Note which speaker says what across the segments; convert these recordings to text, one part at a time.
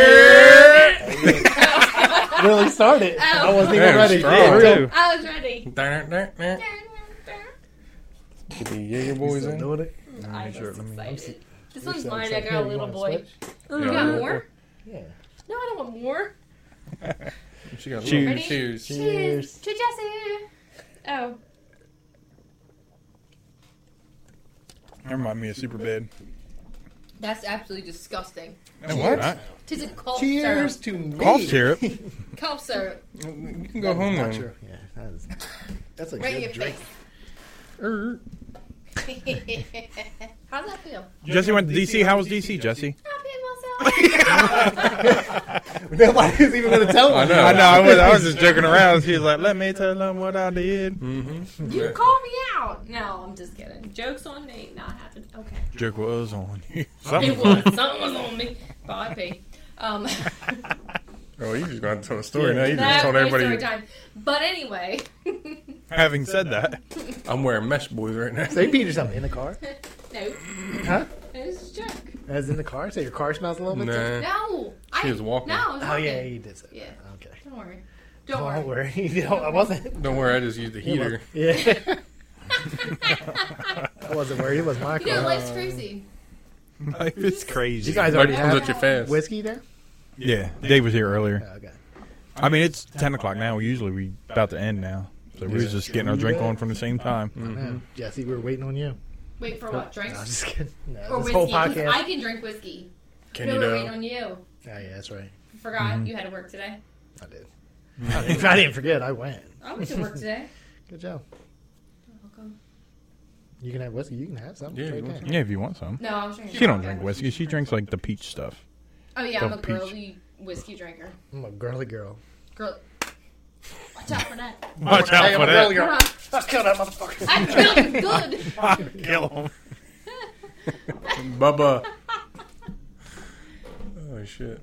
Speaker 1: Yeah.
Speaker 2: really started. I wasn't even
Speaker 3: Damn,
Speaker 2: ready.
Speaker 3: strong,
Speaker 2: Yeah, real.
Speaker 3: too.
Speaker 1: I was ready.
Speaker 3: Get the Jaeger boys
Speaker 2: Still
Speaker 3: in.
Speaker 2: doing it?
Speaker 1: I was
Speaker 3: sure, let me- I'm
Speaker 1: excited. This
Speaker 2: Looks
Speaker 1: one's
Speaker 2: like
Speaker 1: mine. I
Speaker 2: it's
Speaker 1: got a
Speaker 2: okay. You
Speaker 1: little
Speaker 2: wanna
Speaker 1: boy. Mm-hmm.
Speaker 2: switch?
Speaker 1: You got more?
Speaker 2: Yeah.
Speaker 1: No, I don't want more.
Speaker 3: She got
Speaker 2: Cheers.
Speaker 3: little-
Speaker 1: Ready?
Speaker 3: Cheers.
Speaker 2: Cheers.
Speaker 1: Cheers to Jesse. Oh,
Speaker 3: That reminds me of Superbad.
Speaker 1: that's absolutely disgusting.
Speaker 3: And what?
Speaker 1: Tis a cough
Speaker 2: Cheers
Speaker 1: syrup.
Speaker 2: to me.
Speaker 3: Cough syrup. You
Speaker 1: Cough syrup.
Speaker 3: can go home
Speaker 2: Not
Speaker 3: now.
Speaker 2: sure. Yeah, that is, that's a
Speaker 1: Right in
Speaker 2: good
Speaker 1: your
Speaker 2: drink.
Speaker 3: Er.
Speaker 1: face. How's that feel?
Speaker 3: Jesse went to DC. How was DC, Jesse?
Speaker 1: I peed myself.
Speaker 2: Nobody's even going to tell me.
Speaker 3: I know. I was, I was just joking around. She was like, "Let me tell them what I did."
Speaker 1: you call me out. No, I'm just kidding. Joke's on me. Not happened. Okay.
Speaker 3: Jerk was on you.
Speaker 1: It was. Something was on me. But I pee. Um,
Speaker 3: Oh, you just going to tell a story
Speaker 2: now. You
Speaker 1: that was story time. But anyway.
Speaker 3: Having said that,
Speaker 4: I'm wearing mesh boys right now.
Speaker 2: Say Peter something in the car.
Speaker 1: no.
Speaker 2: Huh?
Speaker 1: It was a joke.
Speaker 2: As in the car. So your car smells a little bit. too?
Speaker 4: Nah.
Speaker 1: No. I,
Speaker 4: She was walking.
Speaker 1: No, I was walking.
Speaker 2: Oh yeah, you did say.
Speaker 1: Yeah.
Speaker 2: Okay.
Speaker 1: Don't worry. Don't worry.
Speaker 2: Don't worry. You know, I wasn't.
Speaker 4: Don't worry, I just used the heater.
Speaker 2: Yeah. I wasn't worried. It was my
Speaker 1: You know,
Speaker 2: car.
Speaker 1: life's crazy.
Speaker 3: life is crazy.
Speaker 2: You guys
Speaker 4: Like,
Speaker 2: already
Speaker 4: it comes
Speaker 2: have
Speaker 4: at you fast.
Speaker 2: whiskey there?
Speaker 3: yeah, Dave was here earlier.
Speaker 2: Oh, okay.
Speaker 3: I mean, it's ten o'clock now. Usually we about to end now, so we was just getting our drink on from the same time.
Speaker 2: No, Jesse, we were waiting on you.
Speaker 1: Wait for what? Drinks?
Speaker 2: No, I'm just kidding. No,
Speaker 1: or
Speaker 2: this
Speaker 1: whiskey.
Speaker 2: whole
Speaker 1: 'cause
Speaker 2: podcast.
Speaker 1: I can drink whiskey.
Speaker 4: Can
Speaker 1: no,
Speaker 4: you
Speaker 1: we're waiting
Speaker 4: know?
Speaker 1: on you.
Speaker 2: Oh yeah, that's right.
Speaker 1: Forgot
Speaker 2: Mm-hmm.
Speaker 1: you had to work today.
Speaker 2: I did. I didn't, I didn't forget. I went.
Speaker 1: I went to work today.
Speaker 2: Good job.
Speaker 1: Welcome.
Speaker 2: You can have whiskey. You can have something.
Speaker 4: Yeah,
Speaker 2: right
Speaker 4: you want
Speaker 2: there.
Speaker 3: Yeah, if you want some.
Speaker 1: No, I was drinking.
Speaker 3: She don't
Speaker 1: vodka.
Speaker 3: drink whiskey. She drinks like the peach stuff.
Speaker 1: Oh yeah, I'm a
Speaker 3: Don't peach.
Speaker 1: girly whiskey drinker.
Speaker 2: I'm a girly girl.
Speaker 1: Girl, watch out for that.
Speaker 3: Watch
Speaker 2: I am a girly girl.
Speaker 1: Hold on.
Speaker 2: I killed that motherfucker.
Speaker 1: I killed him good.
Speaker 3: Kill him.
Speaker 4: Bubba. oh, shit.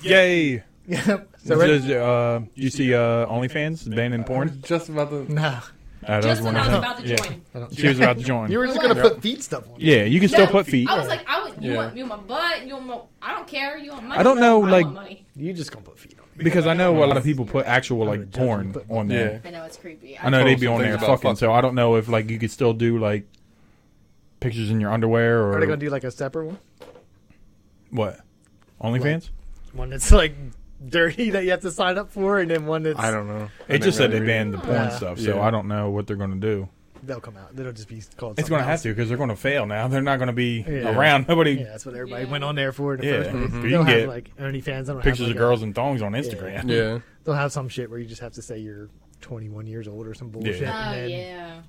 Speaker 3: Yay!
Speaker 2: Yeah. So
Speaker 3: So
Speaker 2: we're,
Speaker 3: just, uh, you see uh, OnlyFans banning porn?
Speaker 4: Just about to.
Speaker 2: no,
Speaker 3: Uh, that
Speaker 1: Just
Speaker 3: was
Speaker 1: when
Speaker 3: one
Speaker 1: I
Speaker 3: of
Speaker 1: was
Speaker 3: them.
Speaker 1: about to
Speaker 3: Yeah.
Speaker 1: join.
Speaker 2: I don't.
Speaker 3: She was about to join.
Speaker 2: you were just gonna
Speaker 4: Yeah.
Speaker 2: put feet stuff on. it.
Speaker 3: yeah, you can still
Speaker 1: No,
Speaker 3: put feet.
Speaker 1: I was like, I would, you,
Speaker 4: Yeah.
Speaker 1: want, you want my butt, you want my, I don't care, you want money.
Speaker 3: I don't know,
Speaker 1: I
Speaker 3: like-
Speaker 1: want money.
Speaker 2: You just gonna put feet on. it.
Speaker 3: Because I know a lot of people put actual like porn on there.
Speaker 4: Yeah.
Speaker 1: I know it's creepy.
Speaker 3: I know
Speaker 4: told
Speaker 3: they'd be
Speaker 4: some
Speaker 3: on
Speaker 4: things
Speaker 3: there
Speaker 4: about
Speaker 3: fucking,
Speaker 4: fucking.
Speaker 3: So I don't know if like you could still do like pictures in your underwear
Speaker 2: Are they gonna
Speaker 3: or
Speaker 2: do like a separate one?
Speaker 3: what? OnlyFans?
Speaker 2: One that's like dirty that you have to sign up for, and then one that's
Speaker 4: I don't know. I
Speaker 3: It just said
Speaker 4: never
Speaker 3: they
Speaker 4: really-
Speaker 3: banned the porn
Speaker 2: Yeah.
Speaker 3: stuff, so
Speaker 4: Yeah.
Speaker 3: I don't know what they're going to do.
Speaker 2: they'll come out. They'll just be called.
Speaker 3: It's going
Speaker 2: going
Speaker 3: to have to because they're going to fail now. They're not going to be
Speaker 2: Yeah.
Speaker 3: around. Nobody
Speaker 2: Yeah, that's what everybody
Speaker 1: Yeah.
Speaker 2: went on there for in the
Speaker 3: Yeah.
Speaker 2: first place.
Speaker 3: Mhm. You
Speaker 2: They'll
Speaker 3: can
Speaker 2: have
Speaker 3: get
Speaker 2: like OnlyFans. They'll have, like,
Speaker 3: pictures
Speaker 2: uh,
Speaker 3: of
Speaker 2: a-
Speaker 3: girls and thongs on Instagram.
Speaker 4: Yeah.
Speaker 2: They'll have some shit where you just have to say you're 21 years old or some bullshit.
Speaker 3: Yeah.
Speaker 1: Oh
Speaker 2: And, then,
Speaker 1: yeah.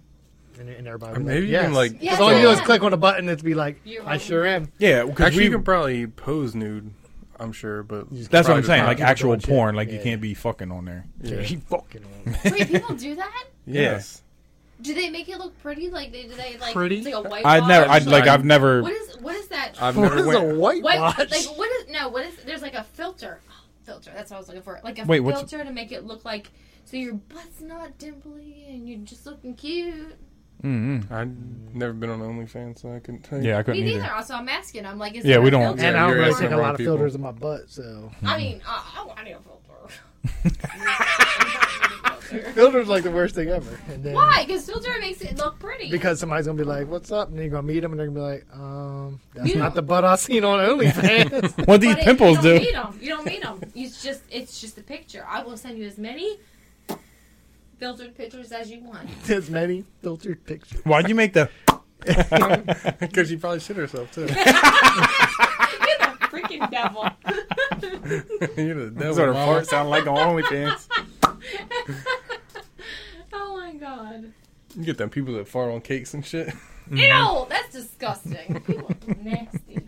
Speaker 2: and, and everybody.
Speaker 4: Or
Speaker 2: will be
Speaker 4: maybe
Speaker 2: like,
Speaker 4: you
Speaker 2: yes.
Speaker 4: can, like-
Speaker 1: Yeah,
Speaker 2: Because all you do is
Speaker 1: yeah.
Speaker 2: click on a button and it's be like,
Speaker 1: You're
Speaker 2: I
Speaker 1: welcome.
Speaker 2: sure am.
Speaker 3: Yeah, because
Speaker 4: Actually,
Speaker 3: we.
Speaker 4: you can probably pose nude, I'm sure, but.
Speaker 3: that's what
Speaker 4: probably
Speaker 3: I'm
Speaker 4: just
Speaker 3: saying.
Speaker 4: not.
Speaker 2: People
Speaker 3: Like
Speaker 2: doing
Speaker 3: actual
Speaker 2: shit.
Speaker 3: porn. Like you
Speaker 2: Yeah.
Speaker 3: can't be fucking on there.
Speaker 4: Yeah.
Speaker 2: He fucking on.
Speaker 1: Wait, people do that?
Speaker 4: Yes.
Speaker 1: Do they make it look pretty? Like they do they like
Speaker 2: Pretty?
Speaker 1: it's like a white.
Speaker 3: I never. I
Speaker 1: wash?
Speaker 3: like. I've never.
Speaker 1: What is what is that?
Speaker 4: I've
Speaker 2: What
Speaker 4: never
Speaker 2: is
Speaker 4: went.
Speaker 2: a white
Speaker 1: What
Speaker 2: watch?
Speaker 1: like what is no? What is there's like a filter? Oh, filter. That's what I was looking for. Like a
Speaker 3: Wait, what's-
Speaker 1: filter to make it look like so your butt's not dimply and you're just looking cute.
Speaker 3: Mm-mm.
Speaker 4: I've never been on OnlyFans, so I couldn't tell you.
Speaker 3: Yeah, I
Speaker 1: Me
Speaker 3: couldn't
Speaker 1: neither.
Speaker 3: either.
Speaker 1: Also, I'm asking. I'm like, is
Speaker 3: Yeah,
Speaker 1: there
Speaker 3: we
Speaker 1: a
Speaker 3: don't-
Speaker 1: filter?
Speaker 2: and I don't
Speaker 4: You're
Speaker 2: really
Speaker 4: asking
Speaker 2: take a
Speaker 4: the
Speaker 2: lot
Speaker 4: wrong
Speaker 2: of
Speaker 4: people.
Speaker 2: filters in my butt, so
Speaker 1: I mean, I, I, I need a filter.
Speaker 2: filters like the worst thing ever. And then,
Speaker 1: Why? Because filter makes it look pretty.
Speaker 2: Because somebody's gonna be like, "What's up?" and you're gonna meet them, and they're gonna be like, "Um, that's
Speaker 1: You
Speaker 2: not
Speaker 1: don't-
Speaker 2: the butt I seen on OnlyFans."
Speaker 3: What these
Speaker 1: But it-
Speaker 3: pimples
Speaker 1: you don't
Speaker 3: do?
Speaker 1: Need 'em. You don't need them. It's just it's just a picture. I will send you as many filtered pictures as you want.
Speaker 2: As many filtered pictures.
Speaker 3: Why'd you make the?
Speaker 4: Because she probably shit herself, too.
Speaker 1: You're the freaking devil.
Speaker 4: You're the devil.
Speaker 3: That's what her
Speaker 4: mama.
Speaker 3: fart sound like on OnlyFans.
Speaker 1: oh my god.
Speaker 4: You get them people that fart on cakes and shit.
Speaker 3: Mm-hmm.
Speaker 1: Ew, that's disgusting. You are nasty.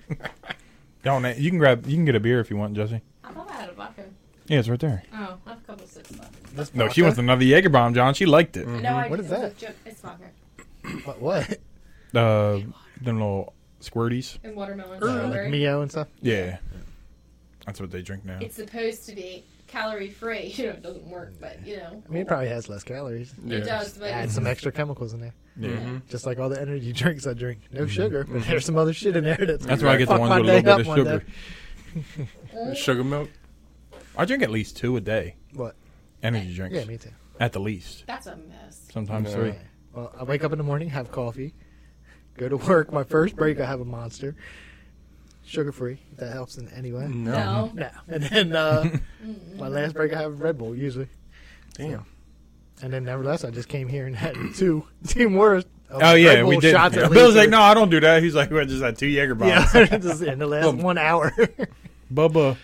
Speaker 3: Don't. You can grab. You can get a beer if you want, Jesse.
Speaker 1: I thought I had a vodka.
Speaker 3: Yeah, it's right there.
Speaker 1: Oh, I have a couple of six left.
Speaker 2: That's
Speaker 3: No,
Speaker 2: not
Speaker 3: she
Speaker 2: that-
Speaker 3: wants another Jaeger bomb, John. She liked it.
Speaker 1: No, I
Speaker 2: Mm-hmm. What
Speaker 1: it
Speaker 2: is
Speaker 1: was a
Speaker 2: that?
Speaker 1: joke. It's vodka
Speaker 2: What? what?
Speaker 3: Uh, them little squirties.
Speaker 1: and watermelon.
Speaker 2: Uh, like
Speaker 1: strawberry.
Speaker 2: Mio and stuff.
Speaker 3: Yeah, that's what they drink now.
Speaker 1: It's supposed to be calorie free. You know, it doesn't work, but you know.
Speaker 2: I mean, it probably has less calories.
Speaker 4: Yeah.
Speaker 1: It does, Mm-hmm. but
Speaker 2: Add some extra chemicals in there,
Speaker 3: Yeah.
Speaker 2: just like all the energy drinks I drink. No sugar, but there's some other shit in there that's.
Speaker 3: That's why I get the
Speaker 2: fuck
Speaker 3: ones
Speaker 2: my
Speaker 3: with a little
Speaker 2: day
Speaker 3: bit of
Speaker 2: up one
Speaker 3: sugar.
Speaker 2: day.
Speaker 4: Sugar milk.
Speaker 3: I drink at least two a day.
Speaker 2: What?
Speaker 3: Energy drinks.
Speaker 2: Yeah, me too.
Speaker 3: At the least.
Speaker 1: That's a mess.
Speaker 3: Sometimes
Speaker 4: No.
Speaker 3: three.
Speaker 2: Well, I wake up in the morning, have coffee, go to work. My first break, I have a monster, sugar free. If that helps in any way.
Speaker 1: No.
Speaker 4: No.
Speaker 2: No. Mm-hmm. And then uh, my last break, I have Red Bull usually.
Speaker 4: Damn.
Speaker 2: And then nevertheless, I just came here and had two team worst. of
Speaker 3: Oh
Speaker 2: Red
Speaker 3: yeah,
Speaker 2: Bull
Speaker 3: we did.
Speaker 2: shots at
Speaker 3: Bill's
Speaker 2: least.
Speaker 3: like, no, I don't do that. He's like, we just had two Jaeger
Speaker 2: Yeah,
Speaker 3: bombs.
Speaker 2: just in the last one hour.
Speaker 3: Bubba.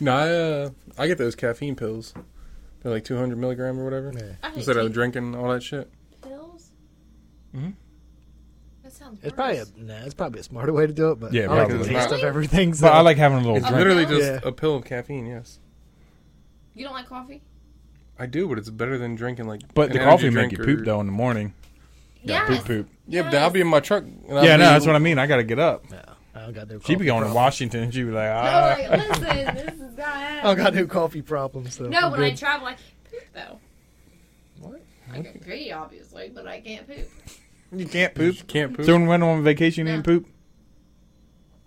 Speaker 4: No, I, uh, I get those caffeine pills. They're like 200 milligram or whatever.
Speaker 2: Yeah.
Speaker 1: I hate
Speaker 4: Instead of
Speaker 1: taking
Speaker 4: drinking all that shit.
Speaker 1: pills.
Speaker 4: Mhm.
Speaker 1: That sounds.
Speaker 2: Mm-hmm. It's probably
Speaker 1: worse.
Speaker 2: a nah, it's probably a smarter way to do it, but
Speaker 3: Yeah,
Speaker 2: I like the
Speaker 4: probably.
Speaker 2: taste of everything. So
Speaker 3: But I like having a little
Speaker 4: It's
Speaker 1: Oh,
Speaker 3: drink.
Speaker 4: literally
Speaker 1: no.
Speaker 4: just
Speaker 2: Yeah.
Speaker 4: a pill of caffeine, yes.
Speaker 1: You don't like coffee?
Speaker 4: I do, but it's better than drinking like.
Speaker 3: But
Speaker 4: an
Speaker 3: the
Speaker 4: energy
Speaker 3: coffee make
Speaker 4: drink
Speaker 3: you
Speaker 4: or-
Speaker 3: poop though in the morning. Yeah,
Speaker 1: Yes.
Speaker 3: poop poop.
Speaker 4: Yeah, but I'll be in my truck.
Speaker 3: Yeah, no, that's what I mean. I gotta get up.
Speaker 2: No, I don't got no.
Speaker 3: She'd be
Speaker 2: coffee
Speaker 3: going to
Speaker 2: problem.
Speaker 3: Washington. and She'd be like,
Speaker 1: No,
Speaker 3: ah.
Speaker 1: like, listen, this is
Speaker 2: I
Speaker 1: bad.
Speaker 2: don't got no coffee problems. So
Speaker 1: No,
Speaker 2: I'm
Speaker 1: when I
Speaker 2: Oh, good.
Speaker 1: travel, I can't poop though.
Speaker 2: What?
Speaker 1: I can pee, obviously, but I can't poop.
Speaker 3: you can't poop.
Speaker 4: Can't poop.
Speaker 3: So when we went on vacation, you
Speaker 1: No.
Speaker 3: didn't poop.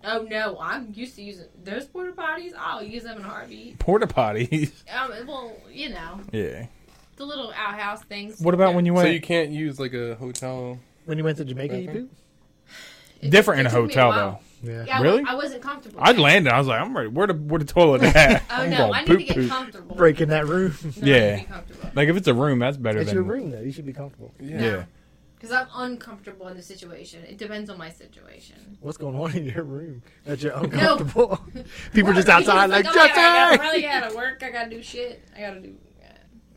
Speaker 1: Oh no, I'm used to using those porta potties. I'll use them in a heartbeat.
Speaker 3: Porta potties.
Speaker 1: Um, well, you know,
Speaker 3: Yeah.
Speaker 1: the little outhouse things.
Speaker 3: What about when you
Speaker 4: So
Speaker 3: went?
Speaker 4: you can't use like a hotel.
Speaker 2: when you went to Jamaica, you
Speaker 4: Bathroom?
Speaker 2: pooped?
Speaker 1: It-
Speaker 3: different in
Speaker 1: it
Speaker 3: a
Speaker 1: took me
Speaker 3: hotel
Speaker 1: while.
Speaker 3: though.
Speaker 2: Yeah.
Speaker 1: Yeah, I
Speaker 3: Really?
Speaker 1: wa- I wasn't comfortable.
Speaker 3: I landed. I was like, I'm ready. Where the where the toilet at?
Speaker 1: Oh
Speaker 3: I'm
Speaker 1: no,
Speaker 3: going
Speaker 1: I need to
Speaker 3: poop
Speaker 1: get
Speaker 3: poop.
Speaker 1: comfortable.
Speaker 2: Break in that room.
Speaker 1: No, I need to
Speaker 3: Yeah.
Speaker 1: be comfortable.
Speaker 3: Like if it's a room, that's better
Speaker 2: it's
Speaker 3: than
Speaker 2: your room though. You should be comfortable.
Speaker 4: Yeah.
Speaker 3: Yeah.
Speaker 1: Because I'm uncomfortable in the situation. It depends on my situation.
Speaker 2: What's going on in your room? That you're uncomfortable. People are just
Speaker 1: Well,
Speaker 2: outside
Speaker 1: it's
Speaker 2: like
Speaker 1: oh, yeah, I
Speaker 2: Justin.
Speaker 1: gotta, really gotta work. I gotta do shit. I gotta do.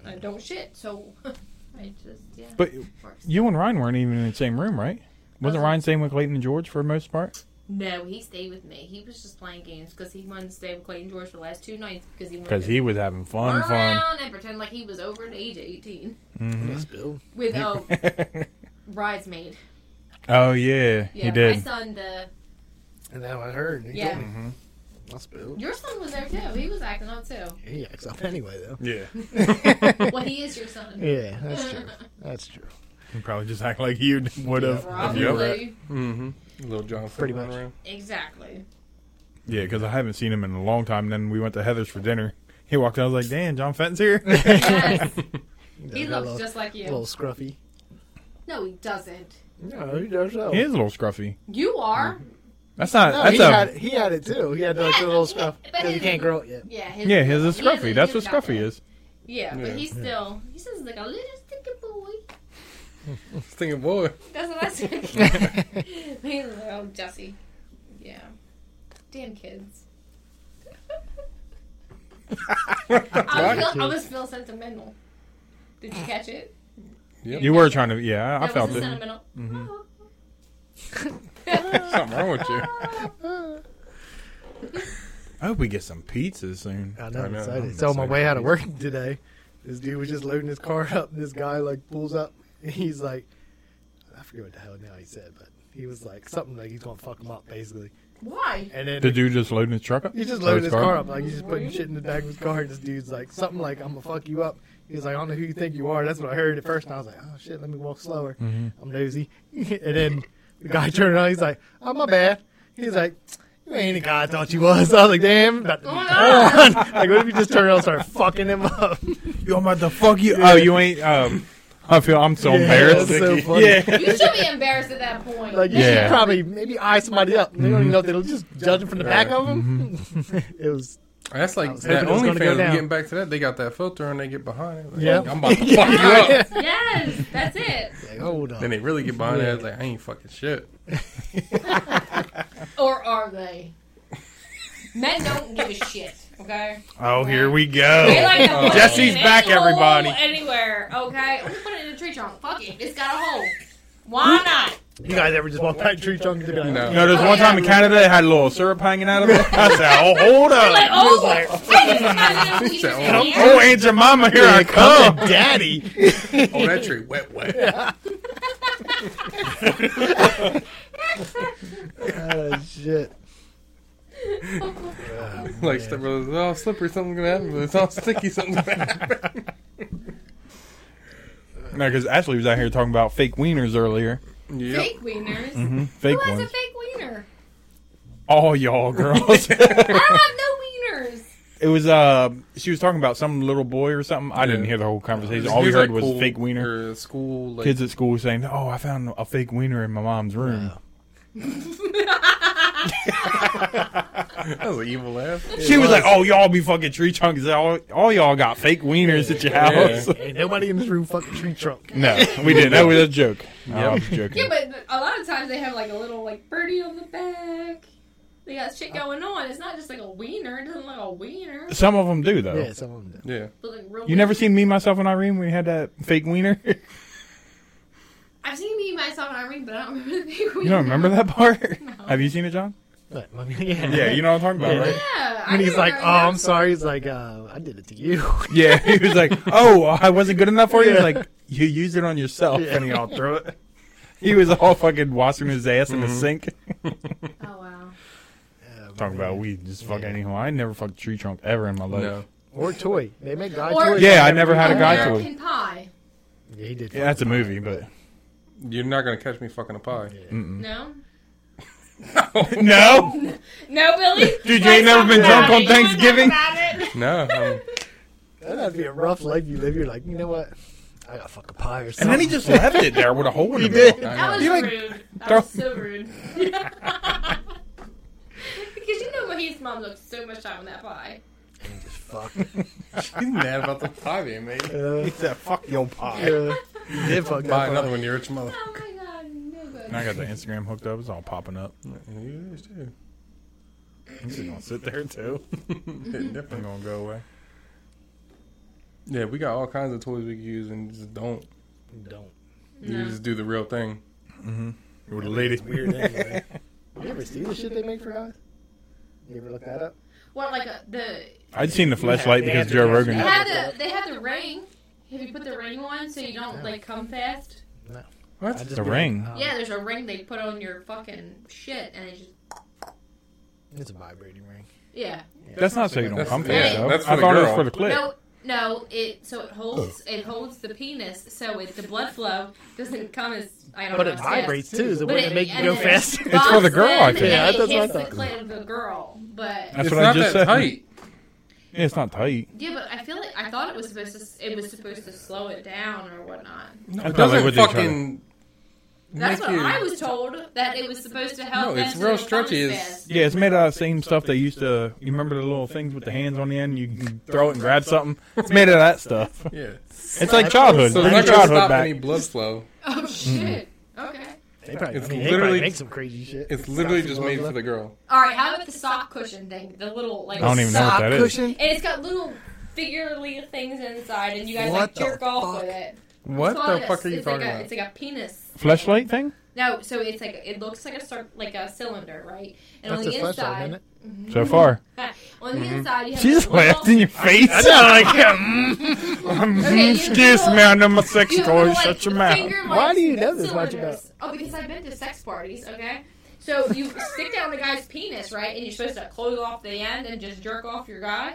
Speaker 1: I don't shit. So I just yeah.
Speaker 3: But
Speaker 1: works.
Speaker 3: you and Ryan weren't even in the same room, right? Wasn't Ryan staying with Clayton and George for the most part?
Speaker 1: no, he stayed with me. He was just playing games because he wanted to stay with Clayton George for the last two nights because he wanted
Speaker 3: Because
Speaker 1: to
Speaker 3: he was having fun,
Speaker 1: run
Speaker 3: fun.
Speaker 1: around and pretend like he was over the age of eighteen
Speaker 2: Yes, Bill.
Speaker 1: with oh bridesmaid.
Speaker 3: oh yeah,
Speaker 1: Yeah,
Speaker 3: he did.
Speaker 1: my son the
Speaker 2: And now I heard. He
Speaker 1: yeah.
Speaker 2: told me. That's Bill.
Speaker 1: Your son was there too. He was acting up too.
Speaker 2: He acts up anyway though.
Speaker 3: Yeah,
Speaker 1: well, he is your son.
Speaker 2: Yeah, that's true. That's true.
Speaker 3: he probably just act like you would have.
Speaker 1: Probably.
Speaker 4: Mm-hmm. Little John.
Speaker 2: Pretty
Speaker 4: Silver
Speaker 2: much.
Speaker 4: around.
Speaker 1: Exactly.
Speaker 3: Yeah, because I haven't seen him in a long time. And then we went to Heather's for dinner. He walked out. I was like, "Damn, John Fenton's here."
Speaker 1: Yes.
Speaker 2: Yeah,
Speaker 1: he
Speaker 2: got a
Speaker 1: looks
Speaker 2: little,
Speaker 1: just like you.
Speaker 2: little scruffy.
Speaker 1: No, he doesn't.
Speaker 2: No, he does though.
Speaker 3: he is a little scruffy.
Speaker 1: You are.
Speaker 3: That's not.
Speaker 2: No,
Speaker 3: that's
Speaker 2: he,
Speaker 3: a.
Speaker 2: had, he had it too. He had like Mm-hmm. the little
Speaker 1: Yeah,
Speaker 2: scruff.
Speaker 1: but
Speaker 2: Because he
Speaker 1: his-
Speaker 2: can't grow it yet.
Speaker 1: Yeah. His,
Speaker 3: yeah, his is
Speaker 1: he has
Speaker 3: scruffy. that's what
Speaker 1: he's got
Speaker 3: scruffy
Speaker 1: that.
Speaker 3: is.
Speaker 1: Yeah, but
Speaker 4: Yeah.
Speaker 1: he's still. He sounds like a little sticky boy.
Speaker 4: I was thinking, boy,
Speaker 1: That's what I said. he's like, oh, Jesse. Yeah. Damn kids. I, was feel, I was feeling sentimental. Did you catch it?
Speaker 3: You were trying to. Yeah, I, I
Speaker 1: that
Speaker 3: felt
Speaker 1: was a
Speaker 3: it. Mm-hmm.
Speaker 1: sentimental. Oh.
Speaker 4: something wrong with you.
Speaker 2: Uh,
Speaker 3: I hope we get some pizzas soon.
Speaker 2: I know.
Speaker 4: I
Speaker 2: I'm
Speaker 4: know,
Speaker 2: excited.
Speaker 3: I'm
Speaker 2: so on my
Speaker 3: excited
Speaker 2: way
Speaker 3: for
Speaker 2: out of
Speaker 3: these.
Speaker 2: work today, this dude was just loading his car up. And this guy like pulls up. And he's like, I forget what the hell now he said, but he was like something like he's gonna fuck him up basically.
Speaker 1: Why?
Speaker 2: And then
Speaker 3: The dude just loading his truck up.
Speaker 2: he just
Speaker 3: Or
Speaker 2: loaded his car up like he's just putting shit in the back of his car. And this dude's like something like I'm gonna fuck you up. He was like, I don't know who you think you are. That's what I heard at first. And I was like, oh shit, let me walk slower. I'm nosy. and then the guy turned around. He's like, oh, my bad. He's like, you ain't the guy I thought you was. I was like, damn, about to be
Speaker 1: Oh, no.
Speaker 2: gone. like, what if you just turn around and start fucking him up?
Speaker 3: Yo, I'm about to fuck you. Oh, you ain't. Um, I feel I'm so
Speaker 2: Yeah,
Speaker 3: embarrassed.
Speaker 2: that's so funny.
Speaker 3: Yeah.
Speaker 1: You should be embarrassed at that point.
Speaker 2: Like, you
Speaker 3: Yeah.
Speaker 2: should probably maybe eye somebody up. They don't even know if they'll just judge him from the back
Speaker 4: Yeah.
Speaker 2: of him. it was,
Speaker 4: That's
Speaker 2: I
Speaker 4: like
Speaker 2: was
Speaker 4: that
Speaker 2: hoping it was
Speaker 4: OnlyFans.
Speaker 2: gonna go down.
Speaker 4: Getting back to that, they got that filter and they get behind it. Like,
Speaker 2: Yeah.
Speaker 4: I'm about to fuck you up.
Speaker 1: yes, that's it.
Speaker 2: like, hold
Speaker 4: Then
Speaker 2: on.
Speaker 4: they really get behind it. It's like I ain't fucking shit.
Speaker 1: Or are they? Men don't give a shit. Okay.
Speaker 3: Oh, here we
Speaker 1: They
Speaker 3: go.
Speaker 1: like to put it
Speaker 3: Jesse's
Speaker 1: in
Speaker 3: back,
Speaker 1: any hole,
Speaker 3: everybody.
Speaker 1: Anywhere. Okay. Let me put it in a tree trunk. Fuck it. It's got a hole. Why not?
Speaker 2: You guys ever just walk by a tree trunk and be like,
Speaker 4: No.
Speaker 3: No, there's one time in Canada, they had a little syrup hanging out of it. I said, "Oh, hold
Speaker 1: Like,
Speaker 3: up,
Speaker 1: oh, I didn't imagine that we
Speaker 4: He said,
Speaker 1: just
Speaker 4: "Oh,
Speaker 1: in here.
Speaker 3: oh, Aunt Jemima, here I come, Daddy."
Speaker 4: Oh, that tree wet, wet.
Speaker 2: oh shit.
Speaker 4: Like step brothers, oh slippery, something's gonna happen. But it's all sticky, something's gonna happen.
Speaker 3: No, because Ashley was out here talking about fake wieners earlier.
Speaker 4: yep.
Speaker 3: Mm-hmm.
Speaker 1: Fake wieners.
Speaker 3: Fake
Speaker 1: Who has a
Speaker 3: ones.
Speaker 1: fake wiener?
Speaker 3: all y'all girls.
Speaker 1: I don't have no wieners.
Speaker 3: it was uh, she was talking about some little boy or something. I didn't
Speaker 4: Yeah.
Speaker 3: hear the whole conversation.
Speaker 4: Just
Speaker 3: All we
Speaker 4: gives,
Speaker 3: heard
Speaker 4: like,
Speaker 3: was
Speaker 4: cool-
Speaker 3: fake wiener.
Speaker 4: or uh, school like,
Speaker 3: Kids at school saying, "Oh, I found a fake wiener in my mom's room."
Speaker 4: That was an evil laugh.
Speaker 3: She was, like, "Oh, y'all be fucking tree trunks. All, all y'all got fake wieners at your
Speaker 4: Yeah.
Speaker 3: house."
Speaker 2: Ain't nobody in this room fucking tree trunk.
Speaker 3: No, we didn't. That was a joke. I was joking.
Speaker 1: Yeah, but a lot of times they have like a little like birdie on the back. They got shit going on. It's not just like a wiener. It doesn't look like a wiener.
Speaker 3: Some of them do though.
Speaker 2: Yeah, some of them do.
Speaker 4: Yeah.
Speaker 1: But, like, real
Speaker 3: You never seen me, myself, and Irene when we had that fake wiener? you
Speaker 1: I've seen me myself and Irene, but I don't remember the big wiener.
Speaker 3: don't remember that part?
Speaker 1: No.
Speaker 3: Have you seen it, John?
Speaker 2: But, I mean, yeah.
Speaker 3: Yeah, you know what I'm talking about,
Speaker 2: Yeah.
Speaker 3: right?
Speaker 1: Yeah.
Speaker 2: And
Speaker 1: I
Speaker 2: he's
Speaker 1: remember
Speaker 2: like,
Speaker 1: Irene
Speaker 2: "Oh, I'm
Speaker 1: Adams.
Speaker 2: sorry." He's like, uh, "I did it to you."
Speaker 3: Yeah, he was like, "Oh, I wasn't good enough for you." He's
Speaker 2: Yeah.
Speaker 3: Like you used it on yourself,
Speaker 2: Yeah.
Speaker 3: and he all threw it. He was all fucking washing his ass in the sink.
Speaker 1: Oh wow.
Speaker 3: Talking about we just fuck anyhow. I never fucked a tree trunk ever in my life.
Speaker 4: No.
Speaker 2: or toy. They make guy
Speaker 1: Or-
Speaker 2: toys.
Speaker 3: Yeah, I never had a guy toy.
Speaker 1: American Oh, Pie.
Speaker 2: Yeah, he did.
Speaker 3: Yeah, that's a movie, but
Speaker 4: You're not gonna catch me fucking a pie.
Speaker 1: No.
Speaker 3: no.
Speaker 1: No, Billy.
Speaker 3: Dude,
Speaker 1: Let's
Speaker 3: you ain't never
Speaker 1: talk
Speaker 3: been
Speaker 1: about
Speaker 3: drunk on
Speaker 1: it. You wanna talk
Speaker 3: Thanksgiving?
Speaker 1: about it?
Speaker 4: No. um,
Speaker 2: That'd be a rough life you live. You're like, you know what? I got fuck a pie or something.
Speaker 3: And then he just left it there with a hole in
Speaker 2: He
Speaker 3: the middle.
Speaker 2: did.
Speaker 1: That was
Speaker 3: You're like,
Speaker 1: rude. That
Speaker 3: throw-
Speaker 1: was so rude. because you know Mahid's mom looked so much out on that pie.
Speaker 2: And just fuck.
Speaker 4: He's mad about the pie being made.
Speaker 2: Uh,
Speaker 3: He said, "Fuck your pie."
Speaker 2: yeah. He did fuck that
Speaker 4: Buy
Speaker 2: pie.
Speaker 4: another one, you rich mother.
Speaker 1: Oh my god, no good.
Speaker 3: And I got the Instagram hooked up. It's all popping up.
Speaker 4: You is too.
Speaker 3: He's just gonna sit there too.
Speaker 4: Hitting
Speaker 3: I'm
Speaker 4: different.
Speaker 3: gonna go away.
Speaker 4: Yeah, we got all kinds of toys we could use and just don't.
Speaker 2: Don't.
Speaker 4: You just do the real thing.
Speaker 3: With the lady.
Speaker 2: Weird anyway. You ever see the shit they make for guys? You ever look that up?
Speaker 1: What like uh, the
Speaker 3: I'd seen the flashlight
Speaker 2: Yeah,
Speaker 3: because
Speaker 2: they
Speaker 3: Joe
Speaker 2: have to
Speaker 3: Rogan.
Speaker 1: they
Speaker 2: Yeah.
Speaker 1: had the they had the ring. Have you put the ring on so you don't like come fast?
Speaker 2: I
Speaker 4: What?
Speaker 2: just
Speaker 3: The
Speaker 2: be
Speaker 3: ring.
Speaker 2: um,
Speaker 1: Yeah, there's a ring they put on your fucking shit and it just
Speaker 2: It's a vibrating ring.
Speaker 1: yeah.
Speaker 3: That's not so you don't
Speaker 4: That's-
Speaker 3: come fast.
Speaker 1: yeah,
Speaker 3: though.
Speaker 4: that's for
Speaker 3: I
Speaker 4: the
Speaker 3: thought it was
Speaker 4: girl.
Speaker 3: for the clip.
Speaker 1: No, no. It so it holds it holds the penis so it, the blood flow doesn't come as I don't
Speaker 2: But
Speaker 1: know.
Speaker 2: it
Speaker 1: it's fast.
Speaker 2: vibrates too, so
Speaker 1: But
Speaker 2: wouldn't it make you
Speaker 1: and
Speaker 2: go
Speaker 1: it
Speaker 2: faster?
Speaker 3: It's for the girl, I
Speaker 1: bops in
Speaker 3: think.
Speaker 2: Yeah,
Speaker 1: and it
Speaker 2: that's what I
Speaker 1: hits
Speaker 2: thought.
Speaker 1: The clit of the girl, but
Speaker 3: That's
Speaker 4: it's
Speaker 3: what I
Speaker 4: not
Speaker 3: just
Speaker 4: that
Speaker 3: said.
Speaker 4: tight.
Speaker 3: Yeah, it's not tight.
Speaker 1: yeah, but I feel like I thought it was supposed to it was supposed to slow it down or whatnot.
Speaker 3: I
Speaker 4: It
Speaker 3: thought they would
Speaker 4: doesn't
Speaker 3: do
Speaker 4: fucking.
Speaker 1: That's
Speaker 4: make
Speaker 1: what
Speaker 4: you-
Speaker 1: I was told that it was supposed to help.
Speaker 4: No, it's
Speaker 1: them so they don't
Speaker 4: real
Speaker 1: come
Speaker 4: stretchy,
Speaker 1: as
Speaker 4: it's-
Speaker 1: fast.
Speaker 3: Yeah, it's made out of the same stuff they used to. You remember the little things with the hands on the end? You can throw it and grab something. It's made out of that stuff.
Speaker 4: Yeah.
Speaker 3: It's like childhood.
Speaker 4: So it's
Speaker 3: Bring
Speaker 4: not gonna
Speaker 3: childhood
Speaker 4: stop
Speaker 3: back.
Speaker 4: any blood flow.
Speaker 1: Oh shit. Okay.
Speaker 2: They probably,
Speaker 4: It's
Speaker 2: I mean, they
Speaker 4: literally-
Speaker 2: probably make some crazy shit.
Speaker 4: It's literally just made for the girl.
Speaker 1: All right. How about the sock cushion thing? The little like
Speaker 3: I don't even know what
Speaker 2: sock
Speaker 3: that is.
Speaker 2: cushion.
Speaker 1: And it's got little figurely things inside, and you guys like
Speaker 2: What the
Speaker 1: jerk off
Speaker 2: fuck?
Speaker 1: with it.
Speaker 4: What
Speaker 1: It's
Speaker 4: the
Speaker 1: called
Speaker 4: fuck
Speaker 1: a-
Speaker 4: are you
Speaker 1: it's like
Speaker 4: talking
Speaker 1: a-
Speaker 4: about?
Speaker 1: It's like a penis.
Speaker 3: Fleshlight thing?
Speaker 1: No, so it's like it looks like a cir- like a cylinder, right? And
Speaker 2: That's
Speaker 1: on
Speaker 2: a
Speaker 1: the
Speaker 2: flashlight, isn't
Speaker 1: inside,
Speaker 2: it?
Speaker 3: So far.
Speaker 1: on
Speaker 2: Mm-hmm.
Speaker 1: the inside, you have
Speaker 3: She just
Speaker 1: a little-
Speaker 3: laughed in your face. Mm-hmm.
Speaker 2: I know, like,
Speaker 1: Okay, you
Speaker 3: Excuse
Speaker 1: know-
Speaker 3: me, I know my sex
Speaker 1: you have a
Speaker 3: toys.
Speaker 1: little, like,
Speaker 3: Shut your mouth.
Speaker 1: finger,
Speaker 2: Why
Speaker 1: like,
Speaker 2: do you know this much
Speaker 1: cylinders. Oh, because I've been to sex parties. Okay, so you stick down the guy's penis, right? And you're supposed to close off the end and just jerk off your guy.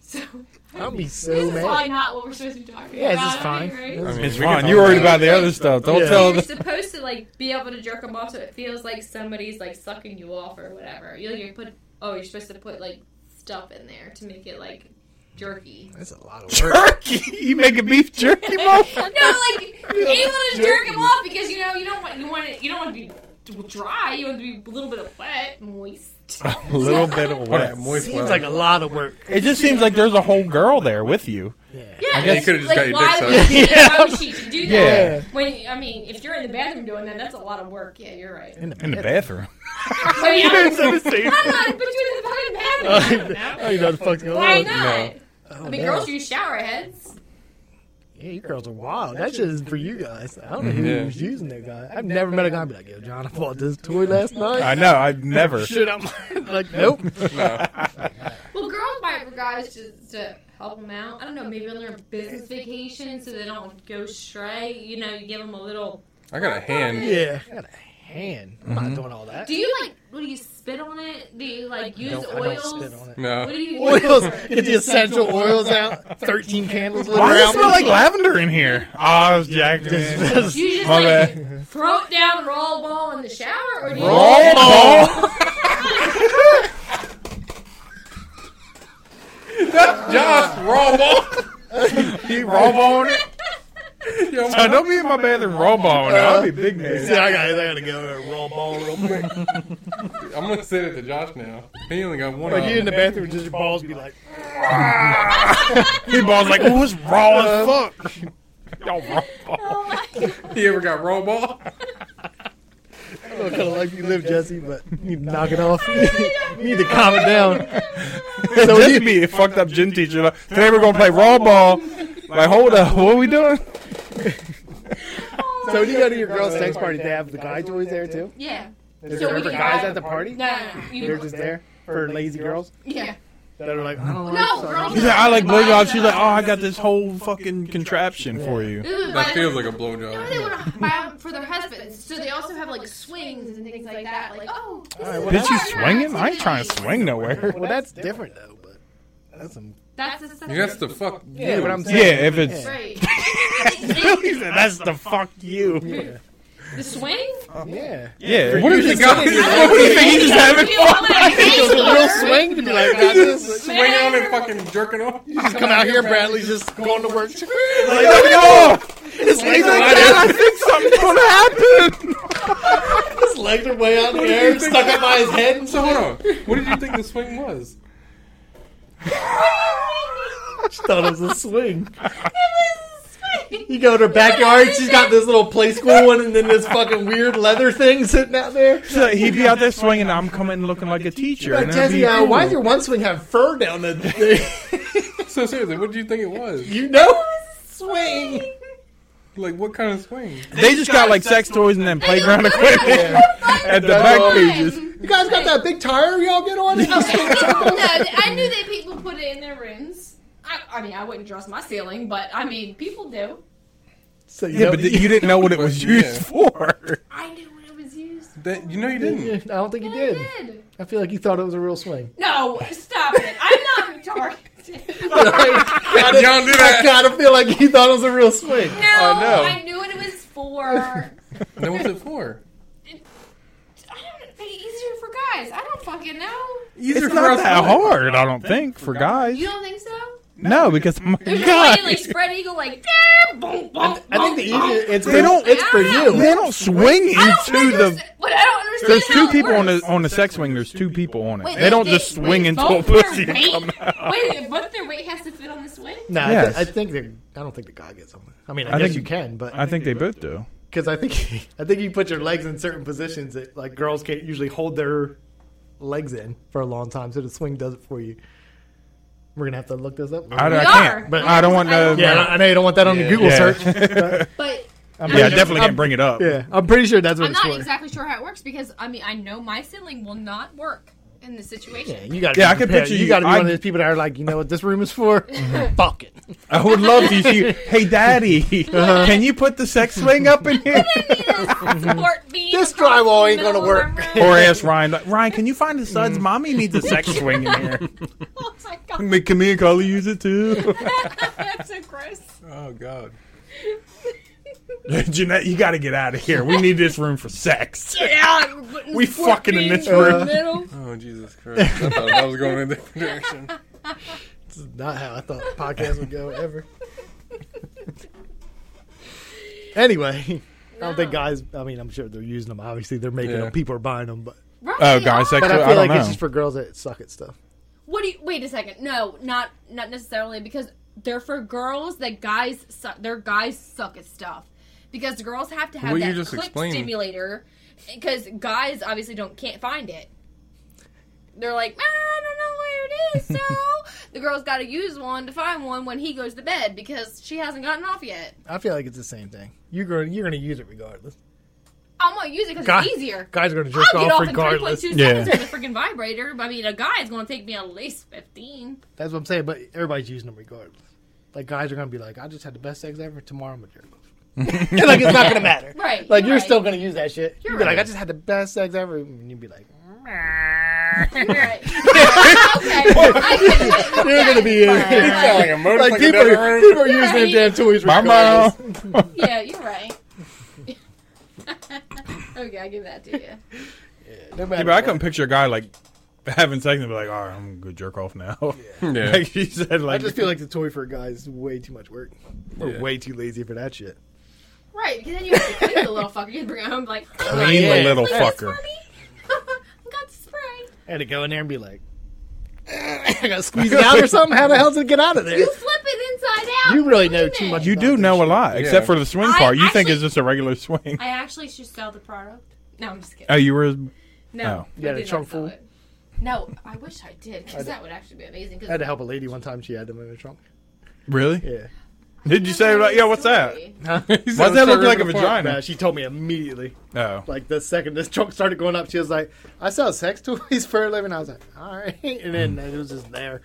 Speaker 1: So
Speaker 2: I'll be so
Speaker 1: this is probably
Speaker 2: mad.
Speaker 1: not what we're supposed to be talking
Speaker 2: Yeah,
Speaker 1: about.
Speaker 2: this is fine.
Speaker 1: right?
Speaker 4: I mean,
Speaker 3: It's
Speaker 4: we can
Speaker 3: fine.
Speaker 4: talk
Speaker 3: You're worried
Speaker 4: about
Speaker 3: about the other stuff. Don't
Speaker 2: Yeah.
Speaker 3: tell
Speaker 1: you're
Speaker 3: the.
Speaker 1: supposed to like be able to jerk them off so it feels like somebody's like sucking you off or whatever. You you put oh you're supposed to put like stuff in there to make it like jerky.
Speaker 2: That's a lot of work.
Speaker 3: Turkey! You make a beef jerky,
Speaker 1: no,
Speaker 3: mom?
Speaker 1: like you're able to jerk them off because you know you don't want you want it you don't want to be dry. You want to be a little bit of wet, moist.
Speaker 3: A little bit of
Speaker 4: What that
Speaker 3: wet.
Speaker 4: moist
Speaker 2: Seems
Speaker 4: wet.
Speaker 2: like a lot of work.
Speaker 3: It just seems like there's a whole girl there with you.
Speaker 2: Yeah.
Speaker 1: Yeah,
Speaker 3: guess you
Speaker 4: could've
Speaker 1: like,
Speaker 4: just got your
Speaker 1: why
Speaker 4: dick
Speaker 1: would
Speaker 2: sucked.
Speaker 1: she- Why would she do that?
Speaker 3: Yeah.
Speaker 1: When I mean, if you're in the bathroom doing that, that's a lot of work. Yeah, you're right.
Speaker 2: In the,
Speaker 3: In the bathroom.
Speaker 1: I mean, I'm,
Speaker 2: It's the same.
Speaker 1: I'm not, but you're in the fucking bathroom. I don't know.
Speaker 2: Oh, you know what the fuck's going
Speaker 1: Why
Speaker 2: on?
Speaker 1: not?
Speaker 2: Oh,
Speaker 1: I mean,
Speaker 2: no.
Speaker 1: girls use shower heads.
Speaker 2: Yeah, you girls are wild. That shit is for you guys. I don't know
Speaker 4: Mm-hmm. Yeah.
Speaker 2: who's using that guy. I've never met a guy and be like, yo, John, I bought this toy last night.
Speaker 3: I know, I've never.
Speaker 2: Shit, I'm like, nope.
Speaker 1: Well, girls buy it for guys just to help them out. I don't know, maybe on their business vacation so they don't go stray. You know, you give them a little.
Speaker 4: I got a hand.
Speaker 2: Yeah. I got a hand. I'm
Speaker 4: Mm-hmm.
Speaker 2: not doing all that.
Speaker 1: Do you like? What do you spit on it? Do you like use
Speaker 2: I don't, I
Speaker 1: oils?
Speaker 2: don't spit on
Speaker 4: Mm.
Speaker 2: it.
Speaker 1: What do
Speaker 4: No.
Speaker 1: you use
Speaker 2: Oils.
Speaker 1: it for?
Speaker 2: Get the essential oils out. 13 candles lit
Speaker 3: Why does
Speaker 2: around.
Speaker 3: it smell like lavender in here? Ah, I was jacked. in.
Speaker 2: Just-
Speaker 1: You just
Speaker 3: My
Speaker 1: like throw it down and roll ball in the shower, or do you?
Speaker 3: Roll ball.
Speaker 4: Josh, raw ball.
Speaker 3: He raw boned it.
Speaker 4: Yo,
Speaker 3: Uh, don't be in my bathroom raw boned it. I'll be big man.
Speaker 2: I got, I got to go there and roll ball real quick.
Speaker 4: I'm gonna send it to Josh now. He only got one.
Speaker 2: Like
Speaker 4: eye.
Speaker 2: you in the bathroom, just your balls be like,
Speaker 3: He balls like, oh, it's raw as fuck. Y'all raw bone.
Speaker 1: Oh my god.
Speaker 4: He ever got raw ball?
Speaker 2: I don't know what kind of life oh, you live, Jesse, but you knock it off. you need to calm it down. So
Speaker 3: Just
Speaker 2: you-
Speaker 3: be a fucked up gym teacher. Like, Today we're gonna play raw ball. Like, hold up, what are we doing?
Speaker 2: So when you go to your girl's sex party, they have the guy toys there too.
Speaker 1: Yeah.
Speaker 2: Is
Speaker 1: So
Speaker 2: there
Speaker 1: we
Speaker 2: ever
Speaker 1: can
Speaker 2: guys
Speaker 1: buy-
Speaker 2: at the party?
Speaker 1: No, no, no. You,
Speaker 2: They're just there for lazy girls
Speaker 1: yeah.
Speaker 2: that are like, "Oh, I don't like.
Speaker 1: No,
Speaker 2: sucking.
Speaker 1: girls.
Speaker 3: He's like, I like blowjobs. She's like, oh, I got this whole fucking contraption for you.
Speaker 4: That feels like a
Speaker 1: No, they
Speaker 4: blowjob.
Speaker 1: want to buy them for their husbands. So they also have like swings and things like that. Like, oh, this is
Speaker 3: Bitch, you
Speaker 1: partner
Speaker 3: swinging? I ain't trying to
Speaker 1: activity.
Speaker 3: swing nowhere.
Speaker 2: Well, that's different though, but that's some.
Speaker 1: That's the stuff.
Speaker 4: That's the fuck.
Speaker 2: Yeah, but I'm
Speaker 3: Yeah,
Speaker 2: saying.
Speaker 3: if it's.
Speaker 1: Right.
Speaker 3: He said, that's the fuck you.
Speaker 1: the swing?
Speaker 2: Yeah.
Speaker 3: Yeah.
Speaker 4: What if the guy
Speaker 3: What do you think he's just having
Speaker 1: You want to
Speaker 2: It's
Speaker 1: hang
Speaker 2: a real
Speaker 1: her?
Speaker 2: swing to be like, I got this.
Speaker 4: swinging on and fucking jerking off?
Speaker 2: Come out here, Bradley's just going to work.
Speaker 3: Yo, yo,
Speaker 2: His legs are
Speaker 3: I
Speaker 2: wide
Speaker 3: think-
Speaker 2: out.
Speaker 3: I think something's gonna happen.
Speaker 2: His legs are way out in the air, stuck up by his head. And
Speaker 4: So hold on. What did you think the swing was?
Speaker 2: she thought it was a swing. You go to her backyard, she's got this little play school one, and then this fucking weird leather thing sitting out there.
Speaker 3: So he'd be out there swinging, and I'm coming looking like a teacher.
Speaker 2: Like,
Speaker 3: and it'd
Speaker 2: Jesse,
Speaker 3: be
Speaker 2: uh,
Speaker 3: cool.
Speaker 2: why does your one swing have fur down the thing?
Speaker 4: So seriously, what did you think it was?
Speaker 2: you know? Swing.
Speaker 4: Like what kind of swing?
Speaker 3: They just got like sex toys and then playground equipment at the back pages.
Speaker 2: You guys got that big tire y'all get on?
Speaker 1: no, I knew that people put it in their rooms. I, I mean, I wouldn't dress my ceiling, but I mean, people do.
Speaker 2: so you
Speaker 3: Yeah,
Speaker 2: know-
Speaker 3: but th- you didn't know what it was
Speaker 4: Yeah.
Speaker 3: used for.
Speaker 1: I knew when it was used.
Speaker 4: That you know you
Speaker 2: I
Speaker 4: didn't.
Speaker 2: don't think you
Speaker 1: I
Speaker 2: did.
Speaker 1: did.
Speaker 2: I feel like you thought it was a real swing.
Speaker 1: No, stop it. I'm not retarded.
Speaker 2: Like, I,
Speaker 4: Did y'all do
Speaker 2: I
Speaker 4: that?
Speaker 2: kind of feel like you thought it was a real swing.
Speaker 1: No, I,
Speaker 3: know.
Speaker 1: knew what it was for. I
Speaker 4: Then what's it for?
Speaker 1: don't. Make it easier for guys. I don't fucking know.
Speaker 3: It's not that hard, I don't think, for guys.
Speaker 1: You don't think so?
Speaker 3: No, because oh my
Speaker 1: There's God.
Speaker 3: God,
Speaker 1: like spread eagle, like "Ah, boom, boom.
Speaker 2: I think the easiest it's
Speaker 3: They don't-
Speaker 2: it's for you.
Speaker 3: they don't swing
Speaker 1: I don't
Speaker 3: into the.
Speaker 1: understand- What I don't understand.
Speaker 3: There's
Speaker 1: how
Speaker 3: two
Speaker 1: it
Speaker 3: people on
Speaker 1: works.
Speaker 3: the on the sex wing. There's two people on
Speaker 1: Wait,
Speaker 3: it. They don't just swing
Speaker 1: wait,
Speaker 3: into a
Speaker 1: both their
Speaker 3: pussy and
Speaker 1: weight-
Speaker 3: come out.
Speaker 1: Wait, both their weight has to fit on this wing.
Speaker 2: No,
Speaker 3: Yes.
Speaker 2: I, th- I think they're. I don't think the guy gets them. I mean, I,
Speaker 3: I
Speaker 2: guess
Speaker 3: think-
Speaker 2: you can, but
Speaker 3: I think they both do.
Speaker 2: because I think I think you put your legs in certain positions that like girls can't usually hold their legs in for a long time, so the swing does it for you. We're gonna have to look this up.
Speaker 3: I,
Speaker 1: We
Speaker 3: I
Speaker 1: are.
Speaker 3: can't. But I don't want no.
Speaker 2: yeah, I- I know you don't want that on the
Speaker 4: Yeah.
Speaker 2: Google
Speaker 3: Yeah.
Speaker 2: search.
Speaker 1: But
Speaker 2: I'm
Speaker 3: Yeah, I
Speaker 2: pretty sure-
Speaker 3: definitely
Speaker 2: I'm-
Speaker 3: can't bring it up.
Speaker 2: Yeah, I'm pretty sure that's what
Speaker 1: I'm
Speaker 2: it's
Speaker 1: not
Speaker 2: for.
Speaker 1: exactly sure how it works because I mean I know my ceiling will not work in this
Speaker 2: Yeah,
Speaker 1: situation.
Speaker 2: you gotta.
Speaker 3: Yeah,
Speaker 2: be
Speaker 3: I can
Speaker 2: prepared.
Speaker 3: picture
Speaker 2: you.
Speaker 3: you-
Speaker 2: gotta be
Speaker 3: I-
Speaker 2: one of those people that are like, you know what, this room is for fucking.
Speaker 3: I would love to see. Hey, Daddy, can you put the sex swing up in here? Mhm.
Speaker 1: Support beam
Speaker 2: This
Speaker 1: across the
Speaker 2: drywall ain't
Speaker 1: middle
Speaker 2: gonna
Speaker 1: of
Speaker 2: work.
Speaker 1: my room.
Speaker 3: or ask Ryan. Like, Ryan, can you find the suds? Mommy needs a sex swing in here.
Speaker 1: Oh my god,
Speaker 3: Can me and Carly use it too?
Speaker 1: that's so gross.
Speaker 4: Oh god.
Speaker 3: Jeanette, you got to get out of here. We need this room for sex.
Speaker 1: Get out. We're putting
Speaker 3: We
Speaker 1: support
Speaker 3: fucking in
Speaker 1: beams
Speaker 3: this
Speaker 1: the
Speaker 3: room.
Speaker 1: middle.
Speaker 4: Oh Jesus Christ! I thought I was going in a different direction.
Speaker 2: This is not how I thought podcasts would go ever. anyway, I don't think
Speaker 1: No.
Speaker 2: guys. I mean, I'm sure they're using them. Obviously, they're making
Speaker 4: Yeah.
Speaker 2: them. People are buying them, but
Speaker 1: Right,
Speaker 3: Oh,
Speaker 1: they
Speaker 3: guys,
Speaker 1: are.
Speaker 2: but
Speaker 3: So,
Speaker 2: I
Speaker 3: I
Speaker 2: feel
Speaker 3: don't
Speaker 2: like it's
Speaker 3: know.
Speaker 2: just for girls that suck at stuff.
Speaker 1: What do you? Wait a second. No, not not necessarily because they're for girls that guys suck. Their guys suck at stuff because girls have to have
Speaker 4: What you
Speaker 1: that
Speaker 4: just
Speaker 1: clit
Speaker 4: explained.
Speaker 1: stimulator because guys obviously don't can't find it. They're like, "Ah, I don't know where it is, so the girl's got to use one to find one when he goes to bed because she hasn't gotten off yet.
Speaker 2: I feel like it's the same thing. You're going. You're going to use it regardless.
Speaker 1: I'm gonna use it because
Speaker 2: Guy-
Speaker 1: it's easier.
Speaker 2: Guys are going to
Speaker 1: I'll
Speaker 2: jerk
Speaker 1: get
Speaker 2: off
Speaker 1: off in
Speaker 2: regardless.
Speaker 1: 3.2
Speaker 3: Yeah.
Speaker 1: seconds with a freaking vibrator. but I mean, a guy's gonna take me at least 15.
Speaker 2: That's what I'm saying. But everybody's using them regardless. Like guys are going to be like, I just had the best sex ever. Tomorrow I'm a jerk. off." like it's not going to matter.
Speaker 1: Right.
Speaker 2: Like you're
Speaker 1: right.
Speaker 2: still going to use that shit. You're
Speaker 1: You're
Speaker 2: be like,
Speaker 1: right.
Speaker 2: I just had the best sex ever. And you'd be like,
Speaker 1: You're right. okay. I get it.
Speaker 2: You're going to be in.
Speaker 4: Sound like a motorcycle
Speaker 2: like people,
Speaker 4: down the
Speaker 2: are,
Speaker 4: road.
Speaker 2: people are using their
Speaker 1: Right.
Speaker 2: damn toys.
Speaker 3: Bye,
Speaker 2: regardless.
Speaker 3: Mom.
Speaker 1: Yeah, you're right. okay, I give that to you.
Speaker 2: No matter
Speaker 3: Yeah, but I
Speaker 2: what.
Speaker 3: couldn't picture a guy like having sex and be like, all right, I'm gonna go jerk off now.
Speaker 4: Yeah.
Speaker 3: like she said,
Speaker 2: I
Speaker 3: like
Speaker 2: just feel like the toy for a guy is way too much work. We're
Speaker 4: Yeah.
Speaker 2: way too lazy for that shit.
Speaker 1: Right, because then you have to clean the little fucker. You bring it home like,
Speaker 3: Clean the
Speaker 2: yeah.
Speaker 3: little
Speaker 1: Look at this,
Speaker 3: fucker.
Speaker 1: mommy. I got spray.
Speaker 2: I had to go in there and be like, I got squeezed out or something. How the hell did it get out of there?
Speaker 1: You flip it inside out.
Speaker 2: You really know
Speaker 1: Clean
Speaker 2: too
Speaker 1: it.
Speaker 2: much.
Speaker 3: You do know a lot, except for the swing
Speaker 1: I
Speaker 3: part. You think
Speaker 1: actually-
Speaker 3: it's just a regular swing.
Speaker 1: I actually should sell the product. No, I'm just kidding.
Speaker 3: Oh, you were.
Speaker 1: No,
Speaker 3: Oh.
Speaker 1: we
Speaker 2: You had a
Speaker 1: did not
Speaker 2: trunk
Speaker 1: sell
Speaker 2: full?
Speaker 1: it. No, I wish I did because that would actually be amazing.
Speaker 2: I had
Speaker 1: Because
Speaker 2: to help a lady one time. She had them in her trunk.
Speaker 3: Really?
Speaker 2: Yeah.
Speaker 3: Did you say, like, yeah, what's that?
Speaker 2: Huh?
Speaker 3: Why does that look like a
Speaker 2: I know.
Speaker 3: vagina?
Speaker 2: She told me immediately.
Speaker 3: Oh.
Speaker 2: Like the second this trunk started going up, she was like, "I sell sex toys for a living." I was like, "All right," and then it was just there.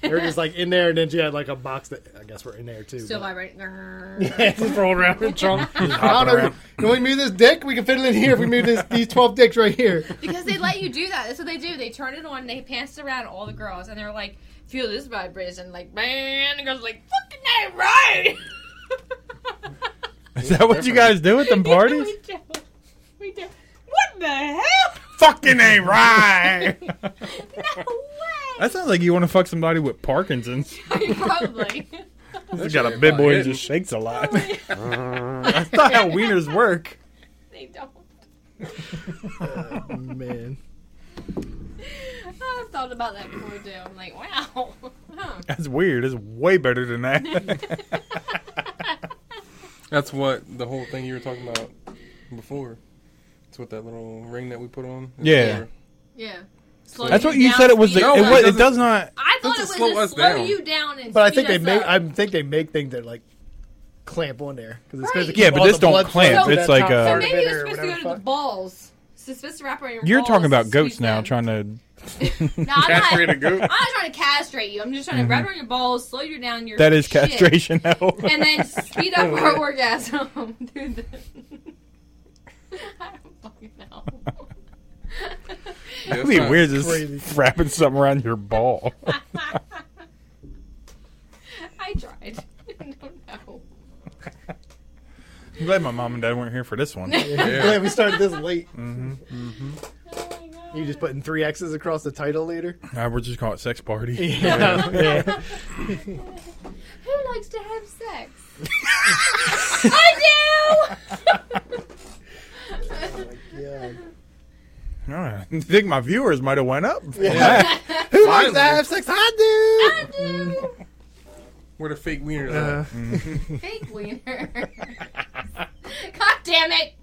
Speaker 2: They were just like in there, and then she had like a box that I guess we're in there too.
Speaker 1: Still
Speaker 2: but-
Speaker 1: vibrating.
Speaker 2: Yeah, just rolled around in the trunk. I
Speaker 3: hopping
Speaker 2: don't know.
Speaker 3: around.
Speaker 2: Can we move this dick? We can fit it in here if we move this, these twelve dicks right here.
Speaker 1: because they let you do that. That's what they do. They turn it on. They pants it around all the girls, and they're like, "Feel this vibration!" Like, man, the girls are like, "Fucking that right."
Speaker 3: Is that what you guys do at them parties?
Speaker 1: we do. We do. What the hell?
Speaker 3: Fucking ain't right.
Speaker 1: No way.
Speaker 3: that sounds like you want to fuck somebody with Parkinson's.
Speaker 1: Probably.
Speaker 3: He's got a big boy
Speaker 4: probably
Speaker 3: who just shakes a lot.
Speaker 1: Oh I
Speaker 3: That's not how wieners work.
Speaker 1: They don't.
Speaker 2: Oh, man,
Speaker 1: I was thought about that before too. I'm like, wow. Huh.
Speaker 3: That's weird. It's way better than that.
Speaker 4: That's what the whole thing you were talking about before. It's what that little ring that we put on. is
Speaker 3: Yeah.
Speaker 4: for.
Speaker 1: Yeah. Slow
Speaker 3: That's
Speaker 1: you
Speaker 3: what you
Speaker 1: down,
Speaker 3: said. It was. The,
Speaker 1: speed
Speaker 4: No,
Speaker 1: us
Speaker 3: it,
Speaker 1: up.
Speaker 3: was,
Speaker 4: doesn't-
Speaker 3: it does not.
Speaker 1: I thought
Speaker 4: Doesn't
Speaker 1: it was
Speaker 4: slow
Speaker 1: slow,
Speaker 4: us
Speaker 1: just slow
Speaker 4: down.
Speaker 1: you down and.
Speaker 2: but I
Speaker 1: speed
Speaker 2: think they
Speaker 1: us
Speaker 2: make.
Speaker 1: up.
Speaker 2: I think they make things that like clamp on there because it's supposed to
Speaker 1: Right.
Speaker 2: keep
Speaker 3: Yeah, but
Speaker 2: all
Speaker 3: this
Speaker 2: the
Speaker 3: don't
Speaker 2: blood
Speaker 3: clamp.
Speaker 2: flowing to
Speaker 1: It's
Speaker 2: that
Speaker 3: like uh,
Speaker 2: top
Speaker 3: a-
Speaker 1: So
Speaker 2: part of
Speaker 1: maybe
Speaker 2: it
Speaker 1: you're
Speaker 2: or
Speaker 1: supposed to go to
Speaker 2: whatever the
Speaker 1: the
Speaker 2: fuck.
Speaker 1: balls. So it's supposed to wrap around your
Speaker 3: You're
Speaker 1: balls
Speaker 3: talking about
Speaker 1: to
Speaker 3: goats
Speaker 1: squeeze
Speaker 3: now,
Speaker 1: them.
Speaker 3: trying to.
Speaker 1: No, I'm not,
Speaker 4: Castrate a
Speaker 1: I'm
Speaker 4: goat.
Speaker 1: not trying to castrate you. I'm just trying to wrap around your balls, slow you down. Your
Speaker 3: Mm-hmm. That is
Speaker 1: shit,
Speaker 3: castration, though.
Speaker 1: And then speed up our orgasm. Dude, the- I don't fucking know.
Speaker 4: Yeah,
Speaker 3: It'd
Speaker 4: it's
Speaker 3: be
Speaker 4: not-
Speaker 3: weird just
Speaker 2: Crazy.
Speaker 3: wrapping something around your ball.
Speaker 1: I tried. I don't know.
Speaker 3: I'm glad my mom and dad weren't here for this one.
Speaker 2: I'm glad we started this late.
Speaker 1: Oh my god.
Speaker 2: You just putting three X's across the title later.
Speaker 3: I would Uh, just call it sex party.
Speaker 2: Yeah.
Speaker 1: Who likes to have sex? I
Speaker 2: yeah.
Speaker 3: Alright. I think my viewers might have went up.
Speaker 2: Yeah. Who likes to have sex? I
Speaker 1: do. I
Speaker 4: Where the fake wieners
Speaker 2: do. Uh,
Speaker 4: at?
Speaker 1: do. Fake wiener. God damn it.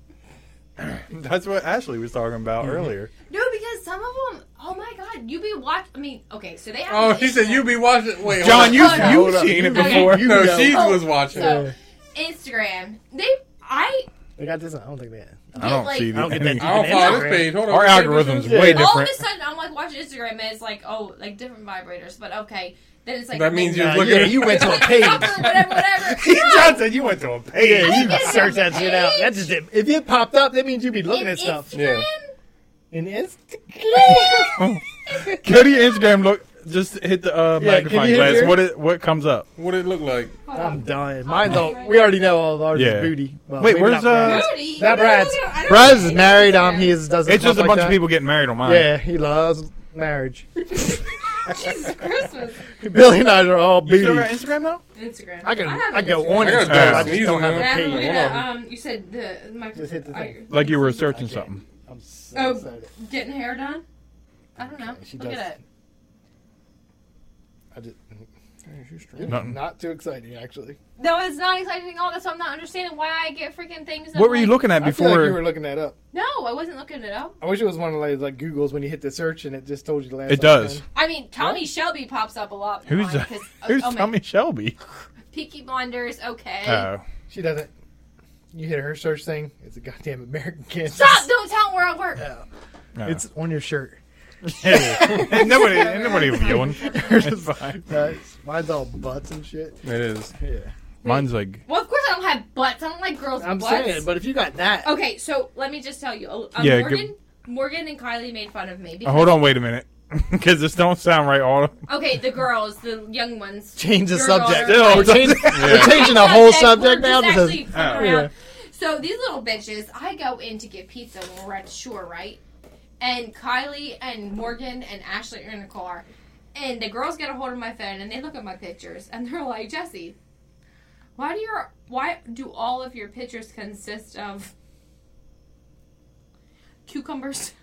Speaker 3: That's what Ashley was talking about earlier.
Speaker 1: No, because some of them. Oh my god, you be watch. I mean, okay, so they. Have
Speaker 4: Oh,
Speaker 1: an
Speaker 4: she said
Speaker 1: Instagram.
Speaker 4: you be watching. Wait,
Speaker 3: John, you
Speaker 1: Oh, no.
Speaker 3: you've
Speaker 2: Hold up.
Speaker 3: seen it
Speaker 1: Okay.
Speaker 3: before.
Speaker 2: You Oh.
Speaker 4: No,
Speaker 2: know.
Speaker 4: she was
Speaker 1: So-
Speaker 4: watching.
Speaker 1: Instagram. They. I
Speaker 2: they got this. one. I don't think they. Had.
Speaker 1: get
Speaker 3: I don't
Speaker 1: like.
Speaker 3: see
Speaker 2: I don't get
Speaker 3: any-
Speaker 2: that
Speaker 4: I don't
Speaker 2: Even
Speaker 4: follow
Speaker 2: Instagram.
Speaker 4: this page. Hold on.
Speaker 3: Our
Speaker 4: what page
Speaker 3: algorithm's
Speaker 4: is
Speaker 2: Yeah.
Speaker 4: this?
Speaker 3: way
Speaker 1: all of
Speaker 3: different.
Speaker 1: a sudden, I'm like watching Instagram and it's like, oh, like different vibrators, but okay. Then it's like
Speaker 4: That means
Speaker 1: they-
Speaker 4: you're
Speaker 2: Uh,
Speaker 4: looking
Speaker 2: yeah,
Speaker 4: at
Speaker 2: you went to a page.
Speaker 1: Whatever, whatever, whatever.
Speaker 3: Johnson, you went to a page.
Speaker 2: Yeah, you
Speaker 1: think it's
Speaker 2: search
Speaker 1: on
Speaker 2: that shit out.
Speaker 1: page.
Speaker 2: That just it. If it popped up, that means you'd be looking
Speaker 1: In
Speaker 2: at stuff.
Speaker 1: Instagram,
Speaker 2: In Instagram.
Speaker 3: Go to your Instagram. Look, just hit the
Speaker 2: Yeah,
Speaker 3: uh,
Speaker 2: can
Speaker 3: magnifying
Speaker 2: you hit
Speaker 3: glass.
Speaker 2: your-
Speaker 3: What it, what comes up?
Speaker 4: What it look like?
Speaker 2: I'm dying. Mine's all. We already know all of ours
Speaker 3: Yeah.
Speaker 2: is booty. Well,
Speaker 3: Wait,
Speaker 2: maybe
Speaker 3: where's,
Speaker 2: not
Speaker 3: uh,
Speaker 2: Brad's.
Speaker 1: Booty?
Speaker 2: Not
Speaker 1: No, no,
Speaker 2: Brad's.
Speaker 1: no, no, I don't
Speaker 2: Brad's is
Speaker 1: think
Speaker 2: married.
Speaker 1: Instagram.
Speaker 2: Um, he is, does.
Speaker 3: It's just a
Speaker 2: like
Speaker 3: bunch
Speaker 2: that.
Speaker 3: of people getting married on mine.
Speaker 2: Yeah, he loves marriage.
Speaker 1: Jesus Christmas.
Speaker 2: Billy and I are all booty.
Speaker 3: Instagram though?
Speaker 1: Instagram.
Speaker 2: I can
Speaker 1: have
Speaker 2: I
Speaker 1: an
Speaker 2: go
Speaker 1: Instagram.
Speaker 2: on
Speaker 4: I gotta
Speaker 2: Instagram.
Speaker 3: do
Speaker 2: I
Speaker 3: some
Speaker 2: just
Speaker 4: easy
Speaker 2: don't have
Speaker 4: one.
Speaker 2: a
Speaker 1: Yeah, I'm
Speaker 2: page.
Speaker 1: gonna,
Speaker 4: Hold on.
Speaker 1: um, you said the my
Speaker 2: Just hit the thing.
Speaker 3: Like you were searching something.
Speaker 2: I'm so
Speaker 1: Oh.
Speaker 2: excited.
Speaker 1: getting hair done. I don't know.
Speaker 2: She
Speaker 1: Look
Speaker 2: does.
Speaker 1: at it.
Speaker 2: I just,
Speaker 3: Nothing.
Speaker 2: Not too exciting, actually.
Speaker 1: No, it's not exciting at all. That's why I'm not understanding why I get freaking things.
Speaker 3: What were you looking at
Speaker 2: I feel like you
Speaker 3: before?
Speaker 2: were looking that up.
Speaker 1: No, I wasn't looking it up.
Speaker 2: I wish it was one of those like Google's when you hit the search and it just told you the last.
Speaker 3: It does.
Speaker 1: I mean, Tommy Shelby pops up a lot. in
Speaker 3: Who's uh,
Speaker 1: mine 'cause- oh,
Speaker 3: who's
Speaker 1: oh, my-
Speaker 3: Tommy Shelby?
Speaker 1: Peaky Blinders. Okay.
Speaker 2: Uh,
Speaker 3: Oh,
Speaker 2: She doesn't. You hit her search thing. It's a goddamn American Kansas.
Speaker 1: Stop! Don't tell him where I work.
Speaker 3: no.
Speaker 2: It's on your shirt.
Speaker 3: ain't nobody ain't nobody viewing. It's fine.
Speaker 2: Uh, mine's all butts and shit.
Speaker 4: It is.
Speaker 2: Yeah,
Speaker 3: Mine's like
Speaker 1: Well, of course I don't have butts. I don't like girls'
Speaker 2: I'm
Speaker 1: butts.
Speaker 2: saying, but if you got that,
Speaker 1: Okay, so let me just tell you. Uh,
Speaker 3: Yeah, give-
Speaker 1: Morgan, Morgan and Kylie made fun of me.
Speaker 3: Oh,
Speaker 1: Because,
Speaker 3: hold on, wait a minute, because this don't sound right. All
Speaker 1: Okay, the girls, the young ones.
Speaker 2: change the
Speaker 1: Your
Speaker 2: subject.
Speaker 1: daughter-
Speaker 3: Still,
Speaker 2: we're, changing, we're changing the whole subject now.
Speaker 1: We're just
Speaker 2: Because,
Speaker 1: actually fucking
Speaker 3: Oh.
Speaker 1: around. So these little bitches, I go in to get pizza when we're at the shore, right? and Kylie and Morgan and Ashley are in the car, and the girls get a hold of my phone and they look at my pictures and they're like, Jesse, why do your why do all of your pictures consist of cucumbers?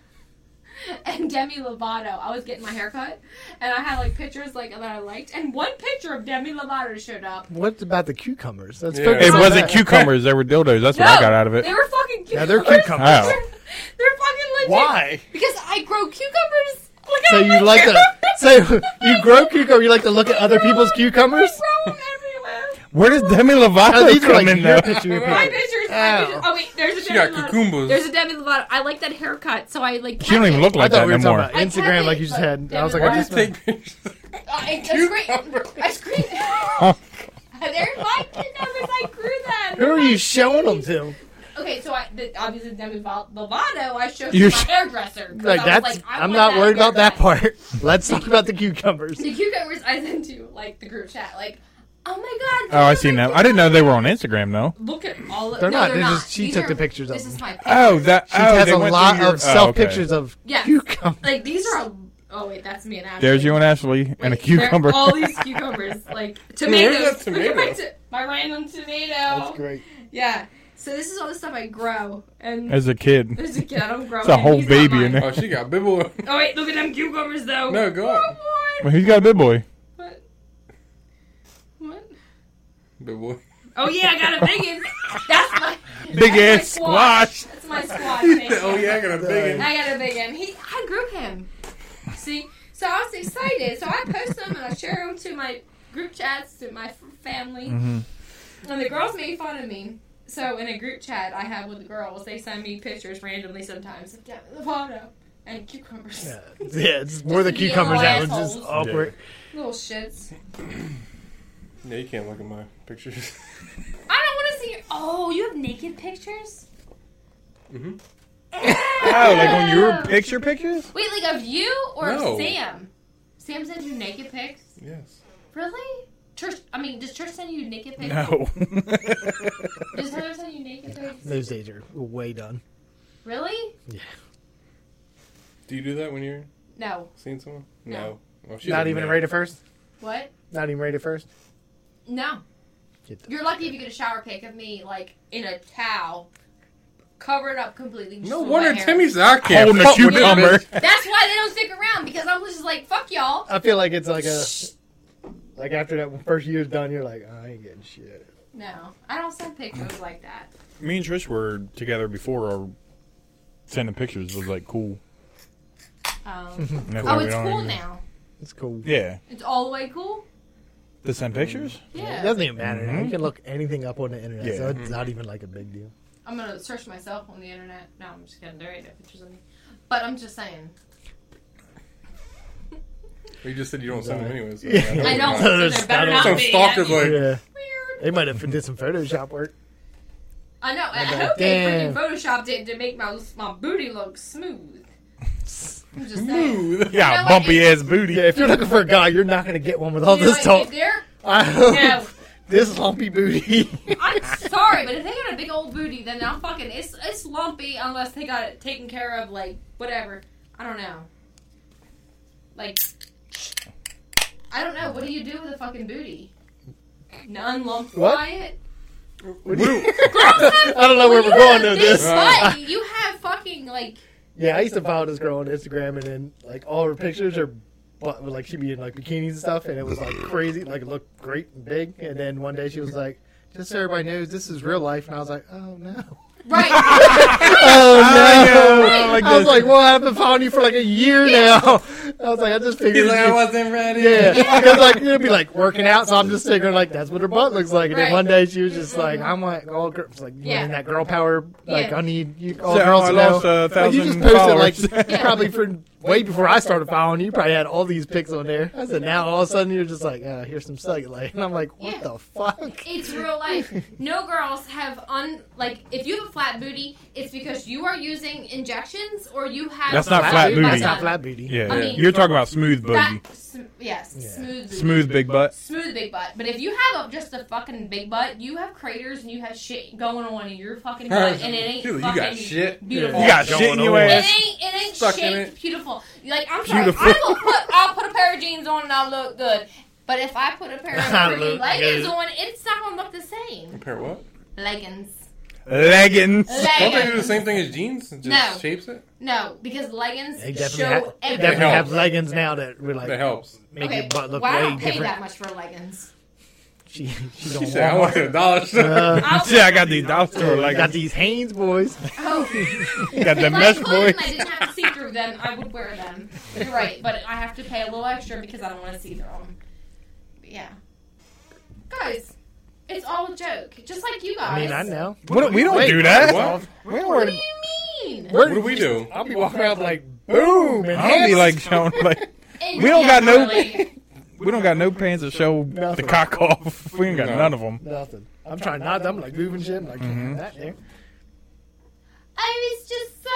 Speaker 1: And Demi Lovato. I was getting my hair cut, and I had like pictures like that I liked, and one picture of Demi Lovato showed up.
Speaker 2: What about the cucumbers? Let's
Speaker 4: Yeah.
Speaker 2: focus
Speaker 3: It
Speaker 2: on
Speaker 3: wasn't
Speaker 2: that.
Speaker 3: cucumbers. They were dildos. That's what I got out of it.
Speaker 1: They were fucking cucumbers.
Speaker 2: Yeah, they're cucumbers.
Speaker 3: Wow.
Speaker 1: they're fucking legit.
Speaker 2: Why?
Speaker 1: Because I grow cucumbers. Look
Speaker 2: So
Speaker 1: at
Speaker 2: you
Speaker 1: my
Speaker 2: like to
Speaker 1: cucumbers.
Speaker 2: so you grow cucumber? You like to look at other people's cucumbers?
Speaker 1: I grow them everywhere.
Speaker 3: Where does Demi
Speaker 2: Oh,
Speaker 3: Lovato
Speaker 2: these are
Speaker 3: come
Speaker 2: like
Speaker 3: in
Speaker 2: your
Speaker 3: though?
Speaker 2: picture. your
Speaker 1: My
Speaker 2: picture.
Speaker 1: pictures.
Speaker 2: Ow.
Speaker 1: My pictures. Oh wait, there's a
Speaker 4: She got
Speaker 1: Demi Lovato. There's
Speaker 4: cucumbers.
Speaker 1: a Demi Lovato. I like that haircut, so I like.
Speaker 3: She don't
Speaker 1: kept
Speaker 3: even
Speaker 1: it.
Speaker 3: look
Speaker 2: I
Speaker 3: like
Speaker 2: thought
Speaker 3: that
Speaker 2: we
Speaker 3: no
Speaker 2: were
Speaker 3: more.
Speaker 2: talking about Instagram like you just had. I was like,
Speaker 1: Why
Speaker 2: I
Speaker 4: Why
Speaker 2: just
Speaker 4: just take pictures?
Speaker 1: Uh, I, I, screen, I screen. There's my cucumbers. I grew them.
Speaker 2: Who are you showing them to?
Speaker 1: Okay, so I the, obviously Demi Vol- Lovato. I showed you
Speaker 3: You're
Speaker 1: my
Speaker 3: sh-
Speaker 1: hairdresser. 'cause
Speaker 2: Like
Speaker 1: I was
Speaker 2: that's.
Speaker 1: like, I
Speaker 2: I'm
Speaker 1: want
Speaker 2: not
Speaker 1: that
Speaker 2: worried about that
Speaker 1: haircut.
Speaker 2: part. Let's talk about the
Speaker 3: Oh,
Speaker 2: cucumbers.
Speaker 1: The cucumbers I sent to like the group chat. Like, oh my god.
Speaker 3: Oh, I
Speaker 1: these are
Speaker 3: seen
Speaker 1: my
Speaker 3: that. I didn't know they were on Instagram though.
Speaker 1: Look at all of
Speaker 2: They're
Speaker 1: no,
Speaker 2: not.
Speaker 1: They're
Speaker 2: They're
Speaker 1: not.
Speaker 2: just- she
Speaker 1: These
Speaker 2: took
Speaker 1: are-
Speaker 2: the pictures
Speaker 1: This
Speaker 2: of-
Speaker 1: is my picture.
Speaker 3: Oh, that.
Speaker 2: She
Speaker 3: oh,
Speaker 2: has
Speaker 3: they
Speaker 2: a
Speaker 3: went through
Speaker 2: lot
Speaker 3: your-
Speaker 2: of
Speaker 3: oh,
Speaker 2: self
Speaker 3: okay.
Speaker 2: pictures of
Speaker 1: Yes.
Speaker 2: cucumbers.
Speaker 1: Like these are. all- Oh wait, that's me and Ashley.
Speaker 3: There's you and Ashley and a
Speaker 1: Wait, they're
Speaker 3: cucumber.
Speaker 1: All these cucumbers, like
Speaker 4: Where's
Speaker 1: tomatoes.
Speaker 4: that tomato?
Speaker 1: Look at my, t- my random tomato. Yeah. So this is all the stuff I grow, and
Speaker 3: As a kid.
Speaker 1: there's a kid. I don't grow.
Speaker 3: It's a
Speaker 1: him.
Speaker 3: whole
Speaker 1: He's not
Speaker 3: baby in
Speaker 1: mine.
Speaker 3: there.
Speaker 4: Oh, she got bibble.
Speaker 1: Oh wait, look at them cucumbers though.
Speaker 4: No, go on.
Speaker 1: Oh, Lord.
Speaker 3: Well, Who's got a big boy?
Speaker 1: What? What?
Speaker 4: bibble.
Speaker 1: Oh yeah, I got a big one. That's my that's
Speaker 3: Big
Speaker 1: my
Speaker 3: ass squash.
Speaker 1: That's my squash. Thank you.
Speaker 4: oh yeah, I got a big one.
Speaker 1: I got a big one. He, I grew him. See, so I was excited. So I post them and I share them to my group chats to my f- family,
Speaker 3: Mhm.
Speaker 4: Mm-hmm.
Speaker 1: and the girls made fun of me. So in a group chat I have with the girls, they send me pictures randomly sometimes of Demi Lovato and cucumbers,
Speaker 2: Yeah, yeah it's more the
Speaker 1: Just be
Speaker 2: cucumbers that was
Speaker 1: assholes.
Speaker 2: just awkward.
Speaker 1: little shits.
Speaker 4: Yeah, you can't look at my pictures.
Speaker 1: I don't want to see. Your, oh, you have naked pictures.
Speaker 4: Mhm.
Speaker 3: Oh, like when you were picture pictures?
Speaker 1: Wait, like of you or of
Speaker 4: No.
Speaker 1: Sam? Sam sent you naked pics.
Speaker 4: yes.
Speaker 1: Really? Church? I mean, does Church send you naked pics?
Speaker 3: No.
Speaker 1: Does Heather send you naked pics?
Speaker 2: Those days are way done.
Speaker 1: Really?
Speaker 4: Do you do that when you're
Speaker 1: No.
Speaker 4: seeing someone?
Speaker 1: No.
Speaker 4: Well, she
Speaker 2: Not
Speaker 4: doesn't
Speaker 2: even
Speaker 4: know.
Speaker 2: rated first.
Speaker 1: What?
Speaker 2: Not even rated first.
Speaker 1: No.
Speaker 2: Get the-
Speaker 1: You're lucky if you get a shower pic of me, like in a towel, covered up completely. just
Speaker 4: No
Speaker 1: with
Speaker 4: wonder
Speaker 1: my hair.
Speaker 4: Timmy's out there.
Speaker 3: Holding a
Speaker 4: Fuck with that
Speaker 3: cucumber.
Speaker 4: bitch.
Speaker 1: That's why they don't stick around because I was just like, fuck y'all.
Speaker 2: I feel like it's like a like after that first year's done, you're like, I ain't getting shit.
Speaker 1: No, I don't send pictures like that.
Speaker 3: Me and Trish were together before our sending pictures was like cool.
Speaker 1: Um,
Speaker 3: And that's why
Speaker 1: oh,
Speaker 3: we
Speaker 1: it's
Speaker 3: don't
Speaker 1: cool
Speaker 3: even-
Speaker 1: now.
Speaker 2: It's cool.
Speaker 3: Yeah.
Speaker 1: It's all the way cool.
Speaker 3: To send pictures?
Speaker 2: It
Speaker 1: Yeah.
Speaker 2: doesn't even matter. now. You can look anything up on the internet, so
Speaker 3: Yeah.
Speaker 2: it's not even like a big deal.
Speaker 1: I'm gonna search myself on the internet. No, I'm just kidding. There ain't no pictures of me. But I'm just saying.
Speaker 4: You just said you don't send them anyways. so
Speaker 2: Yeah.
Speaker 1: I
Speaker 4: would
Speaker 1: don't.
Speaker 4: not.
Speaker 1: So there better not
Speaker 4: Some
Speaker 1: be. I
Speaker 4: stalkers
Speaker 1: mean,
Speaker 4: like-
Speaker 2: Yeah,
Speaker 1: weird.
Speaker 2: they might have did some Photoshop work.
Speaker 1: I know. I
Speaker 2: like,
Speaker 1: hope they freaking
Speaker 2: damn.
Speaker 1: photoshopped it to make my my booty look smooth. I'm just saying.
Speaker 4: Ooh.
Speaker 3: Yeah,
Speaker 1: You know what?
Speaker 3: bumpy ass booty.
Speaker 2: Yeah, if you're looking for a guy, you're not gonna get one with all
Speaker 1: You know,
Speaker 2: this
Speaker 1: like,
Speaker 2: talk.
Speaker 1: if they're-
Speaker 2: I hope
Speaker 1: No.
Speaker 2: this lumpy booty.
Speaker 1: I'm sorry, but if they got a big old booty, then I'm fucking. It's it's lumpy unless they got it taken care of, like whatever. I don't know. Like, I don't know. What do you do with a fucking booty?
Speaker 2: What?
Speaker 1: Unlumpify it.
Speaker 2: What do you- I don't know where
Speaker 1: you
Speaker 2: we're going
Speaker 1: have
Speaker 2: with
Speaker 1: a
Speaker 2: this.
Speaker 1: big butt, you have fucking like
Speaker 2: Yeah, I used to follow this girl on Instagram, and then like all her pictures are, but like she'd be in like bikinis and stuff, and it was like crazy, like it looked great and big. And then one day she was like, "Just so everybody knows, this is real life," and I was like, "Oh no,
Speaker 1: right.
Speaker 2: oh
Speaker 3: no. I don't like
Speaker 2: I was
Speaker 3: this.
Speaker 2: like, "Well, I've been following you for like a year now." I was like, "I just figured."
Speaker 4: He's like, I
Speaker 2: you-
Speaker 4: wasn't ready.
Speaker 2: yeah, because like it'd be like working out, so I'm just figuring like that's what her butt looks like. And
Speaker 1: Right.
Speaker 2: then one day she was just like, "I'm like all girl, like you
Speaker 1: Yeah.
Speaker 2: yeah. that girl power, like
Speaker 1: Yeah.
Speaker 2: I need you all
Speaker 3: So
Speaker 2: girls
Speaker 3: I
Speaker 2: to
Speaker 3: lost
Speaker 2: know."
Speaker 3: a
Speaker 2: Like,
Speaker 3: thousand
Speaker 2: you just posted like
Speaker 3: followers.
Speaker 2: you probably for way before I started following you. You probably had all these pics on there. I said now all of a sudden you're just like, uh, here's some cellulite, and I'm like, what
Speaker 1: Yeah.
Speaker 2: the fuck?
Speaker 1: It's real life. No girls have un like if you have a flat booty, it's because you are using injections or you have
Speaker 3: That's not flat booty.
Speaker 2: That's not flat booty.
Speaker 3: Yeah.
Speaker 1: I mean-
Speaker 3: You're talking about smooth booty.
Speaker 1: That, yeah. Yes,
Speaker 2: Yeah.
Speaker 1: smooth, boob.
Speaker 3: Smooth big butt.
Speaker 1: smooth big butt. But if you have a, just a fucking big butt, you have craters and you have shit going on in your fucking butt, and it ain't
Speaker 4: Dude, you
Speaker 1: fucking
Speaker 4: got shit.
Speaker 1: beautiful.
Speaker 3: You got
Speaker 4: Going
Speaker 3: shit in your
Speaker 4: on.
Speaker 1: It
Speaker 3: ass.
Speaker 1: ain't, it ain't
Speaker 4: Stuck in
Speaker 1: shaped
Speaker 4: it.
Speaker 1: beautiful. Like I'm
Speaker 3: Beautiful.
Speaker 1: sorry, I will put I'll put a pair of jeans on and I'll look good. But if I put a pair of
Speaker 2: I
Speaker 1: freaking
Speaker 2: look
Speaker 1: leggings
Speaker 2: good.
Speaker 1: on, it's not gonna look the same.
Speaker 4: Compare what?
Speaker 1: Leggings.
Speaker 3: Leggings.
Speaker 4: Don't they do the
Speaker 1: Leggings.
Speaker 4: same thing as jeans? It just
Speaker 1: No.
Speaker 4: shapes it?
Speaker 1: No, because leggings
Speaker 2: They definitely,
Speaker 1: show
Speaker 2: ha- they
Speaker 1: everything.
Speaker 2: definitely have
Speaker 4: Helps.
Speaker 2: leggings now that we're
Speaker 4: That
Speaker 2: like
Speaker 4: helps.
Speaker 2: make
Speaker 1: okay.
Speaker 2: your butt look
Speaker 1: well, I
Speaker 2: way
Speaker 1: don't pay
Speaker 2: different.
Speaker 1: that much for leggings.
Speaker 2: She, she's
Speaker 4: She
Speaker 2: on
Speaker 4: said, I want
Speaker 2: Walmart.
Speaker 4: a dollar store.
Speaker 2: Uh,
Speaker 1: I'll-
Speaker 3: See, I got these dollar store
Speaker 2: got
Speaker 3: leggings.
Speaker 2: these Hanes boys.
Speaker 1: Oh.
Speaker 3: Got the
Speaker 1: if
Speaker 3: mesh
Speaker 1: I could and
Speaker 3: boys.
Speaker 1: I didn't have to see through them, I would wear them. You're right, but I have to pay a little extra because I don't want to see through them. But yeah, guys, it's all a joke, just like you guys.
Speaker 2: I mean, I know.
Speaker 3: We don't, we don't
Speaker 2: Wait,
Speaker 3: do that.
Speaker 4: what?
Speaker 2: We don't
Speaker 1: What
Speaker 2: wear
Speaker 1: do you mean?
Speaker 4: What do we do?
Speaker 2: I'll be walking around like boom. And
Speaker 3: I don't be like showing like
Speaker 1: And
Speaker 3: we don't got no-
Speaker 1: really,
Speaker 3: we don't got no pants that show the
Speaker 2: Nothing.
Speaker 3: cock off. We ain't got
Speaker 4: No.
Speaker 3: none of them.
Speaker 2: nothing. I'm trying not. to. I'm like moving shit. I'm like
Speaker 3: Mhm.
Speaker 2: that there.
Speaker 1: I was just so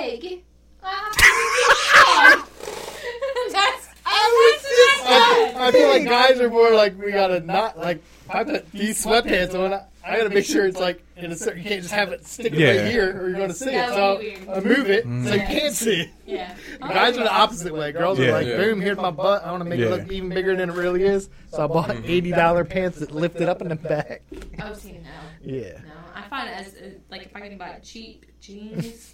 Speaker 1: big. I have to be big. That's I was just
Speaker 2: I feel like guys are more like we gotta not like. if I put these sweatpants on. I, I gotta make sure it's like in a certain. You can't just have it sticking
Speaker 3: Yeah.
Speaker 2: right here, or you're gonna see it.
Speaker 1: That
Speaker 2: So
Speaker 1: would be weird.
Speaker 2: I move it so you
Speaker 1: Mm.
Speaker 2: can't see it.
Speaker 1: Yeah.
Speaker 2: Guys are the opposite way. Girls
Speaker 3: Yeah.
Speaker 2: are like,
Speaker 4: Yeah.
Speaker 2: boom, here's my butt. I want to make
Speaker 3: Yeah. Mm-hmm.
Speaker 2: it look even bigger than it really is. So I bought eighty dollar pants that lifted up in the back.
Speaker 1: Oh, see, no.
Speaker 2: Yeah,
Speaker 1: No, I find it as uh, like if I can buy cheap jeans.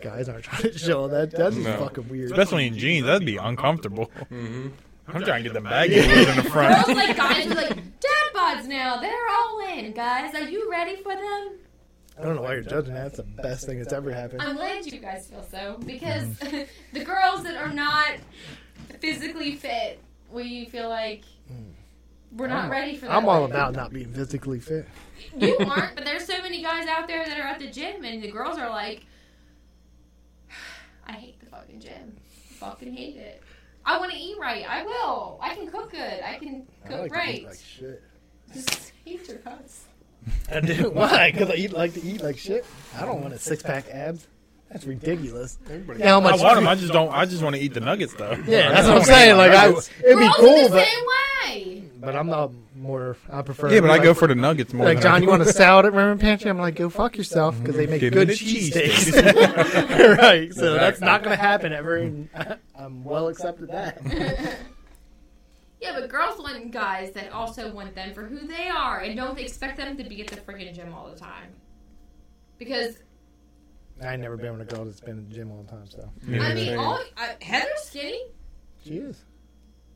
Speaker 2: guys aren't trying to show that. That's just
Speaker 4: No.
Speaker 2: fucking weird.
Speaker 3: Especially in jeans, that'd be uncomfortable.
Speaker 4: Mm-hmm.
Speaker 3: I'm trying to get the baggy ones in the
Speaker 1: Girls
Speaker 3: front.
Speaker 1: like guys are like dad bods now. They're all in, guys. Are you ready for them?
Speaker 2: I don't know why you're judging that. That's the best thing that's ever happened.
Speaker 1: I'm glad you guys feel so because
Speaker 2: Mm.
Speaker 1: the girls that are not physically fit, we feel like we're not ready for that.
Speaker 2: Mm. I'm all
Speaker 1: life.
Speaker 2: about not being physically fit.
Speaker 1: You aren't, but there's so many guys out there that are at the gym, and the girls are like, I hate the fucking gym. Fucking hate it. I want to eat right. I will. I can cook good. I can cook
Speaker 2: I like to
Speaker 1: right.
Speaker 2: eat like shit.
Speaker 1: Just hate your guts.
Speaker 2: I do. Why? Because I eat like to eat like shit. I don't want a six pack abs. That's ridiculous.
Speaker 4: Everybody
Speaker 2: Yeah, how
Speaker 3: I
Speaker 2: much?
Speaker 3: want them. I just don't. I just want to eat the nuggets though.
Speaker 2: yeah,
Speaker 3: I
Speaker 2: that's what I'm
Speaker 3: just wanna eat
Speaker 2: saying. Like,
Speaker 3: the
Speaker 2: I,
Speaker 3: nuggets.
Speaker 2: it'd be
Speaker 1: Girls
Speaker 2: cool,
Speaker 1: are the
Speaker 2: but
Speaker 1: same way.
Speaker 2: but I'm not more. I prefer.
Speaker 3: Yeah, but I
Speaker 2: like-
Speaker 3: go for the nuggets more.
Speaker 2: Like
Speaker 3: than I
Speaker 2: John, you
Speaker 3: do-
Speaker 2: want a salad at Ramen Pantry? I'm like, go fuck yourself because they make
Speaker 3: Give me
Speaker 2: good
Speaker 3: the
Speaker 2: cheese
Speaker 3: cheese
Speaker 2: steaks.
Speaker 3: steaks.
Speaker 2: right, so that's
Speaker 4: Exactly.
Speaker 2: not gonna happen ever. And I'm well accepted that.
Speaker 1: Yeah, but girls want guys that also want them for who they are and don't expect them to be at the freaking gym all the time. Because
Speaker 2: I ain't never been with a girl that's been in the gym all the time, so
Speaker 1: I mean,
Speaker 4: Yeah.
Speaker 1: all uh, Heather's skinny,
Speaker 2: she is.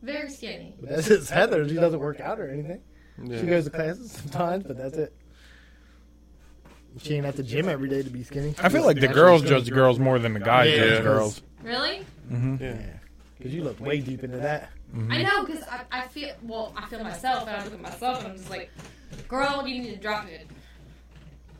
Speaker 1: very skinny.
Speaker 2: But that's just Heather. She doesn't work out or anything.
Speaker 4: Yeah.
Speaker 2: She goes to classes sometimes, but that's it. She ain't at the gym every day to be skinny.
Speaker 3: I feel like the girls judge girls more than the guys
Speaker 2: Yeah.
Speaker 3: judge girls.
Speaker 1: Really?
Speaker 4: yeah.
Speaker 2: because you look way deep into that.
Speaker 3: Mm-hmm.
Speaker 1: I know because I, I feel well. I feel myself, and I look at myself, and I'm just like, "Girl, you need to drop it.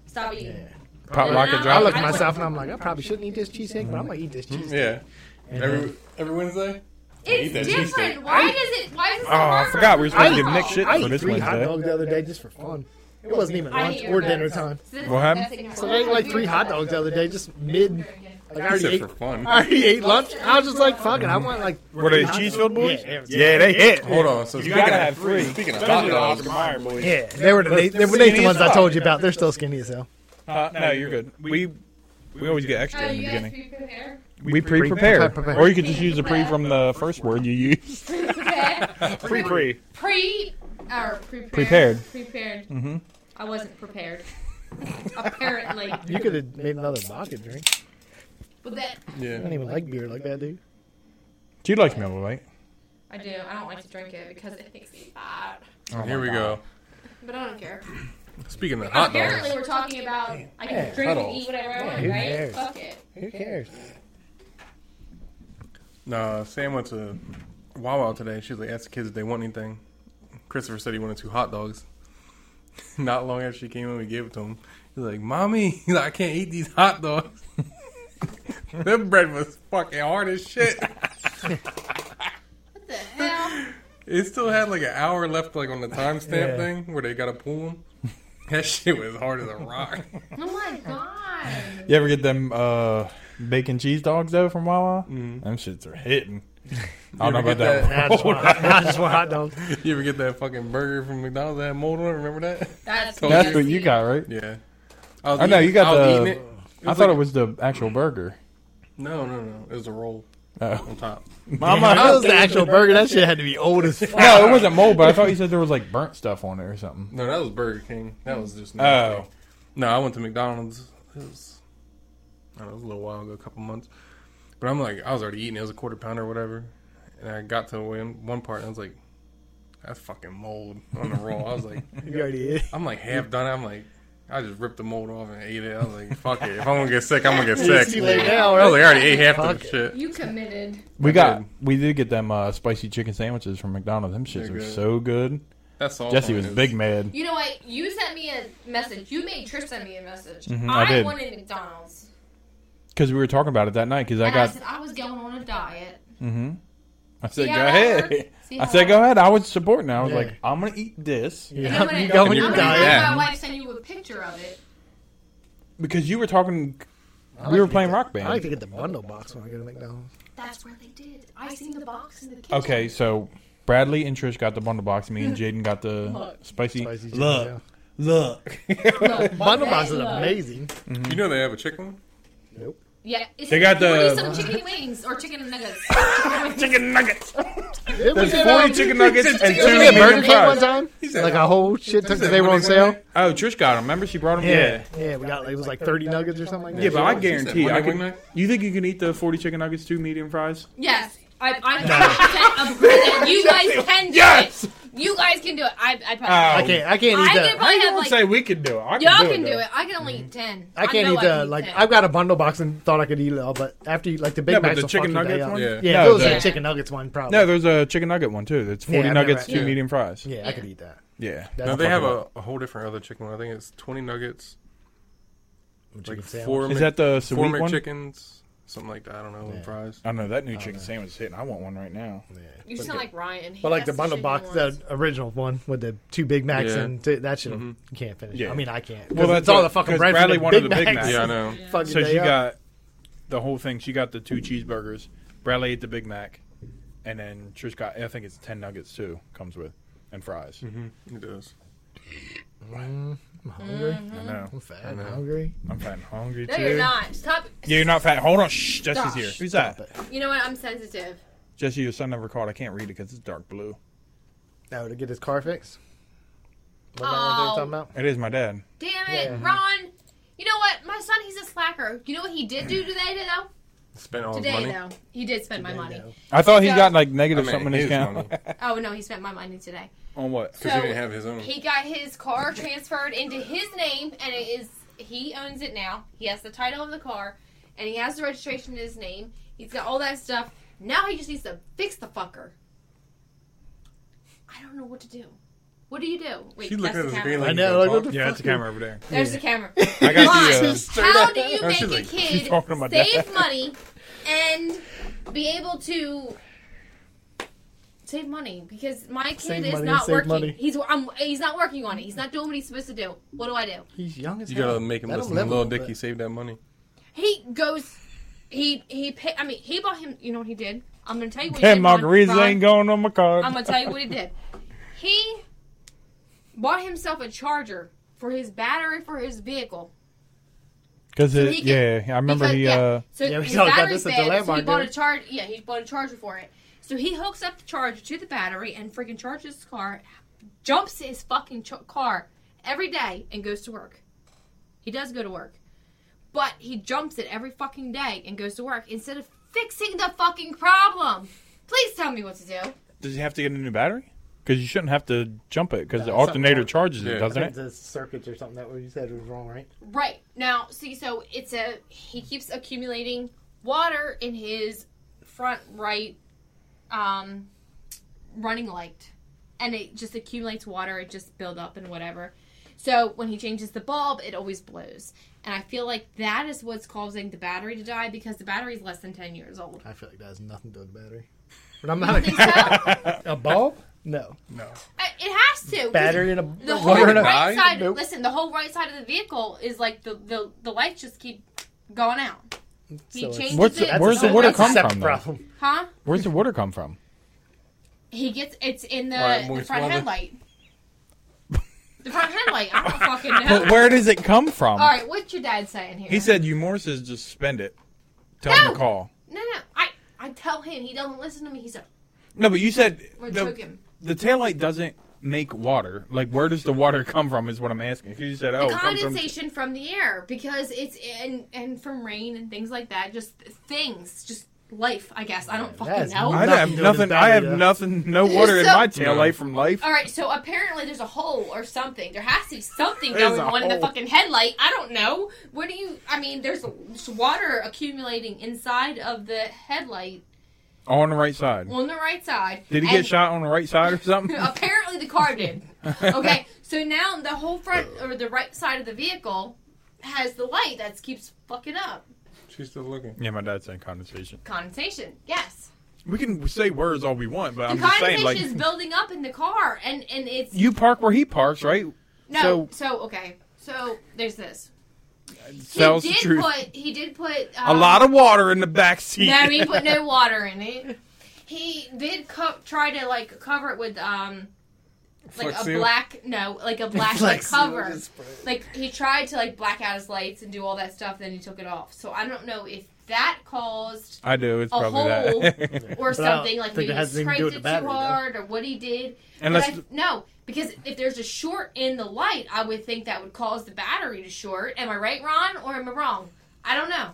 Speaker 1: Stop eating."
Speaker 2: Yeah.
Speaker 3: Pop rock and
Speaker 2: I look
Speaker 3: drop.
Speaker 2: at myself and I'm like, I probably shouldn't eat this cheesecake, but I'm gonna eat this
Speaker 3: Mm,
Speaker 2: cheesecake.
Speaker 4: Yeah.
Speaker 2: And
Speaker 4: Every
Speaker 2: then-
Speaker 4: every Wednesday? Eat that
Speaker 1: It's
Speaker 4: cheesesteak.
Speaker 1: different. Why does it? Why is it? So
Speaker 3: Oh, I
Speaker 1: hard
Speaker 3: forgot
Speaker 1: for
Speaker 3: we were supposed to
Speaker 1: girls?
Speaker 3: give Nick shit.
Speaker 2: I
Speaker 3: for
Speaker 2: ate
Speaker 3: this
Speaker 2: three hot
Speaker 3: Wednesday.
Speaker 2: dogs the other day just for fun. It wasn't even
Speaker 1: I
Speaker 2: lunch
Speaker 1: hate your
Speaker 2: or dinner
Speaker 1: guts.
Speaker 2: time.
Speaker 1: So that's-
Speaker 3: What happened?
Speaker 1: that's ignorant.
Speaker 2: So I ate like three hot dogs the other day, just mid. Like I
Speaker 4: I
Speaker 2: already
Speaker 4: said
Speaker 2: ate.
Speaker 4: for fun.
Speaker 2: I already ate lunch. I was just like, fuck it. I want like.
Speaker 3: Were they
Speaker 2: hot dogs.
Speaker 3: cheese filled boys?
Speaker 2: Yeah, they were-
Speaker 3: Yeah, they hit.
Speaker 4: Hold on. So
Speaker 3: You
Speaker 4: speaking
Speaker 3: gotta
Speaker 4: of-
Speaker 3: have three.
Speaker 4: Speaking of
Speaker 3: Those are
Speaker 4: hot
Speaker 3: the
Speaker 4: dogs,
Speaker 3: Oscar Mayer boys.
Speaker 2: Yeah, they were the, they, they were the
Speaker 3: Skinny
Speaker 2: ones
Speaker 3: as
Speaker 2: I
Speaker 3: fuck.
Speaker 2: told you about. They're still skinny as hell.
Speaker 3: Uh, no, you're good. We we always get extra
Speaker 1: Oh,
Speaker 3: in the
Speaker 1: you guys
Speaker 3: beginning.
Speaker 1: prepare?
Speaker 3: We pre-prepare,
Speaker 2: Pre-prepare.
Speaker 3: or you could just use the pre from the first word you used.
Speaker 1: Okay.
Speaker 3: Pre-pre.
Speaker 1: Pre or prepared.
Speaker 3: Prepared.
Speaker 1: Prepared.
Speaker 3: Mhm.
Speaker 1: I wasn't prepared. Apparently,
Speaker 2: You could have made another vodka drink.
Speaker 1: but that
Speaker 2: I don't
Speaker 4: Yeah.
Speaker 2: even like beer like that, dude.
Speaker 3: She likes Miller Lite.
Speaker 1: I do. I don't like to drink it because it makes me fat.
Speaker 3: Oh my
Speaker 4: Here we
Speaker 3: God.
Speaker 4: go.
Speaker 1: But I don't care.
Speaker 4: Speaking of hot
Speaker 1: Apparently,
Speaker 4: dogs.
Speaker 1: we're talking about I can
Speaker 2: Yeah,
Speaker 1: drink and
Speaker 4: cuddles.
Speaker 1: eat whatever I want,
Speaker 2: who
Speaker 1: right?
Speaker 2: cares?
Speaker 1: Fuck it.
Speaker 2: Who cares?
Speaker 4: Nah, Sam went to Wawa today. She was like, asked the kids if they want anything. Christopher said he wanted two hot dogs. Not long after she came in, we gave it to him. He's like, "Mommy, he's like, I can't eat these hot dogs. That bread was fucking hard as shit.
Speaker 1: What the hell?
Speaker 4: It still had like an hour left, like on the timestamp
Speaker 2: Yeah.
Speaker 4: thing where they got to pull them. That shit was hard as a rock.
Speaker 1: Oh my god.
Speaker 3: You ever get them uh, bacon cheese dogs though from Wawa?
Speaker 2: Mm-hmm.
Speaker 4: Mhm.
Speaker 3: Them shits are hitting. I don't know
Speaker 4: ever
Speaker 3: about
Speaker 4: get
Speaker 3: that.
Speaker 2: I just want, I just want hot dogs.
Speaker 4: You ever get that fucking burger from McDonald's that had mold on it? Remember that?
Speaker 1: That's,
Speaker 4: That's
Speaker 3: That's
Speaker 1: nasty.
Speaker 3: what you got, right?
Speaker 4: Yeah. I, was
Speaker 3: I know,
Speaker 4: eating-
Speaker 3: you got
Speaker 4: I was
Speaker 3: the-
Speaker 4: eating it.
Speaker 3: I thought it was the actual burger.
Speaker 4: No, no, no. It was a roll
Speaker 3: Oh.
Speaker 4: on top.
Speaker 3: Mama,
Speaker 2: That was the actual burger. That shit had to be old as fuck.
Speaker 3: no, it wasn't mold, but I thought you said there was like burnt stuff on it or something.
Speaker 4: No, that was Burger King. That was just.
Speaker 3: Oh.
Speaker 4: No, I went to McDonald's. It was, I don't know, it was a little while ago, a couple months. But I'm like, I was already eating. It was a quarter pounder or whatever. And I got to one one part and I was like, that's fucking mold on the roll. I was like,
Speaker 2: You already ate.
Speaker 4: I'm like half done. I'm like, I just ripped the mold off and ate it. I was like, fuck it. If I'm going to get sick, I'm going to get
Speaker 2: See
Speaker 4: sick.
Speaker 2: you later now,
Speaker 4: I was
Speaker 2: right?
Speaker 4: like, I already ate half
Speaker 2: Fuck
Speaker 4: of the
Speaker 2: it.
Speaker 4: shit.
Speaker 1: You committed.
Speaker 3: We
Speaker 4: I
Speaker 3: got,
Speaker 4: did.
Speaker 3: we did get them uh, spicy chicken sandwiches from McDonald's. Them shits
Speaker 4: They're
Speaker 3: are
Speaker 4: good.
Speaker 3: so good.
Speaker 4: That's
Speaker 2: Oh
Speaker 4: all.
Speaker 3: Jesse was big mad.
Speaker 1: You know what? You sent me a message. You made Trip send me a message.
Speaker 3: Mhm, I
Speaker 1: I,
Speaker 3: did.
Speaker 1: wanted McDonald's.
Speaker 3: Because we were talking about it that night. Because I
Speaker 1: and I
Speaker 3: got,
Speaker 1: said I was going on a diet.
Speaker 3: hmm I said,
Speaker 1: See
Speaker 3: go
Speaker 1: how that
Speaker 3: ahead.
Speaker 1: worked? See
Speaker 3: I
Speaker 1: how
Speaker 3: said,
Speaker 1: that
Speaker 3: go ahead. I was supporting. I was
Speaker 2: Yeah.
Speaker 3: like, I'm gonna eat this
Speaker 1: And then when
Speaker 2: Yeah, you
Speaker 1: I-
Speaker 2: go on
Speaker 4: I'm
Speaker 2: your
Speaker 1: I'm
Speaker 4: gonna
Speaker 1: gonna
Speaker 2: diet.
Speaker 1: have
Speaker 3: Yeah.
Speaker 1: my wife send you a picture of it.
Speaker 3: because you were talking.
Speaker 2: I
Speaker 3: we
Speaker 2: like
Speaker 3: were
Speaker 2: to
Speaker 3: playing
Speaker 2: get the-
Speaker 3: Rock Band.
Speaker 2: I like to get the bundle box when I go to McDonald's.
Speaker 1: That's where they did. I seen the box in the kitchen.
Speaker 3: Okay, so Bradley and Trish got the bundle box. Me and Jaden got the
Speaker 1: Look.
Speaker 3: spicy.
Speaker 2: Spicy chicken,
Speaker 3: look, look.
Speaker 1: Look,
Speaker 2: Bundle
Speaker 1: okay,
Speaker 2: box is
Speaker 1: look.
Speaker 2: amazing.
Speaker 4: You know they have a chicken one?
Speaker 2: Nope.
Speaker 1: Yeah, it's
Speaker 3: They got the-
Speaker 1: some chicken wings or chicken nuggets.
Speaker 3: chicken nuggets.
Speaker 2: Did we
Speaker 3: There's
Speaker 2: get,
Speaker 3: forty chicken nuggets and
Speaker 2: did
Speaker 3: two
Speaker 2: we get Burger
Speaker 3: medium
Speaker 2: King one
Speaker 3: fries.
Speaker 2: time?
Speaker 4: said-
Speaker 2: Like a whole shit
Speaker 4: said
Speaker 2: took that they were on
Speaker 4: money,
Speaker 2: sale.
Speaker 4: money.
Speaker 3: Oh, Trish got them. Remember she brought them.
Speaker 2: yeah, we got. It was like thirty nuggets or something like that.
Speaker 3: Yeah, but I
Speaker 4: She
Speaker 3: guarantee
Speaker 4: said
Speaker 3: I
Speaker 4: one
Speaker 3: can.
Speaker 4: wing night?
Speaker 3: You think you can eat the forty chicken nuggets, two medium fries?
Speaker 1: yes, I, I'm 100% agree that you guys can do
Speaker 3: Yes!
Speaker 1: it. You guys can do it. I, I probably.
Speaker 3: Oh.
Speaker 2: I can't. I can't
Speaker 1: I
Speaker 2: eat
Speaker 1: can
Speaker 2: that.
Speaker 1: probably have
Speaker 3: Don't
Speaker 1: like
Speaker 3: say we can do it. I can
Speaker 1: y'all
Speaker 3: do
Speaker 1: can
Speaker 3: it,
Speaker 1: do
Speaker 3: though.
Speaker 1: it. I can only eat ten.
Speaker 2: Mm-hmm. I can't
Speaker 1: know
Speaker 2: eat the like.
Speaker 1: 10.
Speaker 2: I've got a bundle box and thought I could eat it all, but after you like the Big
Speaker 3: Yeah, but
Speaker 2: Mac's
Speaker 3: the
Speaker 2: will
Speaker 3: chicken
Speaker 2: fuck your day
Speaker 3: nuggets
Speaker 2: up.
Speaker 3: one?
Speaker 4: Yeah.
Speaker 2: Yeah,
Speaker 3: No,
Speaker 2: if it was
Speaker 3: the-
Speaker 2: a chicken nuggets one, probably.
Speaker 3: No, there's a chicken nugget one too. That's forty
Speaker 2: Yeah, I remember
Speaker 3: nuggets,
Speaker 2: that.
Speaker 3: two
Speaker 2: Yeah.
Speaker 3: medium fries.
Speaker 2: yeah,
Speaker 1: Yeah.
Speaker 2: I could eat that.
Speaker 3: Yeah.
Speaker 2: That's
Speaker 4: No, they have
Speaker 3: fucking
Speaker 4: a, a whole different other chicken one. I think it's 20 nuggets,
Speaker 2: a
Speaker 4: like
Speaker 2: chicken
Speaker 4: four
Speaker 3: Is
Speaker 4: Mc-
Speaker 3: that
Speaker 4: four
Speaker 3: the sweet one?
Speaker 4: McChickens, something like that. I don't know. and
Speaker 2: Yeah.
Speaker 4: Fries.
Speaker 3: I know that new chicken sandwich is hitting. I want one right now.
Speaker 2: Yeah.
Speaker 1: You sound like Ryan. He
Speaker 2: But
Speaker 1: has
Speaker 2: like the bundle
Speaker 1: shitty
Speaker 2: box,
Speaker 1: ones.
Speaker 2: the original one with the two Big Macs
Speaker 4: Yeah.
Speaker 2: and two, that shit, you can't finish.
Speaker 3: Mm-hmm. Yeah.
Speaker 2: I mean, I can't.
Speaker 3: Well,
Speaker 2: Well,
Speaker 3: that's
Speaker 2: that's all
Speaker 3: what-
Speaker 2: the fucking
Speaker 3: 'cause
Speaker 2: bread
Speaker 3: Bradley
Speaker 2: from the
Speaker 3: wanted
Speaker 2: Big
Speaker 3: the Big
Speaker 2: Macs.
Speaker 3: Mac.
Speaker 4: Yeah, I know.
Speaker 2: Fucking
Speaker 3: So
Speaker 2: day
Speaker 3: she
Speaker 2: up.
Speaker 3: got the whole thing. She got the two cheeseburgers. Bradley ate the Big Mac, and then Trish got. I think it's ten nuggets too. Comes with and fries.
Speaker 4: It does.
Speaker 2: Mm-hmm. I'm hungry.
Speaker 1: Mm-hmm.
Speaker 3: I know.
Speaker 2: I'm fat. I'm hungry.
Speaker 3: I'm fat and hungry
Speaker 1: No,
Speaker 3: too.
Speaker 1: you're not. Stop.
Speaker 3: Yeah, you're not fat. Hold on. Shh. Jesse's
Speaker 1: Stop.
Speaker 3: here. Who's
Speaker 2: Stop
Speaker 3: that?
Speaker 2: it.
Speaker 1: You know what? I'm sensitive.
Speaker 3: Jesse, your son never called. I can't read it because it's dark blue.
Speaker 2: Now to get his car fixed. What that
Speaker 1: Oh,
Speaker 2: one they were talking about?
Speaker 3: It is my dad.
Speaker 1: Damn it,
Speaker 2: Yeah.
Speaker 1: Ron. You know what? My son, he's a slacker. You know what he did do today, though?
Speaker 4: Spent all his
Speaker 1: Today,
Speaker 4: money.
Speaker 1: though. He did spend my money.
Speaker 2: No.
Speaker 3: I thought he
Speaker 1: So-
Speaker 3: got like negative
Speaker 4: I mean,
Speaker 3: something in his
Speaker 4: his
Speaker 3: account.
Speaker 4: money.
Speaker 1: Oh, no, he spent my money today.
Speaker 3: on what?
Speaker 4: Because
Speaker 1: So-
Speaker 4: he didn't have his own.
Speaker 1: He got his car transferred into his name, and it is he owns it now. He has the title of the car, and he has the registration in his name. He's got all that stuff. Now he just needs to fix the fucker. I don't know what to do. What do you do? Wait,
Speaker 4: She looked
Speaker 1: that's
Speaker 4: at
Speaker 1: the
Speaker 4: the
Speaker 1: camera.
Speaker 4: screen
Speaker 2: I
Speaker 4: like,
Speaker 2: know. Like, what the
Speaker 3: Yeah,
Speaker 2: fuck
Speaker 3: it's a camera over there.
Speaker 1: There's the camera.
Speaker 3: I got the.
Speaker 1: Why?
Speaker 3: uh,
Speaker 1: How do you
Speaker 4: No,
Speaker 1: make
Speaker 4: she's
Speaker 1: a
Speaker 4: like-
Speaker 1: kid
Speaker 3: talking about
Speaker 1: save
Speaker 3: that.
Speaker 1: money and be able to save money? Because my kid
Speaker 2: Save
Speaker 1: is
Speaker 2: money and
Speaker 1: not
Speaker 2: save
Speaker 1: working.
Speaker 2: money.
Speaker 1: He's I'm, he's not working on it. He's not doing what he's supposed to do. What do I do?
Speaker 2: He's young as
Speaker 4: you
Speaker 2: hell.
Speaker 4: gotta make him
Speaker 2: Let
Speaker 4: listen. to
Speaker 2: live a
Speaker 4: Little
Speaker 2: bit.
Speaker 4: Dicky saved that money.
Speaker 1: He goes. He he. Pay, I mean, he bought him. You know what he did? I'm gonna tell you what he
Speaker 3: Ten
Speaker 1: did. Ron-
Speaker 3: margaritas
Speaker 1: Ron,
Speaker 3: ain't going on my card.
Speaker 1: I'm gonna tell you what he did. He bought himself a charger for his battery for his vehicle.
Speaker 3: Cause it,
Speaker 1: he can-
Speaker 3: yeah, I remember
Speaker 1: Because,
Speaker 3: he.
Speaker 1: yeah.
Speaker 3: uh
Speaker 1: so
Speaker 2: Yeah, we
Speaker 1: his
Speaker 2: saw- got
Speaker 1: battery's
Speaker 2: this at the
Speaker 1: dead, so he
Speaker 2: Landmark,
Speaker 1: bought a
Speaker 2: didn't
Speaker 1: charge. Yeah, he bought a charger for it. So he hooks up the charger to the battery and freaking charges his car, jumps his fucking ch- car every day and goes to work. He does go to work, but he jumps it every fucking day and goes to work instead of fixing the fucking problem. Please tell me what to do.
Speaker 3: Does he have to get a new battery? Because you shouldn't have to jump it because the
Speaker 2: No, it's
Speaker 3: alternator
Speaker 2: something-
Speaker 3: charges it,
Speaker 4: Yeah.
Speaker 3: doesn't
Speaker 2: I think
Speaker 3: it?
Speaker 2: the circuits or something that what you said was wrong, right?
Speaker 1: Right. Now, see, so it's a. He keeps accumulating water in his front right um, running light. And it just accumulates water. It just build up and whatever. So when he changes the bulb, it always blows. And I feel like that is what's causing the battery to die because the battery's less than 10 years old.
Speaker 2: I feel like that has nothing to do with the battery. But I'm not
Speaker 1: think so? I-
Speaker 2: a, a bulb. No
Speaker 4: No.
Speaker 1: It has to. 'cause
Speaker 2: battery and a
Speaker 1: The whole
Speaker 2: wire
Speaker 1: right
Speaker 2: and a-
Speaker 4: Die?
Speaker 1: side.
Speaker 2: Nope.
Speaker 1: Listen, the whole right side of the vehicle is like the the, the lights just keep going out. He
Speaker 2: So it's-
Speaker 1: changes
Speaker 3: What's-
Speaker 1: it.
Speaker 3: where's
Speaker 1: to
Speaker 3: the water
Speaker 1: right
Speaker 2: that's a
Speaker 3: come
Speaker 1: side.
Speaker 2: separate
Speaker 3: from, though?
Speaker 2: Problem.
Speaker 1: Huh?
Speaker 3: Where's the water come from?
Speaker 1: He gets it's in the,
Speaker 4: All right,
Speaker 1: the
Speaker 4: Moist
Speaker 1: front
Speaker 4: Wonder.
Speaker 1: headlight. the front headlight. I don't fucking know.
Speaker 3: But where does it come from?
Speaker 1: All right, what's your dad saying here?
Speaker 3: He said you Morse is just spend it. Tell him
Speaker 1: No.
Speaker 3: to call.
Speaker 1: "No, no, I, I tell him he doesn't listen to me. He's like,
Speaker 3: No, but you said
Speaker 1: we're
Speaker 3: the,
Speaker 1: joking.
Speaker 3: the taillight doesn't make water. Like where does the water come from is what I'm asking. 'Cause you said oh,
Speaker 1: the
Speaker 3: it comes from-
Speaker 1: condensation from the air because it's in and from rain and things like that. Just things, just life. I guess I don't fucking
Speaker 2: That's
Speaker 1: know.
Speaker 3: I have
Speaker 2: Nothing
Speaker 3: nothing.
Speaker 2: to
Speaker 3: I have
Speaker 2: do.
Speaker 3: nothing. No water in
Speaker 1: So-
Speaker 3: my taillight from life.
Speaker 1: All right, so apparently there's a hole or something. There has to be something
Speaker 3: There's
Speaker 1: going
Speaker 3: a
Speaker 1: on in the
Speaker 3: hole.
Speaker 1: fucking headlight. I don't know. What do you? I mean, there's s- water accumulating inside of the headlight
Speaker 3: On the right side.
Speaker 1: on the right side.
Speaker 3: Did he
Speaker 1: and
Speaker 3: get shot on the right side or something?
Speaker 1: Apparently, the car did. Okay, so now the whole front or the right side of the vehicle has the light that keeps fucking up
Speaker 4: She's still looking.
Speaker 3: yeah, my dad said condensation.
Speaker 1: condensation. Yes,
Speaker 3: We can say words all we want, but
Speaker 1: the
Speaker 3: I'm just
Speaker 1: condensation
Speaker 3: saying, like,
Speaker 1: is building up in the car, and and it's
Speaker 3: you park where he parks, right?
Speaker 1: no. So, okay, so there's this. He
Speaker 3: Tells the
Speaker 1: did
Speaker 3: truth.
Speaker 1: put. He did put
Speaker 3: a
Speaker 1: um,
Speaker 3: lot of water in the back seat.
Speaker 1: No, he put no water in it. He did co- try to like cover it with um like
Speaker 4: Flex
Speaker 1: a
Speaker 4: seal?
Speaker 1: black no like a black like,
Speaker 2: Flex seal
Speaker 1: cover.
Speaker 2: just spread.
Speaker 1: Like he tried to like black out his lights and do all that stuff. Then he took it off. So I don't know if that caused
Speaker 3: I do. It's
Speaker 1: A
Speaker 3: probably
Speaker 1: hole.
Speaker 3: that.
Speaker 1: or
Speaker 2: But I don't
Speaker 1: something like
Speaker 2: think
Speaker 1: maybe
Speaker 2: it
Speaker 1: he
Speaker 2: has anything to
Speaker 1: scraped
Speaker 2: do
Speaker 1: it
Speaker 2: with
Speaker 1: too
Speaker 2: the battery, though.
Speaker 1: hard or what he did.
Speaker 3: Unless
Speaker 1: But I- no, because if there's a short in the light, I would think that would cause the battery to short. Am I right, Ron, or am I wrong? I don't know.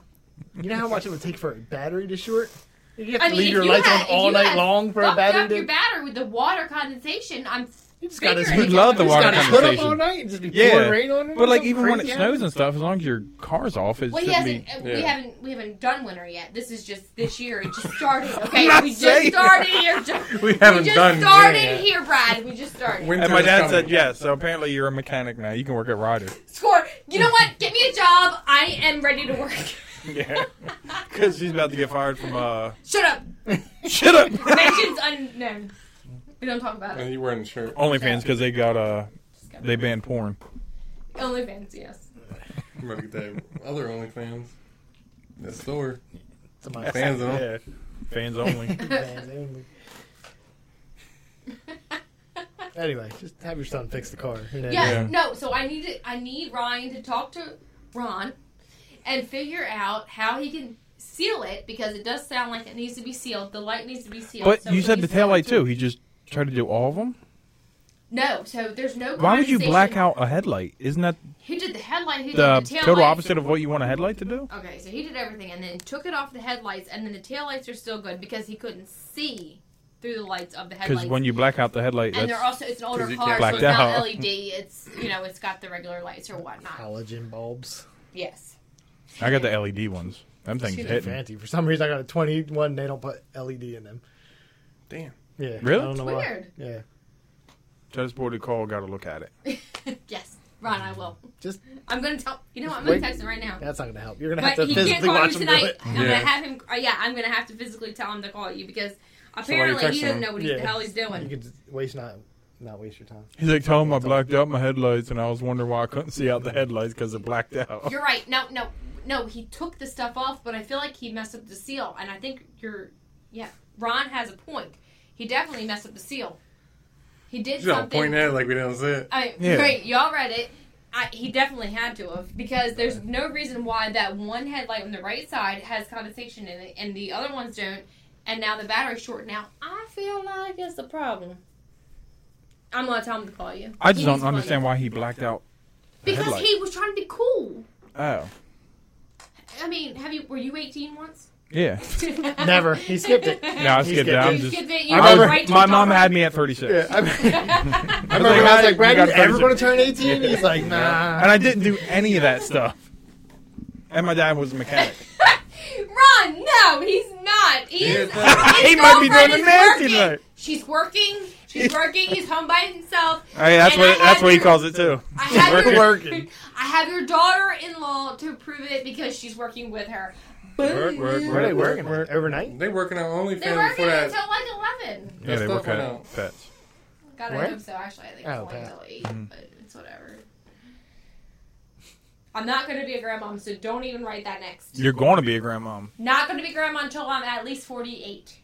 Speaker 2: You know how much it would take for a battery to short? You have to
Speaker 1: I mean,
Speaker 2: leave
Speaker 1: if
Speaker 2: your
Speaker 1: you
Speaker 2: lights
Speaker 1: had-
Speaker 2: on
Speaker 1: if
Speaker 2: all
Speaker 1: you
Speaker 2: night
Speaker 1: had
Speaker 2: long for a
Speaker 1: fucked
Speaker 2: battery
Speaker 1: up your
Speaker 2: to.
Speaker 1: battery with the water condensation. I'm
Speaker 2: You just got his
Speaker 1: You'd
Speaker 2: hood
Speaker 1: love the water
Speaker 2: Put up all
Speaker 3: condensation.
Speaker 2: night and just be pouring
Speaker 3: yeah,
Speaker 2: rain on it.
Speaker 3: but like
Speaker 2: Something
Speaker 3: even when it
Speaker 2: crazy
Speaker 3: snows and stuff, as long as your car's off, it
Speaker 1: well, he
Speaker 3: should
Speaker 1: hasn't. uh,
Speaker 3: be.
Speaker 1: We
Speaker 4: yeah.
Speaker 1: haven't. We haven't done winter yet. This is just this year. It just started. Okay,
Speaker 3: not
Speaker 1: we just
Speaker 3: saying
Speaker 1: started here. Jo-
Speaker 4: We haven't
Speaker 1: we just
Speaker 4: done
Speaker 1: started
Speaker 4: yet.
Speaker 1: here, Brad. We just started.
Speaker 4: Winter
Speaker 3: And my
Speaker 4: is
Speaker 3: dad
Speaker 4: coming.
Speaker 3: said yes. So apparently you're a mechanic now. You can work at Ryder.
Speaker 1: Score. You know what? Get me a job. I am ready to work.
Speaker 3: Yeah, because she's about to get fired from. uh
Speaker 1: Shut up.
Speaker 3: Shut up.
Speaker 1: Mentions unknown. We don't talk about it.
Speaker 4: And you wearing a shirt.
Speaker 3: OnlyFans because they got uh they banned porn.
Speaker 1: Only fans. Yes.
Speaker 4: I'm about to get that other OnlyFans. That store.
Speaker 2: To my
Speaker 4: Fans and all.
Speaker 3: Yeah, fans only.
Speaker 2: fans only. Anyway, just have your son fix the car. And then-
Speaker 1: Yeah,
Speaker 3: Yeah.
Speaker 1: no. So I need to, I need Ryan to talk to Ron and figure out how he can seal it because it does sound like it needs to be sealed. The light needs to be sealed.
Speaker 3: But
Speaker 1: so
Speaker 3: you
Speaker 1: it
Speaker 3: said the
Speaker 1: needs-
Speaker 3: taillight too. He just tried to do all of them.
Speaker 1: No, so there's no.
Speaker 3: Why would you
Speaker 1: condensation.
Speaker 3: black out a headlight? Isn't that
Speaker 1: Who did the headlight? Who did
Speaker 3: the
Speaker 1: the
Speaker 3: total
Speaker 1: taillight?
Speaker 3: opposite of what you want a headlight to do?
Speaker 1: Okay, so he did everything and then took it off the headlights, and then the taillights are still good because he couldn't see through the lights of the
Speaker 3: Because
Speaker 1: headlights.
Speaker 3: when you black out the headlight,
Speaker 1: and
Speaker 3: that's
Speaker 1: they're also it's an older
Speaker 4: 'Cause you
Speaker 1: car,
Speaker 4: can't
Speaker 1: so
Speaker 3: black
Speaker 1: it's not
Speaker 3: out.
Speaker 1: LED. It's you know it's got the regular lights or whatnot.
Speaker 2: Halogen bulbs.
Speaker 1: Yes.
Speaker 3: I got the LED ones. Them things
Speaker 2: Excuse me,
Speaker 3: hitting.
Speaker 2: fancy. For some reason, I got a 21. They don't put LED in them.
Speaker 4: Damn.
Speaker 2: Yeah.
Speaker 3: Really?
Speaker 2: I don't know
Speaker 1: It's
Speaker 2: why.
Speaker 1: weird.
Speaker 2: Yeah.
Speaker 3: Just boarded call. Got to look at it.
Speaker 1: yes, Ron, I will.
Speaker 2: Just
Speaker 1: I'm gonna tell. You know, what, I'm gonna
Speaker 2: Wait.
Speaker 1: text him right now.
Speaker 2: that's not gonna help. You're gonna have
Speaker 1: But
Speaker 2: to
Speaker 1: he can't
Speaker 2: physically
Speaker 1: call
Speaker 2: watch
Speaker 1: you
Speaker 2: him do
Speaker 1: tonight.
Speaker 2: it.
Speaker 1: I'm
Speaker 4: Yeah.
Speaker 1: gonna have him. Uh, yeah, I'm gonna have to physically tell him to call you because
Speaker 4: why you
Speaker 1: apparently he
Speaker 4: texting
Speaker 1: doesn't
Speaker 4: him?
Speaker 1: know what
Speaker 2: Yeah.
Speaker 1: the hell he's
Speaker 2: You
Speaker 1: doing.
Speaker 2: could just waste not not waste your time.
Speaker 3: He's like, tell him I blacked out my headlights, and I was wondering why I couldn't see out the headlights because it blacked out.
Speaker 1: You're right. No, no, no. He took the stuff off, but I feel like he messed up the seal, and I think you're. Yeah, Ron has a point. He definitely messed up the seal. He did
Speaker 4: She's all
Speaker 1: something.
Speaker 4: pointing at it like we didn't see it.
Speaker 1: I,
Speaker 3: Yeah.
Speaker 1: Great, y'all read it. I, he definitely had to have because there's no reason why that one headlight on the right side has condensation in it and the other ones don't, and now the battery's short. Now I feel like it's a problem. I'm gonna tell him to call you.
Speaker 3: I just don't understand why he blacked out. the
Speaker 1: because
Speaker 3: headlight.
Speaker 1: he was trying to be cool.
Speaker 3: Oh,
Speaker 1: I mean, have you? Were you 18 once?
Speaker 3: yeah.
Speaker 2: Never. He skipped it.
Speaker 3: No, I skipped it. I'm
Speaker 1: You
Speaker 3: just.
Speaker 1: skipped it. You
Speaker 3: I
Speaker 1: were
Speaker 3: was-
Speaker 1: right to
Speaker 3: my
Speaker 1: the
Speaker 3: mom
Speaker 1: door.
Speaker 3: had me at 36.
Speaker 2: Yeah, I, I remember when I
Speaker 3: like,
Speaker 2: was
Speaker 3: "Hey,
Speaker 2: like, Brad,
Speaker 3: you
Speaker 2: you
Speaker 3: got
Speaker 2: ever
Speaker 3: frozen."
Speaker 2: going to turn 18? He's like,
Speaker 3: And
Speaker 2: nah.
Speaker 3: I didn't do any of that stuff. And my dad was a mechanic.
Speaker 1: Ron, no, he's not. He's,
Speaker 4: Yeah,
Speaker 1: his
Speaker 3: He might be
Speaker 1: girlfriend
Speaker 3: doing
Speaker 1: is
Speaker 3: the nasty
Speaker 1: working.
Speaker 3: thing.
Speaker 1: She's working. She's working. He's home by himself.
Speaker 3: Hey, that's
Speaker 1: And I
Speaker 3: what
Speaker 1: had
Speaker 3: that's what he
Speaker 1: your-
Speaker 3: calls it too.
Speaker 1: I have your,
Speaker 2: Working.
Speaker 1: I have your daughter-in-law to prove it because she's working with her.
Speaker 4: Work, work,
Speaker 2: Where are they
Speaker 4: work,
Speaker 2: working?
Speaker 4: work.
Speaker 2: at? Overnight?
Speaker 4: They working on
Speaker 1: They're
Speaker 4: OnlyFans
Speaker 1: working
Speaker 4: before that.
Speaker 1: until like eleven.
Speaker 3: Yeah, they
Speaker 4: That's
Speaker 3: work
Speaker 4: tough, I know.
Speaker 3: at pets.
Speaker 1: God, I
Speaker 2: Where?
Speaker 1: hope so. Actually, I think it's
Speaker 2: Oh,
Speaker 1: only
Speaker 2: okay.
Speaker 1: until eight, but it's whatever. I'm not going to be a grandmom, so don't even write that next.
Speaker 3: You're going to be a grandmom.
Speaker 1: Not going to be grandma until I'm at least 48.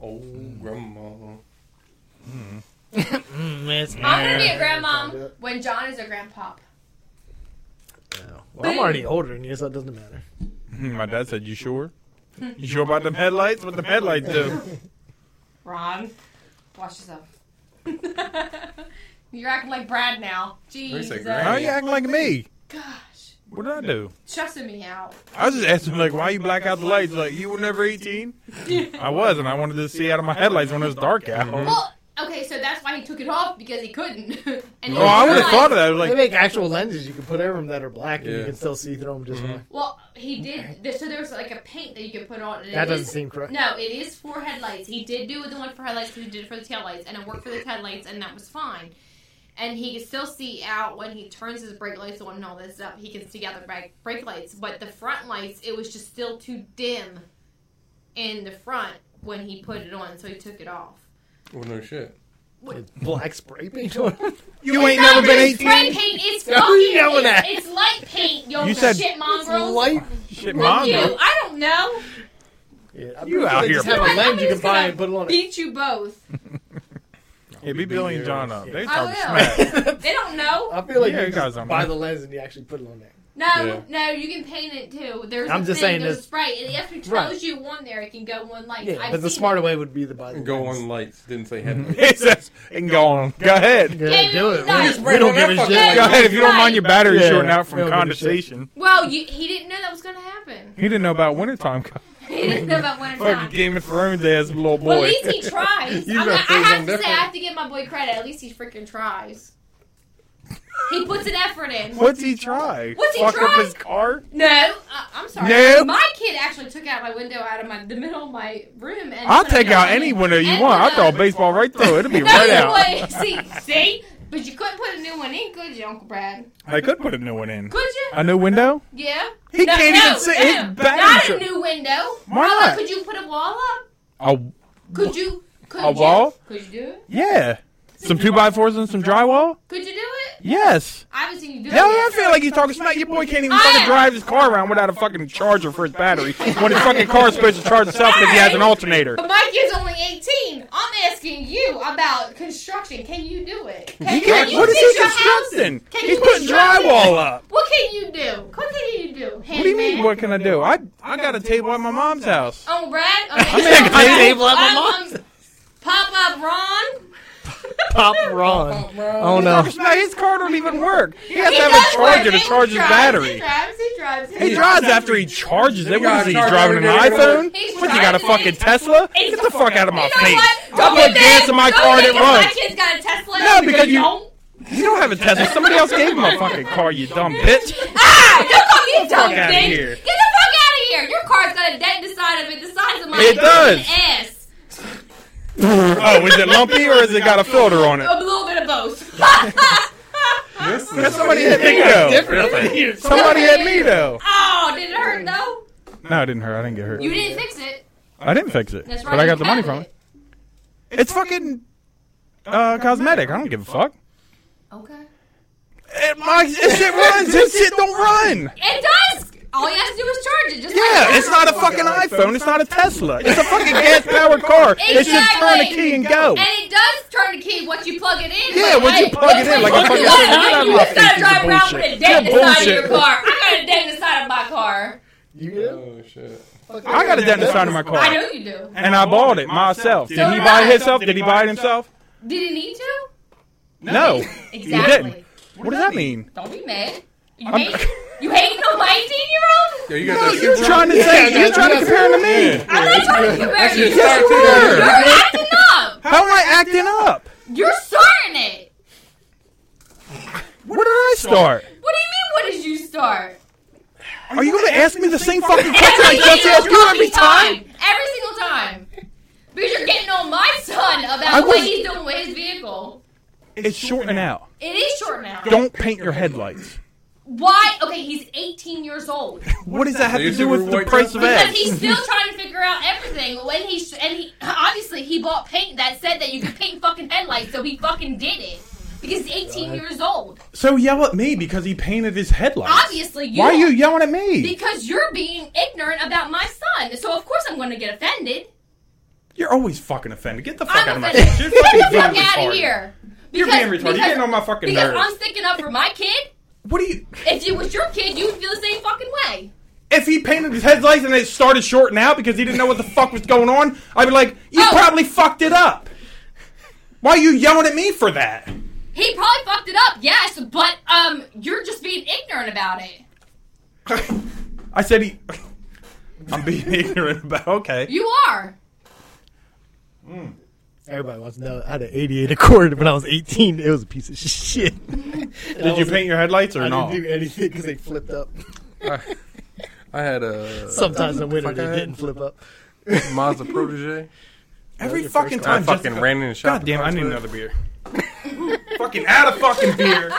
Speaker 4: Oh, grandma.
Speaker 1: I'm gonna be a grandma when John is a grandpop.
Speaker 2: Well, I'm already older than you, so it doesn't matter.
Speaker 3: Hmm, My dad said, "You sure? You sure about them headlights? What the headlights do?"
Speaker 1: Ron, watch yourself. You're acting like Brad now. Jesus.
Speaker 3: How
Speaker 4: Granny?
Speaker 3: you acting like me?
Speaker 1: Gosh.
Speaker 3: What did I do?
Speaker 1: Stressing me out.
Speaker 3: I was just asking, like, why you black out the lights? Like, you were never 18? I was, and I wanted to see out of my headlights when it was dark out.
Speaker 1: Well, okay, so that's why he took it off because he couldn't. and he
Speaker 3: Oh, I would have
Speaker 1: realized-
Speaker 3: thought of that. I was
Speaker 2: They
Speaker 3: like,
Speaker 2: make actual lenses you can put over them that are black, and you
Speaker 4: Yeah.
Speaker 2: can still see through them just
Speaker 3: Mm-hmm.
Speaker 2: fine.
Speaker 1: Well, he did. there- So there was like a paint that you could put on. And
Speaker 2: That
Speaker 1: it
Speaker 2: doesn't
Speaker 1: is-
Speaker 2: seem correct.
Speaker 1: No, it is for headlights. He did do the one for headlights. 'cause He did it for the taillights, and it worked for the headlights, and that was fine. And he can still see out when he turns his brake lights on and all this stuff. He can see out the brake brake lights, but the front lights, it was just still too dim in the front when he put it on, so he took it off.
Speaker 4: Well, no shit.
Speaker 2: It's black spray paint on them.
Speaker 3: you
Speaker 1: It's
Speaker 3: ain't never
Speaker 1: not
Speaker 3: been
Speaker 1: really
Speaker 3: 18?
Speaker 1: Spray paint. It's
Speaker 2: Who you
Speaker 1: fucking.
Speaker 2: yelling
Speaker 1: it's,
Speaker 2: at?
Speaker 1: it's light paint. Yo,
Speaker 3: You said-
Speaker 1: shit, mongrels.
Speaker 2: Light.
Speaker 3: Shit,
Speaker 1: Fuck
Speaker 3: mom.
Speaker 1: you.
Speaker 3: though.
Speaker 1: I don't know.
Speaker 2: Yeah, I'm
Speaker 3: You
Speaker 2: pretty
Speaker 3: out
Speaker 2: sure they
Speaker 3: here
Speaker 2: Just have
Speaker 1: You know
Speaker 2: a
Speaker 1: what? I'm
Speaker 2: lens you can
Speaker 1: just
Speaker 2: buy
Speaker 1: gonna
Speaker 2: and put it on it.
Speaker 1: Beat you both.
Speaker 3: Yeah, be Billy and John up. They
Speaker 1: I
Speaker 3: talk smack.
Speaker 1: will. they don't know.
Speaker 2: I feel like
Speaker 3: Yeah,
Speaker 2: you
Speaker 3: you guys don't
Speaker 2: just buy
Speaker 3: know.
Speaker 2: the lens and you actually put it on there.
Speaker 1: No,
Speaker 4: Yeah.
Speaker 1: no, you can paint it too. There's
Speaker 2: I'm
Speaker 1: a
Speaker 2: just
Speaker 1: thing,
Speaker 2: saying
Speaker 1: there's
Speaker 2: this-
Speaker 1: spray. It actually tells
Speaker 2: Right.
Speaker 1: you one there. It can go one light.
Speaker 2: Yeah,
Speaker 1: I've
Speaker 2: but the
Speaker 1: seen
Speaker 2: smarter
Speaker 1: it.
Speaker 2: way would be to buy the
Speaker 4: Go
Speaker 2: lens.
Speaker 4: on lights. Didn't say headlights.
Speaker 3: It says, and go on. Go ahead.
Speaker 2: Yeah,
Speaker 1: Can't
Speaker 2: do
Speaker 1: even do
Speaker 2: it.
Speaker 1: that.
Speaker 2: We, we don't give a shit.
Speaker 3: Go
Speaker 2: Like,
Speaker 3: ahead if you don't mind your battery
Speaker 2: Yeah.
Speaker 3: shorting out
Speaker 2: We
Speaker 3: from
Speaker 2: don't give a shit.
Speaker 3: condensation.
Speaker 1: Well, you, he didn't know that was going to happen.
Speaker 3: He didn't know about wintertime.
Speaker 1: He didn't know about winter time.
Speaker 3: Fucking Game of Thrones ass little
Speaker 1: Well, at
Speaker 3: boy.
Speaker 1: least he tries.
Speaker 4: You
Speaker 1: I, mean,
Speaker 4: got
Speaker 1: I
Speaker 4: those
Speaker 1: have to
Speaker 4: on
Speaker 1: say, I
Speaker 4: different.
Speaker 1: have to give my boy credit. At least he freaking tries. He puts an effort in.
Speaker 3: What's he try?
Speaker 1: What's he
Speaker 3: Fuck
Speaker 1: try?
Speaker 3: up his car?
Speaker 1: No, I, I'm sorry.
Speaker 3: No.
Speaker 1: My kid actually took out my window out of my the middle of my room. And
Speaker 3: I'll
Speaker 1: put it
Speaker 3: take out
Speaker 1: on me.
Speaker 3: any window you
Speaker 1: And
Speaker 3: want.
Speaker 1: put
Speaker 3: I'll
Speaker 1: a-
Speaker 3: throw a baseball right through. It'll be
Speaker 1: No,
Speaker 3: right
Speaker 1: you
Speaker 3: out.
Speaker 1: wouldn't. see, see, but you couldn't put a new one in, could you, Uncle Brad?
Speaker 3: I could put a new one in.
Speaker 1: Could you?
Speaker 3: A new window?
Speaker 1: yeah.
Speaker 3: He
Speaker 1: No,
Speaker 3: can't
Speaker 1: no,
Speaker 3: even see- his
Speaker 1: no,
Speaker 3: battery
Speaker 1: Not a
Speaker 3: tr-
Speaker 1: new window.
Speaker 3: Why
Speaker 1: How about-
Speaker 3: not?
Speaker 1: Could you put a wall up?
Speaker 3: A,
Speaker 1: Could you? Could
Speaker 3: A
Speaker 1: you?
Speaker 3: wall?
Speaker 1: Could you do it?
Speaker 3: yeah. Some two by fours and some drywall?
Speaker 1: Could you do it?
Speaker 3: Yes.
Speaker 1: I haven't seen you do
Speaker 3: Yeah, I
Speaker 1: it. yet.
Speaker 3: feel like he's talking smack. Your boy can't even
Speaker 1: I
Speaker 3: fucking
Speaker 1: am.
Speaker 3: drive his car around without a fucking charger for his battery. When his fucking car's supposed to charge itself because he has an alternator.
Speaker 1: But my kid's only 18. I'm asking you about construction. Can you do it? Can,
Speaker 3: He
Speaker 1: can
Speaker 3: can't,
Speaker 1: you
Speaker 3: what is
Speaker 1: fix
Speaker 3: he
Speaker 1: your house?
Speaker 3: constructing?
Speaker 1: Can you
Speaker 3: He's putting
Speaker 1: construct it?
Speaker 3: drywall up.
Speaker 1: What can you do? What can you do?
Speaker 3: What do you mean? What can I do? I I got a table at my mom's house.
Speaker 1: Oh, Brad. Okay.
Speaker 2: I'm at my
Speaker 1: Brad,
Speaker 2: table at my
Speaker 1: um,
Speaker 2: mom's.
Speaker 1: um, Pop up, Ron.
Speaker 2: Pop Ron. Oh no.
Speaker 3: No, his car don't even work. He has to
Speaker 1: He
Speaker 3: have
Speaker 1: does
Speaker 3: a
Speaker 1: work.
Speaker 3: charger to
Speaker 1: He
Speaker 3: charge his
Speaker 1: drives, He
Speaker 3: battery.
Speaker 1: drives. He drives. He
Speaker 3: He
Speaker 1: drives.
Speaker 3: drives after he charges it. What is he,
Speaker 4: He's
Speaker 3: driving an
Speaker 4: driving
Speaker 3: iPhone?
Speaker 1: it. He's
Speaker 3: What, you got a
Speaker 1: driving
Speaker 3: fucking
Speaker 1: it.
Speaker 3: Tesla?
Speaker 1: He's
Speaker 3: Get the fuck out of my
Speaker 1: You know
Speaker 3: face.
Speaker 1: what?
Speaker 3: I put gas in my car and it
Speaker 1: My
Speaker 3: runs.
Speaker 1: kid's got a Tesla.
Speaker 3: No, because you-
Speaker 1: don't.
Speaker 3: You don't have a Tesla. Somebody else gave him a fucking car, you dumb bitch.
Speaker 1: Ah! Don't call me a dumb
Speaker 3: outta
Speaker 1: bitch.
Speaker 3: here.
Speaker 1: Get the fuck out of here. Your car's got a dent in the side of it, the size of my fucking
Speaker 3: It does.
Speaker 1: ass.
Speaker 3: Oh, is it lumpy or has it got a filter on it?
Speaker 1: A little bit of both.
Speaker 4: Listen,
Speaker 3: Somebody hit me though. Somebody hit me though.
Speaker 1: oh, did it hurt though?
Speaker 3: No, it didn't hurt. I didn't get hurt.
Speaker 1: You didn't fix it.
Speaker 3: I didn't fix it,
Speaker 1: That's right.
Speaker 3: but I
Speaker 1: you
Speaker 3: got the money
Speaker 1: covered
Speaker 3: from it. It's fucking uh, cosmetic. I don't give a fuck.
Speaker 1: Okay.
Speaker 3: It, my, this shit runs. This shit don't run.
Speaker 1: It does. All you have to do is charge it. Just like
Speaker 3: Yeah, it's not a fucking iPhone. It's not a Tesla. It's a fucking gas-powered car. It should turn a key and go.
Speaker 1: And it does turn the key once you plug it in.
Speaker 3: Yeah,
Speaker 1: but
Speaker 3: once you
Speaker 1: hey,
Speaker 3: plug it in, like a
Speaker 1: look
Speaker 3: fucking-
Speaker 1: what
Speaker 3: Get out of
Speaker 1: You
Speaker 3: my
Speaker 1: just gotta
Speaker 3: face,
Speaker 1: drive
Speaker 3: you
Speaker 1: around with a
Speaker 3: bullshit.
Speaker 1: dent in
Speaker 3: You're
Speaker 1: the side of your
Speaker 3: bullshit.
Speaker 1: car. I got a dent in the side of my car.
Speaker 2: You do?
Speaker 4: Oh shit.
Speaker 3: I got a dent in the side of my
Speaker 1: I
Speaker 3: car,
Speaker 1: know you do.
Speaker 3: and I bought it myself. Did he buy it himself? Did he buy it himself?
Speaker 1: Did it need to?
Speaker 3: No.
Speaker 1: Exactly.
Speaker 3: didn't. What does that mean?
Speaker 1: Don't be mad. You
Speaker 3: I'm-
Speaker 1: hate you hating on my 18 year old?
Speaker 4: Yo, you got
Speaker 3: No,
Speaker 4: that
Speaker 3: you're
Speaker 4: super-
Speaker 3: trying to say you're trying to compare him to me.
Speaker 1: I'm not trying to compare you.
Speaker 4: Yes, you
Speaker 3: were.
Speaker 1: You're acting up.
Speaker 3: How am I acting up?
Speaker 1: You're starting it.
Speaker 3: Where did I start?
Speaker 1: What do you mean? What did you start?
Speaker 3: Are you going to ask me the same fucking question I just
Speaker 1: single
Speaker 3: asked you
Speaker 1: fucking
Speaker 3: every time?
Speaker 1: Every single time. Because you're getting on my son
Speaker 3: I
Speaker 1: about what
Speaker 3: was-
Speaker 1: he's doing with his vehicle.
Speaker 3: It's shorting out.
Speaker 1: It is short now.
Speaker 3: Don't paint your headlights.
Speaker 1: Why? Okay, he's 18 years old.
Speaker 3: What does that have to
Speaker 4: These
Speaker 3: do
Speaker 4: are
Speaker 3: with the
Speaker 4: white
Speaker 3: price of
Speaker 1: Because
Speaker 3: eggs?
Speaker 1: he's still trying to figure out everything. When he sh- and he obviously he bought paint that said that you could paint fucking headlights, so he fucking did it because he's 18 years old.
Speaker 3: So yell at me because he painted his headlights.
Speaker 1: Obviously, you
Speaker 3: Why are you yelling at me?
Speaker 1: because you're being ignorant about my son. So of course I'm going to get offended.
Speaker 3: You're always fucking offended. Get the fuck
Speaker 1: I'm
Speaker 3: out of my
Speaker 1: offended.
Speaker 3: shit. You're fucking
Speaker 1: Get the fuck
Speaker 3: being
Speaker 1: out
Speaker 3: retarded.
Speaker 1: of here.
Speaker 3: You're being retarded. You're
Speaker 1: because-
Speaker 3: getting on my fucking
Speaker 1: because
Speaker 3: nerves.
Speaker 1: I'm sticking up for my kid.
Speaker 3: What do you?
Speaker 1: If it was your kid, you'd feel the same fucking way.
Speaker 3: If he painted his headlights and it started shorting out because he didn't know what the fuck was going on, I'd be like, you
Speaker 1: Oh.
Speaker 3: probably fucked it up. Why are you yelling at me for that?
Speaker 1: He probably fucked it up, yes, but um, you're just being ignorant about it.
Speaker 3: I said he. I'm being ignorant about. Okay.
Speaker 1: You are.
Speaker 2: Everybody wants to know. I had an 88 Accord when I was 18. It was a piece of shit.
Speaker 3: Did you paint your headlights or
Speaker 2: I
Speaker 3: no?
Speaker 2: didn't do anything because they flipped up.
Speaker 4: I had a
Speaker 2: Sometimes in winter
Speaker 4: fuck I
Speaker 2: they
Speaker 4: had?
Speaker 2: didn't flip up.
Speaker 4: Mazda Protege.
Speaker 3: Every
Speaker 2: That was your
Speaker 3: fucking
Speaker 2: first
Speaker 4: I
Speaker 3: time.
Speaker 4: fucking
Speaker 3: Jessica-
Speaker 4: ran in the shop.
Speaker 3: God damn! I need another beer. fucking out of fucking beer.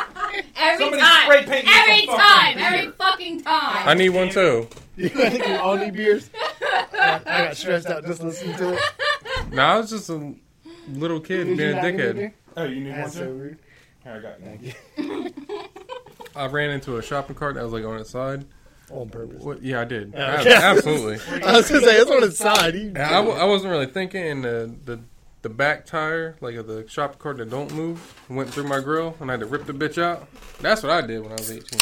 Speaker 1: Every
Speaker 3: Somebody
Speaker 1: time.
Speaker 3: spray paint me with
Speaker 1: Every
Speaker 3: some fucking
Speaker 1: time.
Speaker 3: beer.
Speaker 1: Every fucking time.
Speaker 4: I need one too.
Speaker 2: I think we all need beers. I I got stressed out just listening to it.
Speaker 4: No, I was just a little kid being a dickhead.
Speaker 3: Oh, you need
Speaker 2: That's so rude.
Speaker 3: Here, I got one.
Speaker 4: I ran into a shopping cart that was like on its side.
Speaker 2: On purpose.
Speaker 4: What? Yeah, I did.
Speaker 3: Oh.
Speaker 2: Yeah.
Speaker 4: Ab- Absolutely.
Speaker 2: I was gonna say that's on its side. You-
Speaker 4: And I, w- I wasn't really thinking, and the, the the back tire, like of the shopping cart that don't move, went through my grill, and I had to rip the bitch out. That's what I did when I was 18.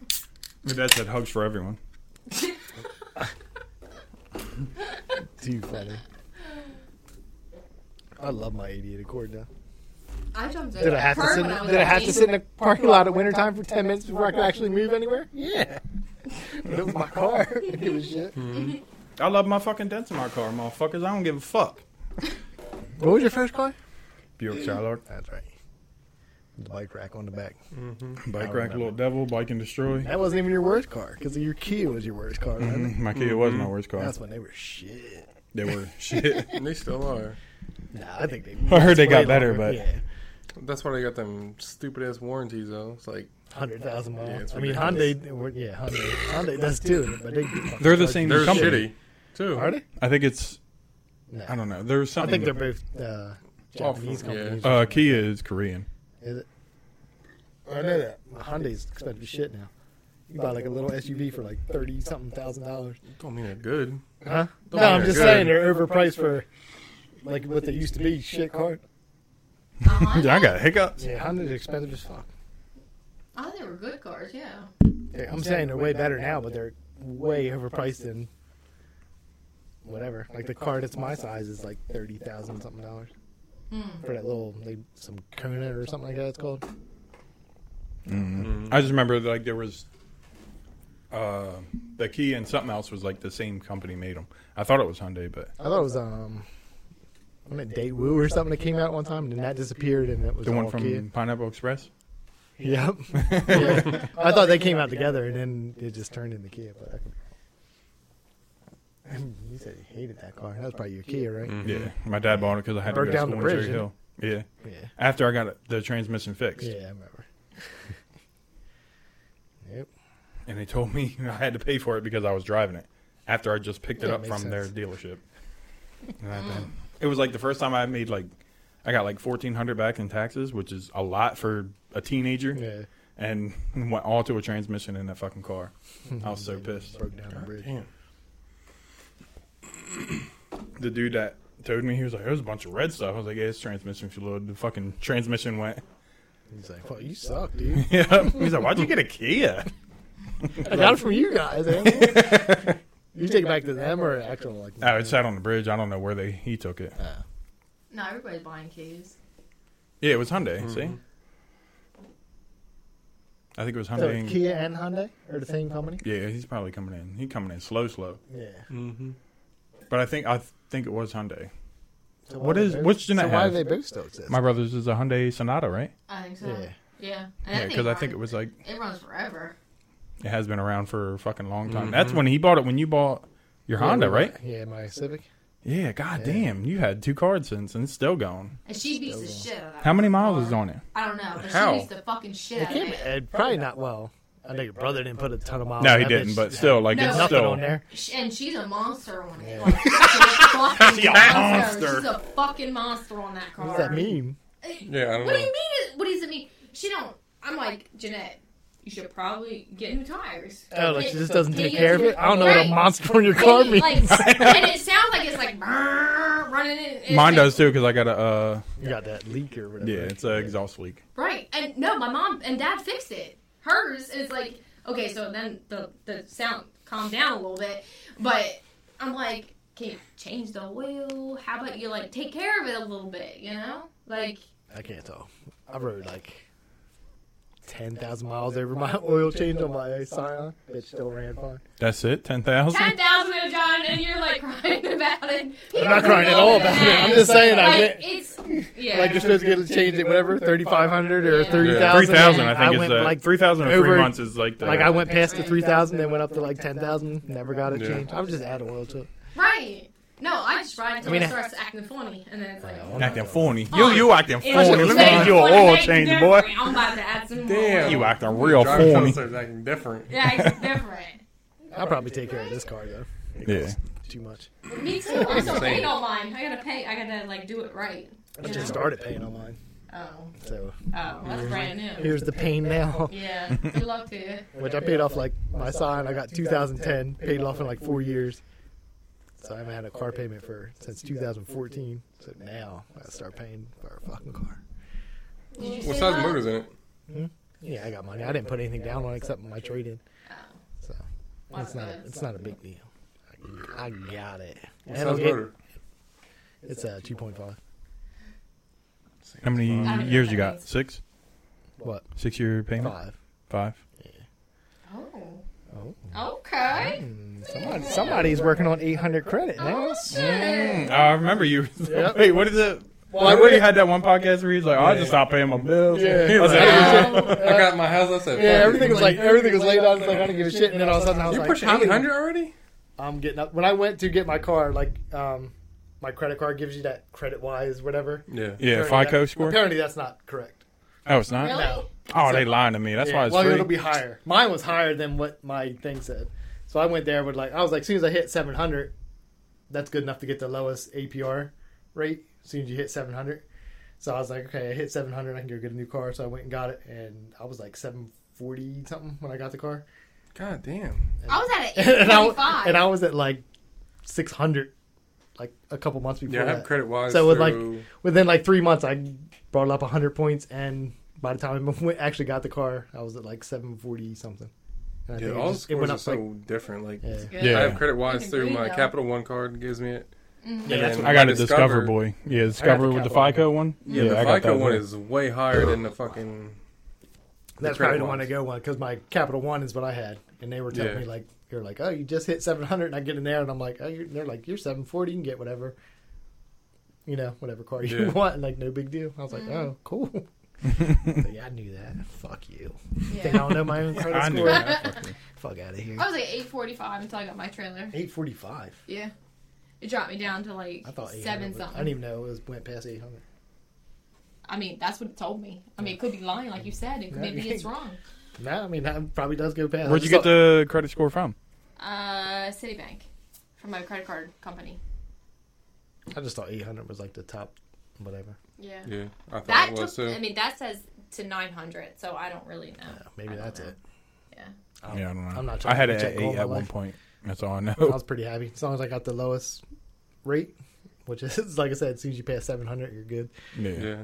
Speaker 3: My dad said hugs for everyone.
Speaker 2: Too funny. I love my 88 Accord now.
Speaker 1: I jumped
Speaker 2: Did I have to sit? In, did I have to sit in a parking lot at wintertime for 10 minutes before I could actually move anywhere? Yeah. But it was my car. I didn't give a shit.
Speaker 3: I love my fucking dents in my car, motherfuckers. I don't give a fuck.
Speaker 2: What was your first car?
Speaker 3: Buick Skylark.
Speaker 2: That's right. The bike rack on the back. Mm-hmm.
Speaker 3: Bike rack, little devil, bike and destroy. Mm,
Speaker 2: That wasn't even your worst car because your Kia was your worst car. wasn't it?
Speaker 3: My kid was my worst car.
Speaker 2: Mm-hmm. That's when they were shit.
Speaker 3: They were shit.
Speaker 4: And they still are.
Speaker 2: Nah, I think they.
Speaker 3: I heard they
Speaker 2: way
Speaker 3: got better,
Speaker 2: longer.
Speaker 3: but-
Speaker 2: yeah,
Speaker 4: That's why they got them stupid ass warranties though. It's like
Speaker 2: hundred thousand miles.
Speaker 4: Yeah, it's
Speaker 2: I mean,
Speaker 4: ridiculous.
Speaker 2: Hyundai. they were- Yeah, Hyundai. Hyundai does too, but they.
Speaker 3: They're the same
Speaker 4: they're
Speaker 3: company.
Speaker 4: shitty too.
Speaker 2: Are they?
Speaker 3: I think it's.
Speaker 2: No.
Speaker 3: I don't know. There's
Speaker 2: I
Speaker 3: something.
Speaker 2: think they're both uh, Japanese
Speaker 4: yeah.
Speaker 2: companies.
Speaker 3: Uh, Kia is Korean.
Speaker 2: Is it? I know that. Hyundai's expensive as shit now. You buy like a little SUV for like thirty something thousand dollars.
Speaker 4: Don't mean they're good.
Speaker 2: Huh? No,
Speaker 4: Don't
Speaker 2: I'm
Speaker 4: worry,
Speaker 2: just
Speaker 4: good.
Speaker 2: saying they're overpriced for like what they used to be. Shit car.
Speaker 3: Yeah, Uh-huh. I got hiccups.
Speaker 2: Yeah, Hyundai's expensive as fuck.
Speaker 1: Oh, they were good cars, yeah.
Speaker 2: Yeah, I'm saying they're way better now, but they're way overpriced than whatever. Like the car that's my size is like Hmm. thirty thousand something dollars for that little like some Kona or something like that. It's called.
Speaker 3: I just remember like there was. Uh, the Kia and something else was like the same company made them. I thought it was Hyundai, but
Speaker 2: I thought it was um, wasn't it Daewoo or something that came out one time, and then that disappeared, and it was
Speaker 3: the one
Speaker 2: all
Speaker 3: from
Speaker 2: Kia.
Speaker 3: Pineapple Express.
Speaker 2: Yep. Yeah. I thought they came out together, and then it just turned into Kia. But I could you said you hated that car. That was probably your Kia, right?
Speaker 3: Yeah, my dad bought it because I had
Speaker 2: Broke
Speaker 3: to go
Speaker 2: down
Speaker 3: to
Speaker 2: the
Speaker 3: school
Speaker 2: bridge,
Speaker 3: in Cherry Hill. Yeah,
Speaker 2: Yeah.
Speaker 3: after I got it, the transmission fixed,
Speaker 2: Yeah, I remember. yep.
Speaker 3: and they told me I had to pay for it because I was driving it. After I just picked it
Speaker 2: Yeah,
Speaker 3: up
Speaker 2: makes
Speaker 3: from their
Speaker 2: sense.
Speaker 3: dealership, And I paid. it was like the first time I made like I got like fourteen hundred back in taxes, which is a lot for a teenager,
Speaker 2: Yeah.
Speaker 3: and went all to a transmission in that fucking car. I was so pissed.
Speaker 2: Broke down the bridge.
Speaker 4: Damn.
Speaker 3: The dude that told me he was like, "There's a bunch of red stuff." I was like, "Yeah, it's transmission fluid." The fucking transmission went.
Speaker 2: He's like, "Well, you suck, dude.
Speaker 3: Yeah, he's like, "Why'd you get a Kia?"
Speaker 2: I got it from you guys." eh?" you take it back to them or actual like?
Speaker 3: Oh, it sat on the bridge. I don't know where they he took it.
Speaker 1: No, everybody's buying keys.
Speaker 3: Yeah, it was Hyundai. See, I think it was
Speaker 2: So
Speaker 3: Hyundai. and-
Speaker 2: Kia and Hyundai are the same company.
Speaker 3: yeah, he's probably coming in. He coming in slow, slow.
Speaker 2: Yeah.
Speaker 4: Mm-hmm.
Speaker 3: But I think I th- think it was Hyundai.
Speaker 2: So
Speaker 3: What
Speaker 2: why do
Speaker 3: is
Speaker 2: they both-
Speaker 3: what's
Speaker 2: So
Speaker 3: Jeanette
Speaker 2: why do
Speaker 3: have?
Speaker 2: they both still exist?
Speaker 3: My brother's is a Hyundai Sonata, right?
Speaker 1: I think so.
Speaker 2: Yeah.
Speaker 1: Yeah. And
Speaker 3: Yeah, because I think it was like
Speaker 1: It runs forever.
Speaker 3: it has been around for a fucking long time. That's when he bought it. When you bought your Honda,
Speaker 2: Yeah,
Speaker 3: right?
Speaker 2: Yeah, my Civic.
Speaker 3: Yeah. God damn, you had two cards since, and it's still going.
Speaker 1: And she beats the shit out of that.
Speaker 3: How many
Speaker 1: fucking
Speaker 3: miles
Speaker 1: car.
Speaker 3: is on it?
Speaker 1: I don't know, but
Speaker 4: How?
Speaker 1: she beats the fucking shit
Speaker 2: It
Speaker 1: out of
Speaker 2: can't be,
Speaker 1: it.
Speaker 2: uh, probably not. Well, I know your brother didn't put a ton of miles.
Speaker 3: No,
Speaker 2: on
Speaker 3: he
Speaker 2: Oh, that
Speaker 3: didn't.
Speaker 2: bitch.
Speaker 3: But still, like
Speaker 1: No.
Speaker 3: it's
Speaker 2: nothing
Speaker 3: still
Speaker 2: on there.
Speaker 1: Sh- And she's a monster on it. Like, she's,
Speaker 3: She's a
Speaker 1: a monster.
Speaker 3: monster.
Speaker 1: she's a fucking monster on that car.
Speaker 2: What does that mean?
Speaker 4: Yeah, I don't
Speaker 1: What do you
Speaker 4: know.
Speaker 1: mean? is- What does it mean? She don't. I'm like Jeanette. you should probably get new tires.
Speaker 2: Oh, like she
Speaker 1: It-
Speaker 2: just doesn't
Speaker 1: it
Speaker 2: take
Speaker 1: is-
Speaker 2: care of it. I don't know what
Speaker 1: Right.
Speaker 2: a monster on your car
Speaker 1: And it,
Speaker 2: means.
Speaker 1: like, and it sounds like it's like brrr, running in. it's
Speaker 3: Mine
Speaker 1: like-
Speaker 3: does too because I got a uh,
Speaker 2: you got that leak or whatever.
Speaker 3: yeah, it's an exhaust leak.
Speaker 1: Right. And no, my mom and dad fixed it. Hers is like okay, so then the the sound calmed down a little bit, but I'm like, can you change the oil? How about you like take care of it a little bit? You know, like
Speaker 2: I can't tell. I rode like ten thousand miles over my oil change on my Scion. It still ran fine.
Speaker 3: That's it, ten thousand.
Speaker 1: ten thousand, John, and you're like crying about it.
Speaker 2: I'm not crying at all about it. I'm just saying I
Speaker 1: Like,
Speaker 2: did.
Speaker 1: it's yeah.
Speaker 2: Like you're supposed to get a change at whatever thirty five hundred or
Speaker 1: Yeah.
Speaker 2: thirty
Speaker 1: Yeah,
Speaker 2: thousand.
Speaker 3: Three thousand, I think, is
Speaker 2: went
Speaker 3: the
Speaker 2: like
Speaker 3: three thousand or three
Speaker 2: over-
Speaker 3: months is like the.
Speaker 2: like uh, I went past the three thousand, then went up to like ten thousand. Never got it
Speaker 4: Yeah.
Speaker 2: changed. I'm just adding oil to it.
Speaker 1: right. No, I just ride until
Speaker 2: I mean,
Speaker 1: it
Speaker 2: I-
Speaker 1: starts acting funny, and then it's like.
Speaker 3: acting phony. You you acting
Speaker 1: It
Speaker 3: phony.
Speaker 1: was
Speaker 3: Let me
Speaker 1: saying
Speaker 3: get you an
Speaker 1: funny
Speaker 3: oil
Speaker 1: thing
Speaker 3: change,
Speaker 1: different.
Speaker 3: boy.
Speaker 1: I'm about to add some
Speaker 4: Damn.
Speaker 1: more.
Speaker 3: You acting real
Speaker 4: Driver's
Speaker 3: phony.
Speaker 4: starts acting different.
Speaker 1: Yeah, it's different.
Speaker 2: I'll probably take care of this car though.
Speaker 3: Yeah.
Speaker 2: Too much.
Speaker 1: Me too. I'm still
Speaker 4: Same.
Speaker 1: paying on mine. I gotta pay. I gotta like do it right.
Speaker 2: I
Speaker 1: you
Speaker 2: just
Speaker 1: know?
Speaker 2: started paying on mine,
Speaker 1: Oh,
Speaker 2: so
Speaker 1: oh, that's brand new.
Speaker 2: here's the pain now.
Speaker 1: Yeah. Good luck to you.
Speaker 2: Which I paid off like my sign. I got 2010 paid off in like four years. So I haven't had a car payment for since 2014. So now I start paying for a fucking car.
Speaker 1: Did you
Speaker 4: What
Speaker 1: save
Speaker 4: size
Speaker 1: up?
Speaker 4: motor's in it?
Speaker 2: Yeah, I got money. I didn't put anything down on it except my trade in.
Speaker 1: Oh,
Speaker 2: So
Speaker 1: well,
Speaker 2: it's not
Speaker 1: that's
Speaker 2: it's not a big deal. I got it.
Speaker 4: What
Speaker 2: And
Speaker 4: size
Speaker 2: I'll get-
Speaker 4: motor?
Speaker 2: It's a 2.5.
Speaker 3: How
Speaker 1: I
Speaker 3: many
Speaker 1: don't
Speaker 3: years
Speaker 1: know.
Speaker 3: you got? Six.
Speaker 2: What?
Speaker 3: Six year payment.
Speaker 2: Five.
Speaker 3: Five.
Speaker 1: good.
Speaker 2: Oh.
Speaker 1: Oh. Okay.
Speaker 2: Somebody, somebody's working on 800 credit now.
Speaker 1: Oh shit.
Speaker 3: Oh, I remember you.
Speaker 2: Yep.
Speaker 3: Wait, what is it?
Speaker 2: I
Speaker 3: Like, what you had that one podcast where he's like, oh, "I just stopped paying my bills."
Speaker 2: Yeah.
Speaker 3: He was like, "Oh,
Speaker 1: Yeah.
Speaker 4: I got my house. I said,
Speaker 2: Yeah,
Speaker 4: fuck
Speaker 2: everything was like everything was laid out. It's like I don't give a shit, and then all of a sudden I
Speaker 4: it.
Speaker 2: was
Speaker 4: You
Speaker 2: like,
Speaker 4: pushed
Speaker 2: I'm-
Speaker 4: 800 already?
Speaker 2: I'm getting up. When I went to get my car, like um, my credit card gives you that credit wise whatever.
Speaker 4: Yeah.
Speaker 3: Yeah,
Speaker 2: Apparently
Speaker 3: FICO
Speaker 2: that-
Speaker 3: score.
Speaker 2: Apparently that's not correct.
Speaker 3: Oh, it's not.
Speaker 1: Really?
Speaker 2: No.
Speaker 3: Oh, they lying to me. That's
Speaker 2: Yeah,
Speaker 3: why it's
Speaker 2: well,
Speaker 3: free.
Speaker 2: it'll be higher. Mine was higher than what my thing said. So I went there with like I was like, as soon as I hit 700, that's good enough to get the lowest APR rate. As soon as you hit 700, so I was like, okay, I hit 700, I can go get a new car. So I went and got it, and I was like 740 something when I got the car.
Speaker 4: God damn.
Speaker 1: I was at an
Speaker 2: and, I,
Speaker 1: 825.
Speaker 2: and I was at like 600 like a couple months before
Speaker 4: Yeah, I
Speaker 2: that.
Speaker 4: have credit wise.
Speaker 2: so with like
Speaker 4: through-
Speaker 2: within like three months i brought up 100 points and by the time i went- actually got the car i was at like 740 something and I
Speaker 4: yeah,
Speaker 2: think
Speaker 4: all
Speaker 2: it,
Speaker 4: the
Speaker 2: just, it
Speaker 4: scores
Speaker 2: went
Speaker 4: are
Speaker 2: up
Speaker 4: so
Speaker 2: like
Speaker 4: different. Like,
Speaker 2: yeah.
Speaker 1: Good.
Speaker 3: Yeah.
Speaker 4: I have credit wise
Speaker 1: Fucking
Speaker 4: through
Speaker 1: green,
Speaker 4: my
Speaker 1: though.
Speaker 4: Capital One card gives me it.
Speaker 1: Mm-hmm.
Speaker 2: Yeah, that's
Speaker 4: then
Speaker 2: what
Speaker 3: I got a
Speaker 4: Discover-
Speaker 3: Discover boy. Yeah, Discover with the
Speaker 2: Capital.
Speaker 3: FICO one.
Speaker 4: Yeah,
Speaker 3: I
Speaker 4: the
Speaker 3: got
Speaker 4: FICO
Speaker 3: that
Speaker 4: one is way higher than the fucking. the
Speaker 2: that's
Speaker 4: credit
Speaker 2: probably the one
Speaker 4: ones.
Speaker 2: i go one because my capital one is what i had and they were telling
Speaker 4: Yeah.
Speaker 2: me like you're like oh you just hit 700 and i get in there and i'm like oh you're, they're like you're 740 you can get whatever you know whatever car you
Speaker 4: Yeah.
Speaker 2: want and like no big deal i was like
Speaker 1: Mm-hmm.
Speaker 2: oh cool But yeah i knew that fuck you think i
Speaker 1: Yeah. Oh.
Speaker 2: don't know my own credit
Speaker 3: I knew
Speaker 2: score
Speaker 3: that.
Speaker 2: fuck out of here
Speaker 1: I was at 845 until I got my trailer.
Speaker 2: 845
Speaker 1: Yeah. It dropped me down to like
Speaker 2: I thought 800
Speaker 1: seven
Speaker 2: was- I
Speaker 1: something.
Speaker 2: didn't even know it was went past 800.
Speaker 1: I mean, that's what it told me. I mean, it could be lying, like you said. It, maybe it's wrong.
Speaker 2: No, I mean that probably does go past.
Speaker 3: Where'd you get the credit score from?
Speaker 1: Uh, Citibank from my credit card company.
Speaker 2: I just thought 800 was like the top, whatever.
Speaker 1: Yeah.
Speaker 4: Yeah, I thought
Speaker 1: That
Speaker 4: it was uh,
Speaker 1: took,
Speaker 4: too.
Speaker 1: I mean, that says to 900, so I don't really know.
Speaker 2: Yeah, maybe
Speaker 1: I don't
Speaker 2: that's
Speaker 1: know.
Speaker 2: it.
Speaker 1: Yeah.
Speaker 2: Um,
Speaker 3: yeah, I don't know.
Speaker 2: I'm not
Speaker 3: I
Speaker 2: trying
Speaker 3: had
Speaker 2: to
Speaker 3: it at
Speaker 2: check all
Speaker 3: eight
Speaker 2: my
Speaker 3: at one
Speaker 2: life.
Speaker 3: point. That's all I
Speaker 2: I
Speaker 3: know.
Speaker 2: was pretty happy as long as I got the lowest rate, which is like I said, as soon as you pass 700, you're good.
Speaker 3: Yeah.
Speaker 4: yeah,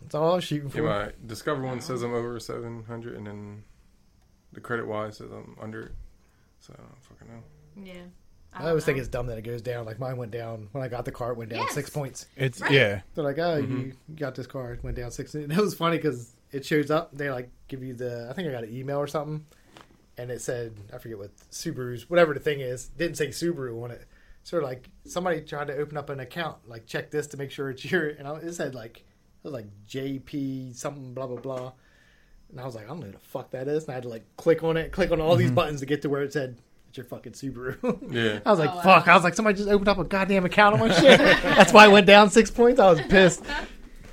Speaker 2: That's all I was shooting
Speaker 4: yeah.
Speaker 2: for.
Speaker 4: My Discover one says I'm over seven hundred, and then the credit wise says I'm under. it. So I don't fucking know.
Speaker 1: Yeah.
Speaker 2: I always think it's dumb that it goes down. Like mine went down when I got the car. It went down
Speaker 1: Yes.
Speaker 2: six points.
Speaker 3: It's
Speaker 1: Right.
Speaker 3: yeah.
Speaker 2: They're like, "Oh, you got this car." It went down six. And it was funny because it shows up. They like give you the. I think I got an email or something, and it said I forget what Subarus, whatever the thing is, didn't say Subaru on it. So like somebody tried to open up an account, like check this to make sure it's your. And I, it said like it was like JP something blah blah blah. And I was like, I don't know who the fuck that is. And I had to like click on it, click on all these buttons to get to where it said it's your fucking Subaru.
Speaker 4: Yeah,
Speaker 2: I was like,
Speaker 1: Oh, wow.
Speaker 2: fuck. I was like, somebody just opened up a goddamn account on my shit. That's why I went down six points. I was pissed.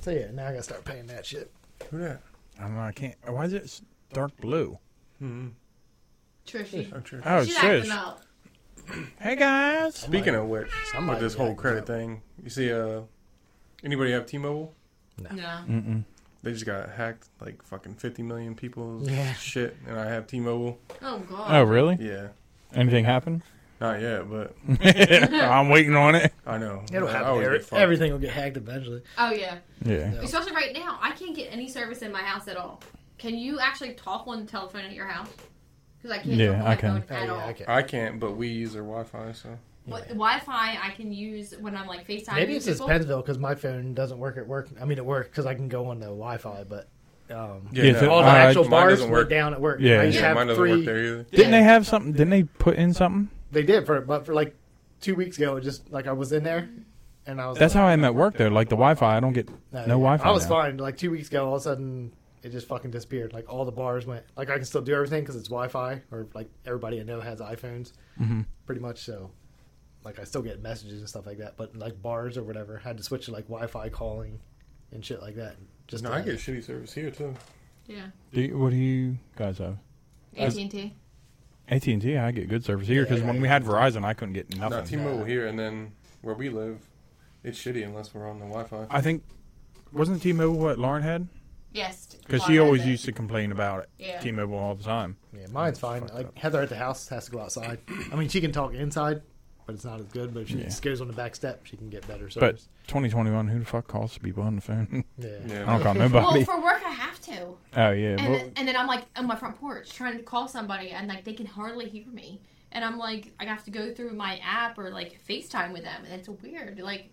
Speaker 2: So yeah, now I gotta start paying that shit.
Speaker 4: who that?
Speaker 3: I don't know. I can't. Why is it s- dark blue?
Speaker 4: hmm
Speaker 1: Trishy.
Speaker 4: I'm sure.
Speaker 3: Oh,
Speaker 1: She's
Speaker 3: shush.
Speaker 1: acting up.
Speaker 3: Hey guys.
Speaker 4: Speaking of which, with
Speaker 2: Somebody
Speaker 4: this whole credit thing, you see, uh, anybody have T-Mobile?
Speaker 1: No.
Speaker 3: Mm-mm.
Speaker 4: They just got hacked like fucking 50 million people's
Speaker 2: Yeah.
Speaker 4: shit, and I have T-Mobile.
Speaker 1: Oh god.
Speaker 3: Oh, really?
Speaker 4: Yeah,
Speaker 3: Anything happen?
Speaker 4: not yet, but
Speaker 3: I'm waiting on it.
Speaker 4: I know.
Speaker 2: It'll
Speaker 4: I
Speaker 2: happen.
Speaker 4: always
Speaker 2: Eric.
Speaker 4: get fucked.
Speaker 2: Everything will get hacked eventually.
Speaker 1: Oh yeah.
Speaker 3: Yeah.
Speaker 2: Yeah.
Speaker 1: Especially right now, I can't get any service in my house at all. Can you actually talk on the telephone at your house? Because I can't talk on
Speaker 3: Yeah, I
Speaker 1: my
Speaker 3: can.
Speaker 1: phone
Speaker 2: Oh,
Speaker 1: at all.
Speaker 2: yeah, okay.
Speaker 4: I can't, but we use their Wi-Fi, so
Speaker 1: What- Wi-Fi I can use when I'm like FaceTime.
Speaker 2: Maybe it's just Pennsville because my phone doesn't work at work. I mean, it works because I can go on the Wi-Fi, but um,
Speaker 4: yeah,
Speaker 3: Yeah,
Speaker 4: no,
Speaker 3: if it-
Speaker 2: all the
Speaker 3: Uh,
Speaker 2: actual
Speaker 4: mine
Speaker 2: bars
Speaker 4: doesn't
Speaker 2: were
Speaker 4: work.
Speaker 2: down at work.
Speaker 3: Yeah.
Speaker 2: I used to
Speaker 4: yeah,
Speaker 2: have
Speaker 4: mine doesn't
Speaker 2: three.
Speaker 4: work there either.
Speaker 3: Didn't they have something? Didn't they put in something?
Speaker 2: They did for, but for like two weeks ago, it just like I was in there, and I was.
Speaker 3: That's
Speaker 2: like,
Speaker 3: how I am at work though. Like the Wi-Fi, I don't get no,
Speaker 2: yeah.
Speaker 3: Wi-Fi.
Speaker 2: I was
Speaker 3: now.
Speaker 2: fine. Like two weeks ago, all of a sudden, it just fucking disappeared. Like all the bars went. Like I can still do everything because it's Wi-Fi, or like everybody I know has iPhones,
Speaker 3: Mm-hmm.
Speaker 2: pretty much. So, like I still get messages and stuff like that. But like bars or whatever, had to switch to like Wi-Fi calling and shit like that. Just
Speaker 4: No,
Speaker 2: to
Speaker 4: I
Speaker 2: have
Speaker 4: get
Speaker 2: it.
Speaker 4: shitty service here too.
Speaker 1: Yeah.
Speaker 3: Do you, what do you guys have?
Speaker 1: AT and T.
Speaker 3: AT and T. I get good service here because
Speaker 2: Yeah,
Speaker 3: when we had Verizon, I couldn't get
Speaker 4: Not
Speaker 3: nothing.
Speaker 4: T-Mobile here, and then where we live, it's shitty unless we're on the Wi-Fi.
Speaker 3: I think wasn't T-Mable what Lauren had?
Speaker 1: Yes.
Speaker 3: Because she always used to complain about it.
Speaker 1: Yeah.
Speaker 3: T-Mobile all the time.
Speaker 2: Yeah, mine's fine. Like Heather at the house has to go outside. I mean, she can talk inside, but it's not as good. But if she
Speaker 3: Yeah.
Speaker 2: just goes on the back step, she can get better
Speaker 3: But
Speaker 2: service.
Speaker 3: 2021, who the fuck calls people on the phone?
Speaker 2: yeah.
Speaker 4: Yeah,
Speaker 3: I
Speaker 4: but-
Speaker 3: don't call
Speaker 1: Well,
Speaker 3: nobody.
Speaker 1: for work I have to,
Speaker 3: Oh yeah,
Speaker 1: and
Speaker 3: well,
Speaker 1: and then I'm like on my front porch trying to call somebody, and like they can hardly hear me, and I'm like I have to go through my app or like FaceTime with them, and it's weird. Like,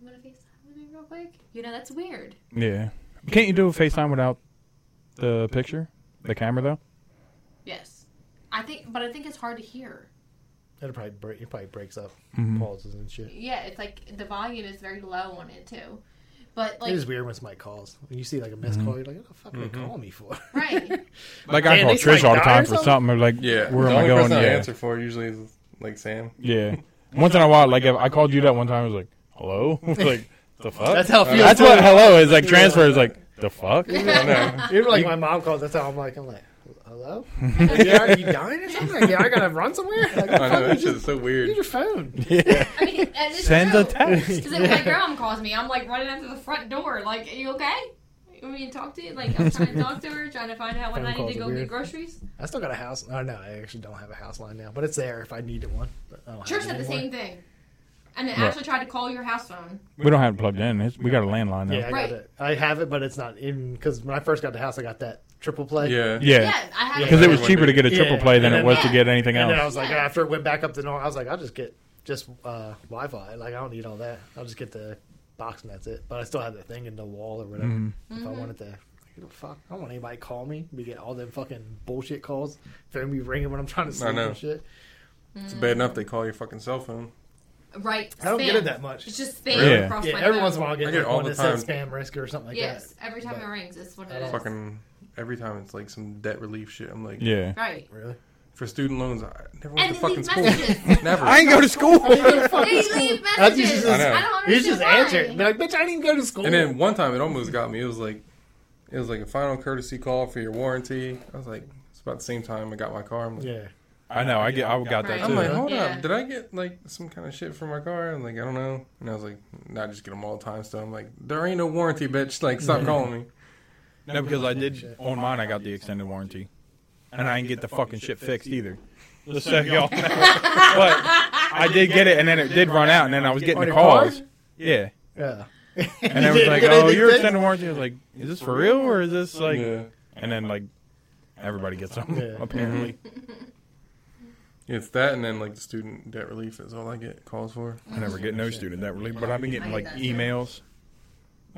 Speaker 1: you want to FaceTime with me real quick? You know that's weird.
Speaker 3: yeah. Can't you do a FaceTime without the picture, the camera though?
Speaker 1: Yes, I think, but I think it's hard to hear.
Speaker 2: It probably break, it probably breaks up,
Speaker 3: Mm-hmm.
Speaker 2: pauses and shit.
Speaker 1: Yeah, it's like the volume is very low on it too, but
Speaker 2: it
Speaker 1: like
Speaker 2: is weird when somebody calls. When you see like a missed
Speaker 4: Mm-hmm.
Speaker 2: call, you're like, "What the fuck are they calling me for?"
Speaker 1: right.
Speaker 3: Like I
Speaker 2: Damn,
Speaker 3: call
Speaker 2: they
Speaker 3: Trish
Speaker 2: like
Speaker 3: all the
Speaker 2: die or
Speaker 3: time for
Speaker 2: something?
Speaker 3: something. I'm like,
Speaker 4: yeah.
Speaker 3: where
Speaker 4: the
Speaker 3: am I
Speaker 4: only
Speaker 3: going?
Speaker 4: person I
Speaker 3: Yeah,
Speaker 4: answer for usually is like Sam.
Speaker 3: yeah. Once in a while, like if I called you that one time, I was like, hello, like the
Speaker 4: Oh,
Speaker 3: fuck.
Speaker 2: That's how it feels.
Speaker 3: That's what hello is like. Transfer is like the fuck.
Speaker 4: I know.
Speaker 2: Even like my mom calls. That's how I'm like. I'm like, "Hello? yeah, are you dying or something? Like, yeah, I gotta run somewhere. Like,
Speaker 4: I know that shit's so weird.
Speaker 2: use your phone.
Speaker 1: I mean, and it's
Speaker 3: Send
Speaker 1: true.
Speaker 3: a text.
Speaker 1: Because if my grandma calls me, I'm like running up to the front door, like, "Are you okay? You want me to talk to you?" Like I'm trying to talk to her, trying to find out when
Speaker 2: Phone
Speaker 1: I need
Speaker 2: calls
Speaker 1: to
Speaker 2: are
Speaker 1: go
Speaker 2: weird.
Speaker 1: get groceries.
Speaker 2: I still got a house. Oh no, I actually don't have a house line now, but it's there if I needed one. But I don't have
Speaker 1: Trish
Speaker 2: it
Speaker 1: said the
Speaker 2: anymore.
Speaker 1: same thing, and then
Speaker 3: Right.
Speaker 1: Ashley tried to call your house phone.
Speaker 3: We don't have it plugged in. It's, we got a landline
Speaker 2: Yeah, I
Speaker 3: though.
Speaker 1: Right.
Speaker 2: got it. I have it, but it's not in because when I first got the house, I got that triple play.
Speaker 4: Yeah.
Speaker 1: Yeah,
Speaker 3: Yeah,
Speaker 1: I had
Speaker 3: because
Speaker 1: a-
Speaker 3: it was cheaper to get a
Speaker 2: Yeah.
Speaker 3: triple play than
Speaker 2: And
Speaker 3: it was to
Speaker 1: then-
Speaker 3: get anything
Speaker 2: And then I
Speaker 3: else.
Speaker 2: was like, after it went back up to normal, I was like, I'll just get just uh, Wi-Fi. Like I don't need all that. I'll just get the box and that's it. But I still have the thing in the wall or whatever
Speaker 3: Mm-hmm.
Speaker 2: if
Speaker 1: Mm-hmm.
Speaker 2: I wanted to. like, who the Fuck! I don't want anybody to call me. We get all them fucking bullshit calls. Phone be ringing when I'm trying to sleep
Speaker 4: know.
Speaker 2: and shit.
Speaker 4: It's bad enough they call your fucking cell phone.
Speaker 1: right.
Speaker 2: I don't
Speaker 1: spam.
Speaker 2: get it that much.
Speaker 1: It's just spam
Speaker 3: Really?
Speaker 1: across
Speaker 2: Yeah,
Speaker 1: my
Speaker 2: every
Speaker 1: phone.
Speaker 2: once in a while I get,
Speaker 4: I get it
Speaker 2: like,
Speaker 4: all
Speaker 2: one
Speaker 4: the
Speaker 2: that says
Speaker 4: time.
Speaker 2: spam risk or something like
Speaker 1: Yes,
Speaker 2: that.
Speaker 1: every time
Speaker 2: But-
Speaker 1: it rings, it's what it
Speaker 2: I
Speaker 1: is.
Speaker 2: don't-
Speaker 4: Fucking every time it's like some debt relief shit. I'm like,
Speaker 3: Yeah.
Speaker 1: Right.
Speaker 2: Really?
Speaker 4: for student loans, I never went
Speaker 1: And
Speaker 4: to
Speaker 1: they
Speaker 4: fucking
Speaker 1: leave
Speaker 4: school.
Speaker 1: messages.
Speaker 4: never.
Speaker 3: I ain't go to school.
Speaker 1: They leave
Speaker 2: That's just-
Speaker 1: messages.
Speaker 4: I
Speaker 1: I,
Speaker 4: know.
Speaker 1: don't understand
Speaker 2: He's just
Speaker 1: why.
Speaker 2: answering. They're like, bitch, I didn't even go to school.
Speaker 4: and then one time it almost got me. It was like, it was like a final courtesy call for your warranty. I was like, it's about the same time I got my car. I'm like,
Speaker 2: yeah,
Speaker 3: I know. I get. I got that
Speaker 1: Right.
Speaker 4: I'm
Speaker 3: too.
Speaker 4: like, hold
Speaker 1: Yeah.
Speaker 4: up, did I get like some kind of shit for my car? I'm like, I don't know. And I was like, nah, I just get them all the time. So I'm like, there ain't no warranty, bitch. Like, stop calling me.
Speaker 3: No, because I did on mine. I got the extended warranty, and I didn't get the fucking shit fixed either. Just so y'all know. But I did get it, and then it did run out, and then I was getting
Speaker 2: On
Speaker 3: the
Speaker 2: your car?
Speaker 3: calls. Yeah,
Speaker 2: yeah.
Speaker 3: and it was like, "Oh, your extended warranty." I was like, "Is this for real, or is this like?"
Speaker 4: yeah.
Speaker 3: And then like, everybody gets them
Speaker 2: Yeah. Mm-hmm.
Speaker 3: apparently.
Speaker 4: It's that, and then like the student debt relief is all I get calls for.
Speaker 3: I never get no student debt relief, but I've been getting like emails,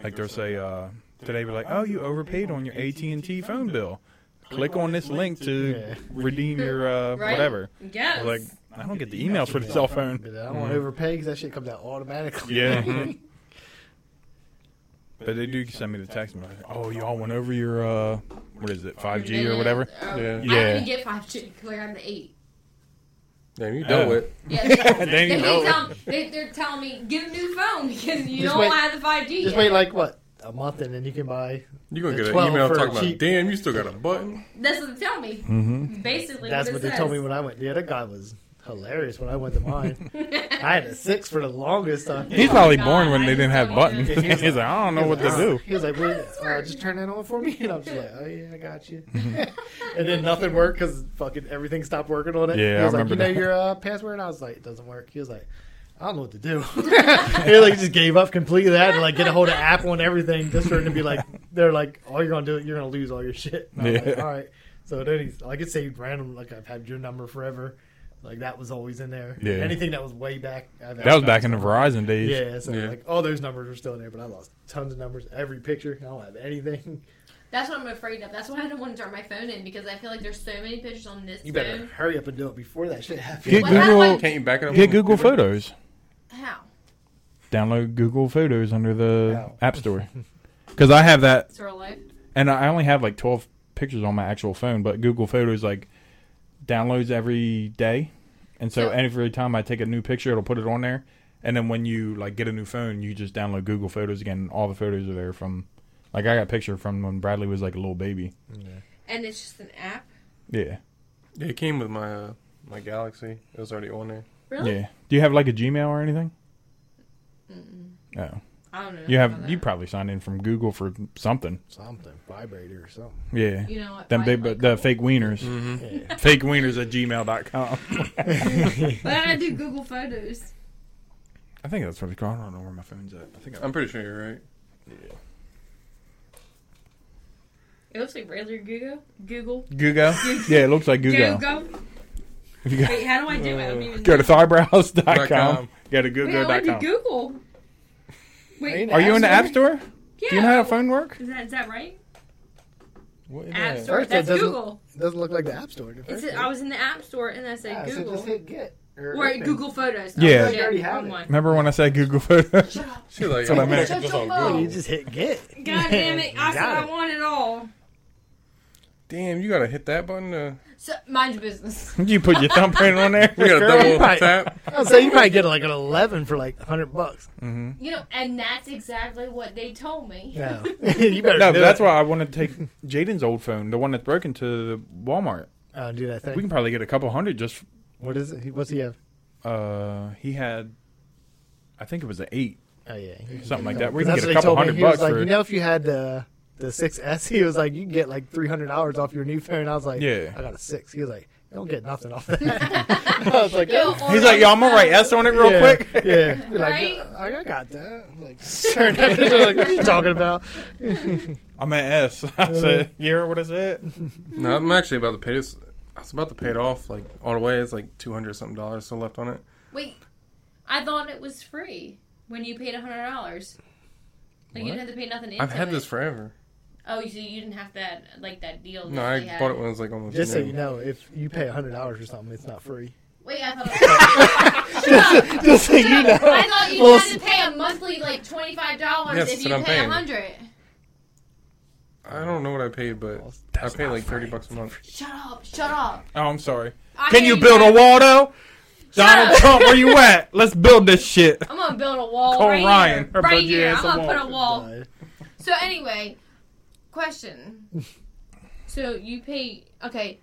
Speaker 3: like they'll say uh, today, be like, "Oh, you overpaid on your AT and T phone bill. Click on this link
Speaker 2: Yeah.
Speaker 3: to redeem your uh,
Speaker 1: Right.
Speaker 3: whatever."
Speaker 1: Yes.
Speaker 3: Like, I don't get the emails for the cell
Speaker 2: But
Speaker 3: phone.
Speaker 2: I don't want to overpay because that shit comes out automatically.
Speaker 3: Mm-hmm. Yeah. But they do send me the text and like, oh, y'all went over your, uh, what is it, 5G or whatever?
Speaker 1: Oh, I
Speaker 4: Yeah.
Speaker 3: Yeah.
Speaker 1: didn't get 5G because I got an 8.
Speaker 4: Damn, you dealt
Speaker 3: Oh.
Speaker 4: with.
Speaker 1: Yeah, they,
Speaker 3: They
Speaker 1: they,
Speaker 3: ain't know.
Speaker 1: tell, they, they're telling me get a new phone because you
Speaker 2: Just
Speaker 1: don't
Speaker 2: wait-
Speaker 1: have the five G.
Speaker 2: Just wait like what a month and then you can buy.
Speaker 4: You gonna
Speaker 2: The
Speaker 4: get an
Speaker 2: 12
Speaker 4: email
Speaker 2: for
Speaker 4: talking about?
Speaker 2: cheap.
Speaker 4: Damn, you still got a button.
Speaker 1: That's what they tell me. Basically,
Speaker 3: Mm-hmm.
Speaker 2: That's
Speaker 1: what,
Speaker 2: what
Speaker 1: it
Speaker 2: they
Speaker 1: says.
Speaker 2: told me when I went. Yeah, that guy was hilarious when I went to mine. I had a six for the longest time.
Speaker 3: He's
Speaker 1: Oh
Speaker 3: probably
Speaker 1: my
Speaker 3: born
Speaker 1: God,
Speaker 3: when
Speaker 1: I
Speaker 3: they
Speaker 1: just
Speaker 3: didn't have
Speaker 1: don't
Speaker 3: buttons.
Speaker 1: even-
Speaker 3: He's like, I don't know what to
Speaker 2: Uh,
Speaker 3: do.
Speaker 2: He was like, "Wait, uh, just turn that on for me," and I was just like, "Oh yeah, I got you." and then nothing worked because fucking everything stopped working on it.
Speaker 3: Yeah,
Speaker 2: he
Speaker 3: I
Speaker 2: was like,
Speaker 3: remember
Speaker 2: "You know
Speaker 3: that."
Speaker 2: your uh, password?" And I was like, "It doesn't work." He was like. I don't know what to do. he like just gave up completely. I had to like get a hold of Apple and everything just for it to be like they're like all you're gonna do you're gonna lose all your shit. And I was like,
Speaker 3: Yeah.
Speaker 2: all right. So then he's like it saved random like I've had your number forever. Like that was always in there.
Speaker 3: Yeah.
Speaker 2: Anything that was way back. I've
Speaker 3: That was back in the Verizon days.
Speaker 2: yeah, so
Speaker 4: Yeah.
Speaker 2: like all those numbers are still in there, but I lost tons of numbers. Every picture, I don't have anything.
Speaker 1: That's what I'm afraid of. That's why I don't want to turn my phone in because I feel like there's so many pictures on this
Speaker 2: You better
Speaker 1: phone.
Speaker 2: hurry up and do it before that shit happens.
Speaker 3: Get
Speaker 1: Well, that
Speaker 3: Google,
Speaker 1: one-
Speaker 4: Can't you back it up?
Speaker 3: get Google Photos.
Speaker 1: How?
Speaker 3: Download Google Photos under the
Speaker 2: Wow.
Speaker 3: App Store. Because I have that,
Speaker 1: It's real life.
Speaker 3: and I only have like 12 pictures on my actual phone, but Google Photos like downloads every day. And so
Speaker 1: Yeah.
Speaker 3: every time I take a new picture, it'll put it on there. And then when you like get a new phone, you just download Google Photos again. and All the photos are there from, like I got a picture from when Bradley was like a little baby.
Speaker 1: And it's just an app.
Speaker 3: Yeah,
Speaker 4: Yeah, it came with my uh, my Galaxy. It was already on there.
Speaker 1: Really?
Speaker 3: yeah. Do you have like a Gmail or anything? Oh,
Speaker 1: I don't know.
Speaker 3: you
Speaker 1: about
Speaker 3: have.
Speaker 1: that.
Speaker 3: You probably signed in from Google for something.
Speaker 2: Something, vibrator or something.
Speaker 3: Yeah.
Speaker 1: You know what?
Speaker 3: Them
Speaker 1: Mine
Speaker 3: big,
Speaker 1: might
Speaker 3: but the fake wieners.
Speaker 2: Yeah.
Speaker 3: Fake wieners at gmail.com.
Speaker 1: But I do Google Photos.
Speaker 3: I think that's what it's called. I don't know where my phone's at. I think I,
Speaker 4: I'm pretty sure you're right.
Speaker 1: It looks like regular Google. Google.
Speaker 3: Google. Yeah, it looks like Google.
Speaker 1: Google.
Speaker 3: If you go,
Speaker 1: Wait, how do I do it? I don't even
Speaker 3: go to thighbrows.com.
Speaker 4: com.
Speaker 3: Go to
Speaker 1: Wait, I do
Speaker 3: google.com.
Speaker 1: Google. Wait,
Speaker 3: Are you in the App Store?
Speaker 1: yeah.
Speaker 3: Do you know how a phone work?
Speaker 1: Is that, is that right?
Speaker 4: What
Speaker 1: App Store.
Speaker 2: First,
Speaker 1: That's
Speaker 2: that doesn't,
Speaker 1: Google.
Speaker 2: it doesn't look like the App Store.
Speaker 1: It said, I was in the App Store and I said Google.
Speaker 2: just hit get. Or,
Speaker 1: or
Speaker 2: open.
Speaker 1: Google Photos.
Speaker 3: Yeah.
Speaker 1: Oh, shit,
Speaker 2: You already have
Speaker 1: wrong
Speaker 2: it.
Speaker 1: one.
Speaker 3: Remember when I said Google Photos?
Speaker 4: She like,
Speaker 3: That's what I
Speaker 4: I'm
Speaker 3: meant.
Speaker 4: just
Speaker 1: Shut your
Speaker 4: on Google.
Speaker 1: phone.
Speaker 2: Oh, You just hit get.
Speaker 1: God damn it! I
Speaker 2: You
Speaker 1: said
Speaker 2: got
Speaker 1: I
Speaker 2: it.
Speaker 1: want it all.
Speaker 4: Damn, you gotta hit that button. To,
Speaker 1: So, mind your business.
Speaker 3: you put your thumbprint on there?
Speaker 4: you gotta
Speaker 2: Girl,
Speaker 4: double
Speaker 2: right.
Speaker 4: tap.
Speaker 2: I was saying you might get like an eleven for like hundred bucks.
Speaker 1: You know, and that's exactly what they told me.
Speaker 2: No, you better. do
Speaker 3: No, but that's
Speaker 2: it.
Speaker 3: why I want to take Jaden's old phone, the one that's broken to Walmart.
Speaker 2: Oh, do that
Speaker 3: We
Speaker 2: thing.
Speaker 3: can probably get a couple hundred just
Speaker 2: What is it? He- What's he have?
Speaker 3: uh he had I think it was an eight,
Speaker 2: Oh yeah,
Speaker 3: something like that. We
Speaker 2: That's what they
Speaker 3: can get a couple
Speaker 2: told me.
Speaker 3: hundred
Speaker 2: He was
Speaker 3: bucks
Speaker 2: like,
Speaker 3: for
Speaker 2: you know, if you had the the 6S, he was like, you can get like three hundred dollars off your new phone. I was like,
Speaker 3: Yeah.
Speaker 2: I got a six. He was like, you don't get nothing off that. I was like,
Speaker 1: Yo,
Speaker 2: "Oh,
Speaker 1: or um,
Speaker 3: He's like, yo, I'm gonna write S on it real
Speaker 2: yeah,
Speaker 3: quick.
Speaker 2: Yeah, You're like,
Speaker 1: Right?
Speaker 2: "Uh, I got that. I'm Like, sure, like, what are you talking about?
Speaker 3: I'm at S. I said, you hear what I said?
Speaker 4: No, I'm actually about to pay this. I was about to pay it off like all the way. It's like two hundred something dollars still left on it.
Speaker 1: Wait, I thought it was free when you paid hundred dollars. Like you
Speaker 4: What?
Speaker 1: didn't have to pay nothing.
Speaker 4: I've
Speaker 1: into
Speaker 4: had
Speaker 1: it.
Speaker 4: this forever.
Speaker 1: Oh, so you didn't have that like that deal?
Speaker 4: No,
Speaker 1: that
Speaker 4: I
Speaker 1: they had.
Speaker 4: bought it when it was like almost.
Speaker 2: Just so
Speaker 4: new.
Speaker 2: you know, if you pay hundred dollars for something, it's not free.
Speaker 1: Wait, I thought.
Speaker 2: Just so you know.
Speaker 1: I thought you
Speaker 2: Well,
Speaker 1: had to pay a monthly like twenty five dollars if
Speaker 4: Yes, that's
Speaker 1: you
Speaker 4: what I'm
Speaker 1: pay a
Speaker 4: paying.
Speaker 1: hundred.
Speaker 4: I don't know what I paid, but
Speaker 2: That's
Speaker 4: I paid
Speaker 2: not
Speaker 4: like thirty bucks a month.
Speaker 1: Shut up! Shut up!
Speaker 3: Oh, I'm sorry.
Speaker 1: I
Speaker 3: Can
Speaker 1: hear
Speaker 3: you build a
Speaker 1: guys.
Speaker 3: wall though? Donald
Speaker 1: up.
Speaker 3: Trump, where you at? Let's build this shit.
Speaker 1: I'm gonna build a wall
Speaker 3: Call
Speaker 1: right
Speaker 3: Ryan
Speaker 1: here.
Speaker 3: or
Speaker 1: Right
Speaker 3: build your
Speaker 1: here.
Speaker 3: ass
Speaker 1: I'm
Speaker 3: a
Speaker 1: gonna
Speaker 3: wall.
Speaker 1: put a wall.
Speaker 2: Uh,
Speaker 1: So anyway, question. So you pay? Okay,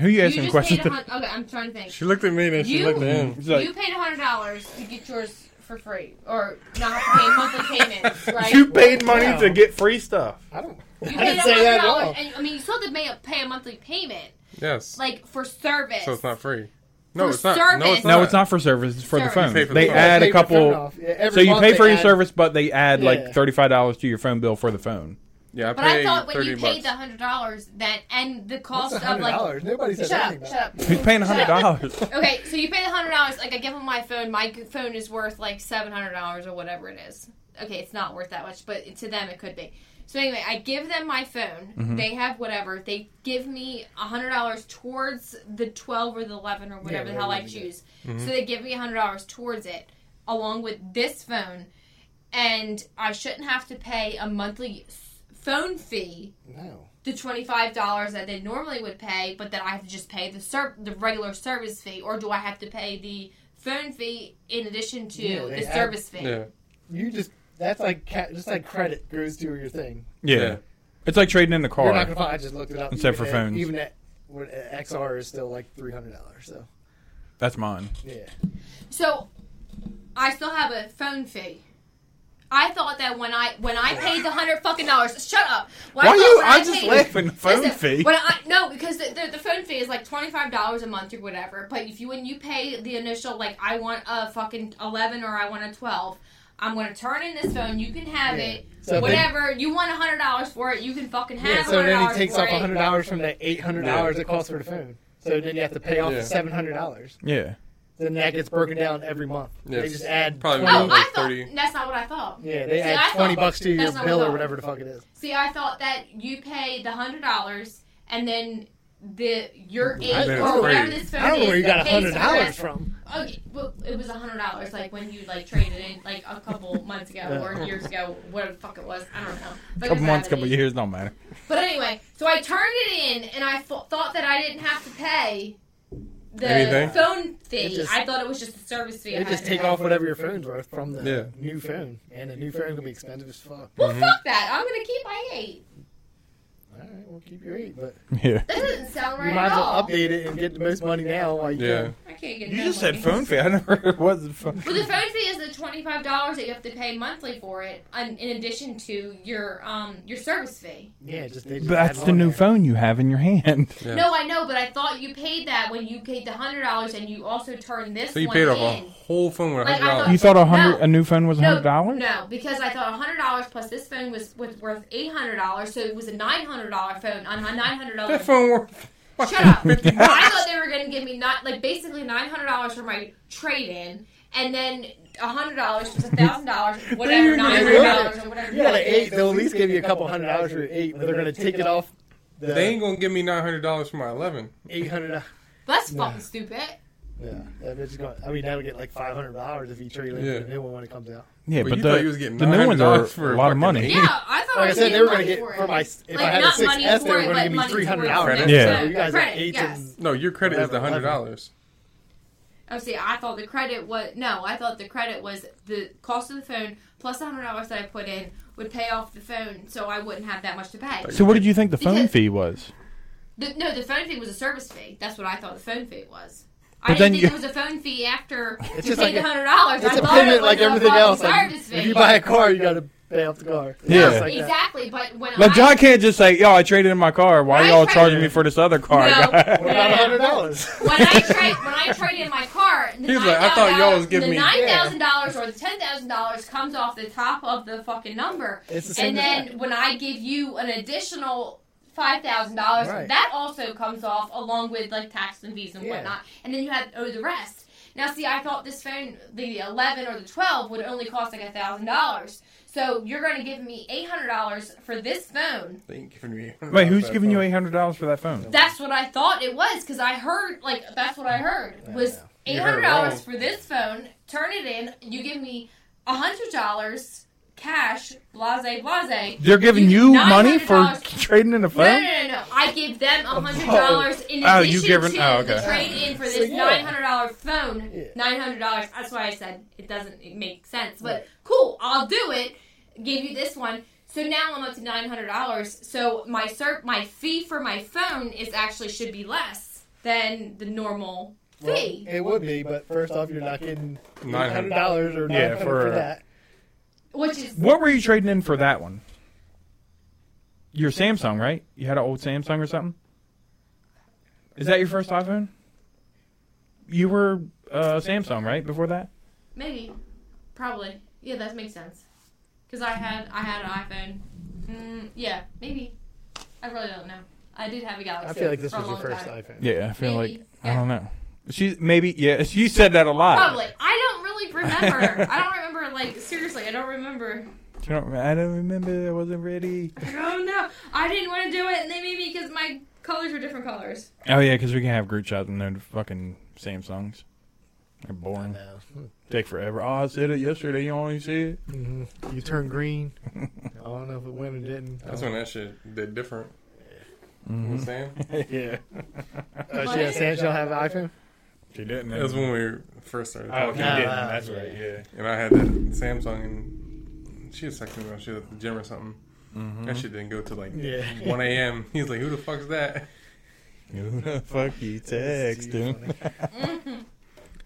Speaker 3: Who you
Speaker 1: you
Speaker 3: asking
Speaker 1: just
Speaker 3: questions
Speaker 1: paid.
Speaker 3: to?
Speaker 1: A hun- okay, I'm trying to think.
Speaker 4: She looked at me and then she
Speaker 1: You-
Speaker 4: looked at him.
Speaker 3: He's like,
Speaker 1: you paid hundred dollars to get yours for free, or not have to pay monthly payments, right?
Speaker 3: you paid money
Speaker 2: Wow.
Speaker 3: to get free stuff.
Speaker 2: I don't.
Speaker 1: You
Speaker 2: I
Speaker 1: paid
Speaker 2: didn't say that at
Speaker 1: $100,
Speaker 2: all.
Speaker 1: And, I mean, you still have to pay a, pay a monthly payment,
Speaker 4: Yes.
Speaker 1: like for service.
Speaker 4: so it's not free. No,
Speaker 1: For
Speaker 4: it's not. No,
Speaker 1: service.
Speaker 4: it's not.
Speaker 3: No, it's not for service. It's for
Speaker 1: Service.
Speaker 3: the
Speaker 1: You
Speaker 3: phone.
Speaker 4: pay for the
Speaker 3: they
Speaker 4: phone.
Speaker 3: add
Speaker 2: Pay
Speaker 3: a
Speaker 2: for phone
Speaker 3: couple.
Speaker 2: off. Yeah, every
Speaker 3: So you
Speaker 2: month
Speaker 3: pay
Speaker 2: they
Speaker 3: for your
Speaker 2: add-
Speaker 3: service, but they add
Speaker 2: Yeah.
Speaker 3: like thirty-five dollars to your phone bill for the phone.
Speaker 4: Yeah, I paid
Speaker 1: But I thought when
Speaker 4: thirty
Speaker 1: you paid
Speaker 4: bucks.
Speaker 1: the hundred dollars, that and the cost
Speaker 2: It's
Speaker 1: of like.
Speaker 2: $100. Nobody said
Speaker 1: Shut up!
Speaker 2: anything
Speaker 1: Shut up!
Speaker 3: Who's paying
Speaker 1: Shut
Speaker 3: hundred
Speaker 1: up.
Speaker 3: dollars?
Speaker 1: Okay, so you pay the hundred dollars. Like I give him my phone. My phone is worth like seven hundred dollars or whatever it is. Okay, it's not worth that much, but to them it could be. So anyway, I give them my phone. They have whatever. They give me hundred dollars towards the twelve or the eleven or whatever the hell I
Speaker 2: whatever you
Speaker 1: choose. So they give me hundred dollars towards it, along with this phone, and I shouldn't have to pay a monthly s- phone fee
Speaker 2: about it. No.
Speaker 1: the twenty five dollars that they normally would pay, but that I have to just pay the ser- the regular service fee, or do I have to pay the phone fee in addition to
Speaker 2: Yeah, they
Speaker 1: the
Speaker 2: add-
Speaker 1: service fee?
Speaker 4: Yeah.
Speaker 2: You just that's like ca- just like credit goes to your thing.
Speaker 3: Yeah.
Speaker 4: Yeah.
Speaker 3: it's like trading in the car.
Speaker 2: You're not gonna find. I just looked it up.
Speaker 3: Except
Speaker 2: Even
Speaker 3: for
Speaker 2: at-
Speaker 3: phones.
Speaker 2: Even at When XR is still like three hundred dollars. So
Speaker 3: That's mine.
Speaker 2: yeah,
Speaker 1: So, I still have a phone fee. I thought that when I when I paid the hundred fucking dollars, shut up. When
Speaker 3: Why
Speaker 1: thought
Speaker 3: you?
Speaker 1: when
Speaker 3: I just
Speaker 1: paid-
Speaker 3: laughing. the Phone
Speaker 1: Listen,
Speaker 3: fee.
Speaker 1: When I, no, because the, the, the phone fee is like twenty five dollars a month or whatever. But if you when you pay the initial, like I want a fucking eleven or I want a twelve, I'm gonna turn in this phone. You can have
Speaker 2: Yeah.
Speaker 1: it.
Speaker 2: So then-
Speaker 1: whatever you want, a hundred dollars for it. You can fucking have.
Speaker 2: yeah. So
Speaker 1: $100
Speaker 2: then he takes
Speaker 1: for
Speaker 2: off
Speaker 1: it.
Speaker 2: hundred dollars from the eight hundred dollars it costs for the phone. So then you have to pay off
Speaker 4: Yeah.
Speaker 2: the seven hundred dollars.
Speaker 3: yeah.
Speaker 2: Then that gets broken down every month.
Speaker 4: Yeah.
Speaker 2: They just add
Speaker 4: Probably
Speaker 1: Oh, I
Speaker 2: 20,
Speaker 4: Like
Speaker 1: thought
Speaker 4: 30.
Speaker 1: that's not what I thought.
Speaker 2: yeah, they
Speaker 1: See,
Speaker 2: add
Speaker 1: I thought-
Speaker 2: twenty bucks to your
Speaker 1: that's not
Speaker 2: bill
Speaker 1: what I
Speaker 2: or
Speaker 1: thought.
Speaker 2: whatever the fuck it is.
Speaker 1: See, I thought that you pay the hundred dollars and then the your eight
Speaker 4: bet it's
Speaker 1: or whatever
Speaker 4: free.
Speaker 1: this phone
Speaker 2: I don't know
Speaker 1: is
Speaker 2: where you
Speaker 1: that
Speaker 2: got a
Speaker 1: pays
Speaker 2: hundred
Speaker 1: for
Speaker 2: dollars
Speaker 1: it.
Speaker 2: from.
Speaker 1: Oh, y- well, it was a hundred dollars, like when you like traded in, like a couple months ago or years ago, whatever the fuck it was. I don't know. But
Speaker 3: Couple
Speaker 1: it's
Speaker 3: months,
Speaker 1: happening.
Speaker 3: couple years, don't matter.
Speaker 1: But anyway, so I turned it in, and I fo- thought that I didn't have to pay the
Speaker 4: Anything?
Speaker 1: phone fee.
Speaker 2: It just-
Speaker 1: I thought it was just a service fee. I
Speaker 2: They
Speaker 1: had
Speaker 2: just
Speaker 1: to
Speaker 2: take
Speaker 1: pay.
Speaker 2: off whatever your phone's worth from the
Speaker 4: Yeah.
Speaker 2: new phone, and the new phone can be expensive as fuck.
Speaker 1: Well, fuck that. I'm gonna keep my eight.
Speaker 2: All right, we'll keep your eight, but
Speaker 3: Yeah.
Speaker 1: That doesn't sound right
Speaker 2: you might
Speaker 1: at
Speaker 2: as well
Speaker 1: all.
Speaker 2: update it and get the most money now while you
Speaker 4: Yeah.
Speaker 2: can.
Speaker 1: I can't get.
Speaker 3: You
Speaker 1: no
Speaker 3: just said
Speaker 1: money.
Speaker 3: phone fee. I never heard what the phone.
Speaker 1: Well, the phone fee is the twenty five dollars that you have to pay monthly for it, un- in addition to your um your service fee.
Speaker 2: Yeah, just they just
Speaker 3: That's
Speaker 2: add
Speaker 3: the
Speaker 2: on
Speaker 3: new
Speaker 2: there.
Speaker 3: phone you have in your hand.
Speaker 4: Yeah.
Speaker 1: No, I know, but I thought you paid that when you paid the hundred dollars, and you also turned this.
Speaker 4: So you
Speaker 1: one
Speaker 4: paid
Speaker 1: in.
Speaker 4: off a whole phone with
Speaker 1: Like, I
Speaker 4: hundred
Speaker 1: thought-
Speaker 4: dollars.
Speaker 3: You thought a hundred
Speaker 1: No.
Speaker 3: a new phone was a
Speaker 1: No,
Speaker 3: hundred dollars?
Speaker 1: No, because I thought hundred dollars plus this phone was, was worth eight hundred dollars, so it was a nine hundred dollar phone on a nine hundred dollar.
Speaker 4: That phone worth.
Speaker 1: Shut up! I thought they were going to give me not like basically nine hundred dollars for my trade in, and then hundred dollars was thousand dollars, whatever
Speaker 2: gonna
Speaker 1: nine
Speaker 2: give
Speaker 1: hundred
Speaker 2: me
Speaker 1: dollars or whatever.
Speaker 2: You got an eight, they'll at least give you a couple hundred dollars for your eight, but they're gonna take it off the
Speaker 4: They ain't gonna give me nine hundred dollars for my eleven.
Speaker 2: eight hundred.
Speaker 1: That's
Speaker 2: Yeah.
Speaker 1: fucking stupid.
Speaker 2: Yeah, that bitch is going. I mean, that'll get like five hundred dollars if you trade it
Speaker 4: Yeah.
Speaker 2: for the new one when it comes out.
Speaker 3: Yeah,
Speaker 4: Well,
Speaker 3: but
Speaker 4: you thought
Speaker 3: the,
Speaker 4: you was getting
Speaker 3: the new ones are
Speaker 4: $900 for
Speaker 3: a lot
Speaker 4: fucking
Speaker 3: of money.
Speaker 4: eight.
Speaker 1: Yeah, I thought
Speaker 2: Like
Speaker 1: I
Speaker 2: I
Speaker 1: was
Speaker 2: said, they were
Speaker 1: going
Speaker 2: gonna
Speaker 1: to
Speaker 2: get
Speaker 1: for it.
Speaker 2: for my. If
Speaker 1: Like,
Speaker 2: I had a
Speaker 1: not
Speaker 2: six
Speaker 1: money
Speaker 2: S, they
Speaker 1: for
Speaker 2: were
Speaker 1: it,
Speaker 2: gonna
Speaker 1: but
Speaker 2: give me
Speaker 1: money
Speaker 2: three hundred
Speaker 1: for
Speaker 2: dollars.
Speaker 1: it.
Speaker 3: Yeah.
Speaker 2: so you guys
Speaker 1: Credit,
Speaker 2: got eights
Speaker 1: yes.
Speaker 2: and
Speaker 4: No, your credit is the
Speaker 2: Eleven,
Speaker 4: hundred
Speaker 2: eleven.
Speaker 4: dollars.
Speaker 1: Oh, see, I thought the credit was no. I thought the credit was the cost of the phone plus the hundred dollars that I put in would pay off the phone, so I wouldn't have that much to pay.
Speaker 3: So what did you think the phone
Speaker 1: Because-
Speaker 3: fee was?
Speaker 1: The, no, the phone fee was a service fee. That's what I thought the phone fee was. I didn't
Speaker 3: But then
Speaker 1: think
Speaker 3: you-
Speaker 1: it was a phone fee after you
Speaker 2: It's just
Speaker 1: paid
Speaker 2: like
Speaker 1: the
Speaker 2: a-
Speaker 1: hundred dollars.
Speaker 2: It's
Speaker 1: I
Speaker 2: a
Speaker 1: thought it
Speaker 2: payment
Speaker 1: was
Speaker 2: like
Speaker 1: a
Speaker 2: everything
Speaker 1: fucking
Speaker 2: else. Like,
Speaker 1: Service
Speaker 2: if
Speaker 1: fee.
Speaker 2: you buy a car, you gotta pay off the car.
Speaker 3: Yeah.
Speaker 2: It's like that.
Speaker 1: exactly. But when
Speaker 3: Like
Speaker 1: I,
Speaker 3: John can't just say, "Yo, I traded in my car. Why
Speaker 1: Right,
Speaker 3: y'all
Speaker 1: right.
Speaker 3: charging me for this other
Speaker 1: No.
Speaker 3: car?" guy?"
Speaker 2: What about a hundred dollars?
Speaker 1: when I trade when I trade in my car, the
Speaker 4: He's like, I thought y'all was giving
Speaker 1: the
Speaker 4: me-
Speaker 1: nine thousand dollars or the ten thousand dollars comes off the top of the fucking number,
Speaker 2: It's the same
Speaker 1: and
Speaker 2: as
Speaker 1: then
Speaker 2: that.
Speaker 1: when I give you an additional five thousand dollars,
Speaker 2: Right.
Speaker 1: that also comes off along with like taxes and fees and
Speaker 2: Yeah.
Speaker 1: whatnot, and then you have oh the rest. Now, see, I thought this phone, the eleven or the twelve, would only cost like a thousand dollars. So you're going to give me eight hundred dollars for this phone.
Speaker 4: They ain't giving me.
Speaker 3: Wait, who's giving you eight hundred dollars for that phone?
Speaker 1: That's what I thought it was because I heard like that's what I heard was eight
Speaker 4: You
Speaker 1: hundred
Speaker 4: heard
Speaker 1: dollars
Speaker 4: wrong.
Speaker 1: for this phone. Turn it in. You give me a hundred dollars cash. Blase, blase.
Speaker 3: They're giving you money for
Speaker 1: $900.
Speaker 3: trading in a
Speaker 1: No, no,
Speaker 3: phone.
Speaker 1: no, no. I give them a hundred dollars in
Speaker 3: Oh, you
Speaker 1: addition
Speaker 3: giving-
Speaker 1: to
Speaker 3: oh,
Speaker 1: the
Speaker 3: okay.
Speaker 1: trade in for this
Speaker 2: So, yeah.
Speaker 1: nine hundred dollar phone.
Speaker 2: Yeah.
Speaker 1: Nine hundred dollars. That's why I said it doesn't make sense. But cool, I'll do it. Give you this one. So now I'm up to nine hundred dollars. So my ser- my fee for my phone is actually should be less than the normal
Speaker 2: Well,
Speaker 1: fee.
Speaker 2: it would be, but first off, you're not getting nine hundred
Speaker 4: $900.
Speaker 2: dollars or
Speaker 3: Yeah,
Speaker 2: nine hundred
Speaker 3: for-
Speaker 2: for that.
Speaker 1: which is
Speaker 3: What were you trading in for that one? Your Samsung, right? You had an old Samsung or something. Is that your first iPhone? You were uh, Samsung, right? Before that,
Speaker 1: maybe probably yeah that makes sense because I had I had an iPhone. Mm, yeah, maybe. I really don't know. I did have a Galaxy.
Speaker 2: I feel like this
Speaker 1: for a
Speaker 2: was your
Speaker 1: long
Speaker 2: first
Speaker 1: time.
Speaker 2: iPhone.
Speaker 3: yeah. I feel
Speaker 1: Maybe,
Speaker 3: like
Speaker 1: yeah.
Speaker 3: I don't know. She maybe yeah. You said that a lot.
Speaker 1: Probably. I don't really remember. I don't remember. Like seriously, I don't remember.
Speaker 3: You don't- I don't remember. I wasn't ready.
Speaker 1: I don't know. I didn't want to do it, and they made me because my colors were different colors.
Speaker 3: Oh yeah, because we can have group shots and they're fucking Samsungs. They're boring.
Speaker 2: No.
Speaker 3: Take forever. Oh, I said it yesterday. You only see it.
Speaker 2: Mhm. You turn green. I don't know if it went or didn't.
Speaker 4: That's when that shit did different. You know
Speaker 3: Mm-hmm.
Speaker 4: what I'm saying?
Speaker 3: yeah,
Speaker 2: Oh, she has Sam's, y'all have an iPhone?
Speaker 3: she didn't.
Speaker 4: That's when we first started
Speaker 3: oh,
Speaker 4: talking.
Speaker 3: he
Speaker 2: No,
Speaker 3: didn't.
Speaker 2: no,
Speaker 3: That's
Speaker 2: yeah.
Speaker 3: right. Yeah.
Speaker 4: And I had that Samsung, and she was texting me when she was at the
Speaker 3: Mm-hmm.
Speaker 4: gym or something. That shit didn't go to like
Speaker 2: Yeah.
Speaker 4: 1 a.m. He's like, who the fuck's that?
Speaker 3: Who the fuck you text, dude?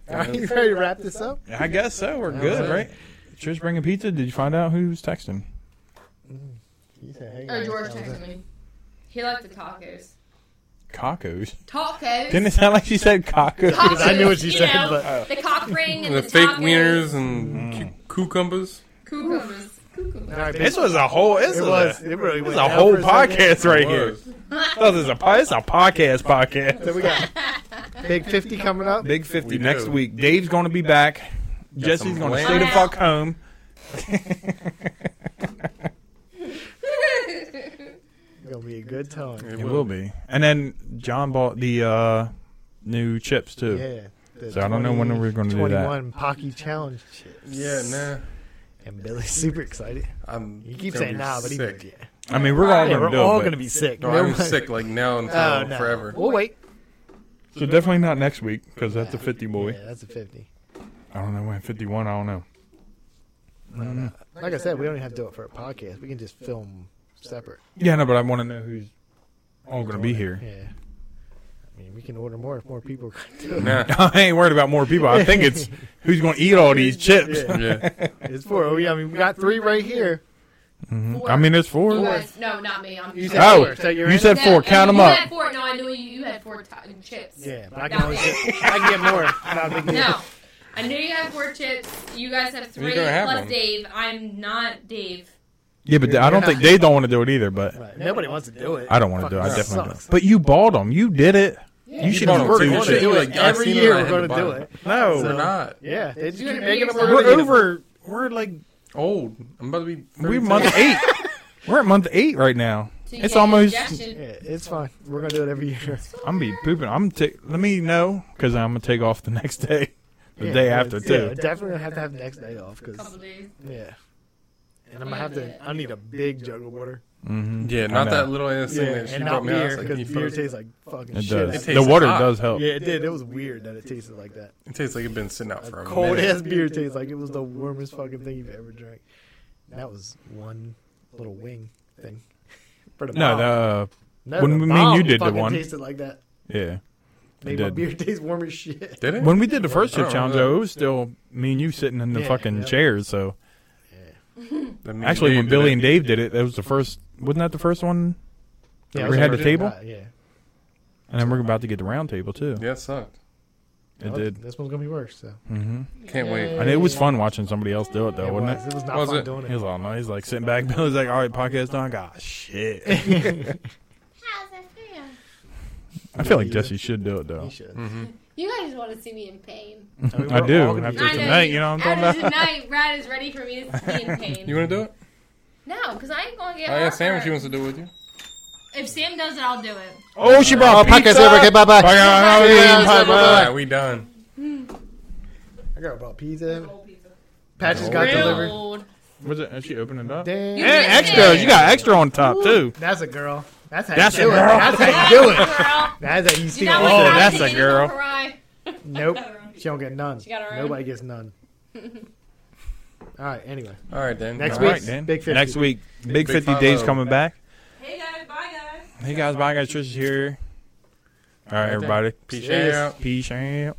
Speaker 2: Are you ready to wrap this up?
Speaker 3: I guess so. We're
Speaker 2: Yeah,
Speaker 3: good,
Speaker 2: that's it.
Speaker 3: right? Trish bringing pizza. Did you find out who was texting?
Speaker 2: He said, "Hey,
Speaker 1: Or
Speaker 2: guys,
Speaker 1: George
Speaker 2: that was it.
Speaker 1: texted me. He liked the tacos.
Speaker 3: Cacos.
Speaker 1: Tacos.
Speaker 3: Didn't it sound like she said
Speaker 1: Tacos,
Speaker 3: cacos?
Speaker 2: I knew what she
Speaker 1: you
Speaker 2: said,
Speaker 1: know,
Speaker 2: but-
Speaker 1: the cock ring and
Speaker 4: And
Speaker 1: the,
Speaker 4: the fake
Speaker 1: tacos.
Speaker 4: wieners and
Speaker 3: Mm.
Speaker 4: cu- cucumbers.
Speaker 1: Cucumbers. Cucumbers.
Speaker 2: All right,
Speaker 3: This was a whole. This
Speaker 2: it
Speaker 3: was.
Speaker 2: was.
Speaker 3: A,
Speaker 2: It really was
Speaker 3: this is a whole podcast right here.
Speaker 4: Was.
Speaker 3: This is a po- this is a podcast podcast.
Speaker 2: So we got Big 50 coming up.
Speaker 3: Big
Speaker 4: We
Speaker 3: fifty next
Speaker 4: do.
Speaker 3: week. Dave's going to be back. Jesse's
Speaker 4: some
Speaker 3: going
Speaker 4: lamb.
Speaker 3: to stay the fuck home.
Speaker 2: It's going to be a good time.
Speaker 4: It
Speaker 3: It
Speaker 4: will.
Speaker 3: will be. And then John bought the uh, new chips too.
Speaker 2: Yeah. the
Speaker 3: So I don't know when we're gonna do that.
Speaker 2: 21 Pocky Challenge.
Speaker 4: Yeah, nah.
Speaker 2: And Billy's super excited.
Speaker 4: I'm
Speaker 2: You keep
Speaker 4: gonna
Speaker 2: saying
Speaker 4: be
Speaker 2: nah, but he
Speaker 4: sick.
Speaker 2: yeah.
Speaker 3: I mean, we're all
Speaker 2: Yeah,
Speaker 3: going
Speaker 2: we're
Speaker 3: to do
Speaker 2: all
Speaker 3: it.
Speaker 2: going to
Speaker 3: but-
Speaker 2: be sick.
Speaker 4: No, I'm
Speaker 2: Nobody-
Speaker 4: sick like now until
Speaker 2: Oh, no.
Speaker 4: forever.
Speaker 2: We'll wait.
Speaker 3: So definitely not next week because that's a fifty boy.
Speaker 2: Yeah, that's a 50.
Speaker 3: I don't know when fifty one. I don't know. Mm-hmm.
Speaker 2: Uh, Like I said, we don't even have to do it for a podcast. We can just film separate.
Speaker 3: Yeah, no, but I want to know who's all going to be here.
Speaker 2: Yeah. I mean, we can order more if more people are going to do it.
Speaker 4: Nah.
Speaker 3: I ain't worried about more people. I think it's who's going to eat all these chips.
Speaker 2: Yeah.
Speaker 4: Yeah.
Speaker 2: It's four. We- I mean, we got three right here.
Speaker 1: Four.
Speaker 3: I mean, there's four.
Speaker 1: You guys- no, not me. I'm
Speaker 2: You said
Speaker 3: Oh,
Speaker 2: four. So you're
Speaker 3: you
Speaker 2: in.
Speaker 3: said four.
Speaker 1: No,
Speaker 3: Count them
Speaker 1: you
Speaker 3: up.
Speaker 1: Had four. No, I knew you, you had four ta- chips.
Speaker 2: Yeah, but I can, only get, I can get more. Not a big deal.
Speaker 1: No. I knew you had four chips. You guys have
Speaker 4: You're
Speaker 1: three
Speaker 4: gonna have
Speaker 1: plus
Speaker 4: one.
Speaker 1: Dave. I'm not Dave.
Speaker 3: Yeah, but I don't think they don't want to do it either. But
Speaker 2: Right. Nobody wants to do it.
Speaker 3: I don't want to do it. I
Speaker 2: Fucking
Speaker 3: definitely don't.
Speaker 2: sucks.
Speaker 3: But you bought them. You did it. You should
Speaker 4: bought
Speaker 3: have
Speaker 4: them
Speaker 2: We're
Speaker 4: too.
Speaker 2: going
Speaker 3: worked
Speaker 2: to
Speaker 3: it.
Speaker 4: shit.
Speaker 2: do
Speaker 4: Like,
Speaker 2: it
Speaker 4: I've
Speaker 2: every
Speaker 4: seen
Speaker 2: year.
Speaker 4: it, I
Speaker 2: We're
Speaker 4: had
Speaker 2: going
Speaker 4: to
Speaker 2: to
Speaker 4: buy
Speaker 2: do
Speaker 4: it.
Speaker 2: it.
Speaker 3: No,
Speaker 4: We're not
Speaker 2: Yeah, they just
Speaker 1: You're
Speaker 2: keep
Speaker 1: gonna be
Speaker 2: making them.
Speaker 1: excited.
Speaker 2: We're
Speaker 3: We're
Speaker 2: gonna get them.
Speaker 3: over. We're like
Speaker 4: old. I'm about to be. 32.
Speaker 3: we're month eight. We're at month eight right now.
Speaker 1: So you
Speaker 3: It's
Speaker 1: get an
Speaker 3: almost.
Speaker 1: injection.
Speaker 2: Yeah, it's fine. We're gonna do it every year.
Speaker 3: I'm gonna be pooping. I'm t- let me know because I'm gonna take off the next day, the
Speaker 2: Yeah,
Speaker 3: day
Speaker 2: yeah,
Speaker 3: after
Speaker 2: yeah,
Speaker 3: too.
Speaker 2: definitely gonna have to have the next day off because
Speaker 1: Couple days.
Speaker 2: yeah. And I'm gonna have to. I need a big jug of water.
Speaker 3: Mm-hmm.
Speaker 4: Yeah, not that little ass thing that she
Speaker 2: and
Speaker 4: brought
Speaker 2: not
Speaker 4: me out.
Speaker 2: beer
Speaker 4: It's like, you
Speaker 2: because beer
Speaker 4: fuck-
Speaker 2: tastes like fucking
Speaker 3: It
Speaker 2: shit.
Speaker 3: does.
Speaker 4: It
Speaker 3: the
Speaker 4: tastes
Speaker 3: water
Speaker 4: hot.
Speaker 3: does help.
Speaker 2: Yeah, it did. It was weird that it tasted like that.
Speaker 4: It tastes like it's been sitting out for a
Speaker 2: Cold
Speaker 4: minute.
Speaker 2: ass beer tastes like it was the warmest fucking thing you've ever drank. And that was one little wing thing. For the
Speaker 3: No,
Speaker 2: bomb.
Speaker 3: the uh,
Speaker 2: No,
Speaker 3: when
Speaker 2: the
Speaker 3: we- me and
Speaker 2: bomb
Speaker 3: you did the
Speaker 2: fucking
Speaker 3: one.
Speaker 2: tasted like that.
Speaker 3: yeah.
Speaker 2: Made
Speaker 3: It
Speaker 2: my
Speaker 3: did.
Speaker 2: beer taste warm as shit.
Speaker 4: Did it?
Speaker 3: When we did the first
Speaker 4: I don't
Speaker 3: chip challenge,
Speaker 4: remember.
Speaker 3: though, it was still me and you sitting in the
Speaker 2: Yeah,
Speaker 3: fucking
Speaker 2: yeah.
Speaker 3: chairs. So
Speaker 4: That means
Speaker 3: actually,
Speaker 4: they
Speaker 3: when
Speaker 4: did
Speaker 3: Billy
Speaker 4: it.
Speaker 3: and Dave did it, that was the first. Wasn't that the first one?
Speaker 2: Yeah,
Speaker 3: we
Speaker 2: it was
Speaker 3: had the
Speaker 2: original.
Speaker 3: table?
Speaker 2: Uh, yeah,
Speaker 3: And then we're about to get the round table too.
Speaker 4: Yeah, it sucked.
Speaker 3: It
Speaker 2: Well,
Speaker 3: did.
Speaker 2: This one's gonna be worse. So
Speaker 3: hmm
Speaker 4: Can't wait.
Speaker 3: And it was fun watching somebody else do it though,
Speaker 2: it
Speaker 3: wasn't
Speaker 2: was. It was not
Speaker 4: Was
Speaker 2: fun
Speaker 4: it?
Speaker 3: it?
Speaker 2: doing
Speaker 3: He
Speaker 2: it.
Speaker 3: was all nice, like sitting back. Billy's like, "All right, podcast done. God, shit."
Speaker 1: How's it feel?
Speaker 3: I feel like Jesse should do it though.
Speaker 2: You should.
Speaker 1: You guys want to see me in pain.
Speaker 2: I mean,
Speaker 3: I
Speaker 2: we're all
Speaker 3: do
Speaker 2: gonna be-
Speaker 3: after
Speaker 1: I know
Speaker 3: tonight.
Speaker 1: you-
Speaker 3: You know what I'm
Speaker 1: After
Speaker 3: talking about?
Speaker 1: tonight, Brad is ready for me to see in pain.
Speaker 4: You want to do it?
Speaker 1: no, because I ain't going to
Speaker 3: Oh,
Speaker 1: get
Speaker 4: I
Speaker 1: hurt.
Speaker 4: asked Sam if she wants to do it with you.
Speaker 1: If Sam does it, I'll do it.
Speaker 3: Oh, she brought
Speaker 2: podcast over. Okay, bye-bye. Bye-bye.
Speaker 4: All right, we done.
Speaker 2: I got about pizza.
Speaker 1: Old pizza.
Speaker 2: Patches got
Speaker 1: Real
Speaker 2: delivered.
Speaker 1: old.
Speaker 3: Was it? Is she opening it up?
Speaker 2: Damn.
Speaker 1: You
Speaker 3: And
Speaker 1: Yeah.
Speaker 3: extras. You got extra on top too.
Speaker 2: That's a girl. That's how
Speaker 3: That's
Speaker 2: you do
Speaker 3: a
Speaker 2: it.
Speaker 3: girl.
Speaker 2: That's how you do it.
Speaker 1: Girl.
Speaker 2: That's how you
Speaker 1: You
Speaker 2: see
Speaker 1: know
Speaker 2: all
Speaker 1: what
Speaker 3: Oh,
Speaker 1: time
Speaker 2: that.
Speaker 3: that's
Speaker 1: she
Speaker 3: a
Speaker 1: did
Speaker 3: girl.
Speaker 1: for I?
Speaker 2: Nope. She don't get none. She
Speaker 1: got her own.
Speaker 2: Nobody gets none. All right. Anyway,
Speaker 4: All right, then.
Speaker 2: Next
Speaker 3: All
Speaker 2: week.
Speaker 3: right, Dan.
Speaker 2: Big 50.
Speaker 3: Next week, Big
Speaker 4: Big
Speaker 3: Fifty Days
Speaker 4: 50.
Speaker 3: coming back.
Speaker 1: Hey guys, bye guys.
Speaker 3: Hey guys, bye guys. Trish is here. All right, everybody.
Speaker 4: Peace
Speaker 2: Cheers.
Speaker 4: out.
Speaker 3: Peace out.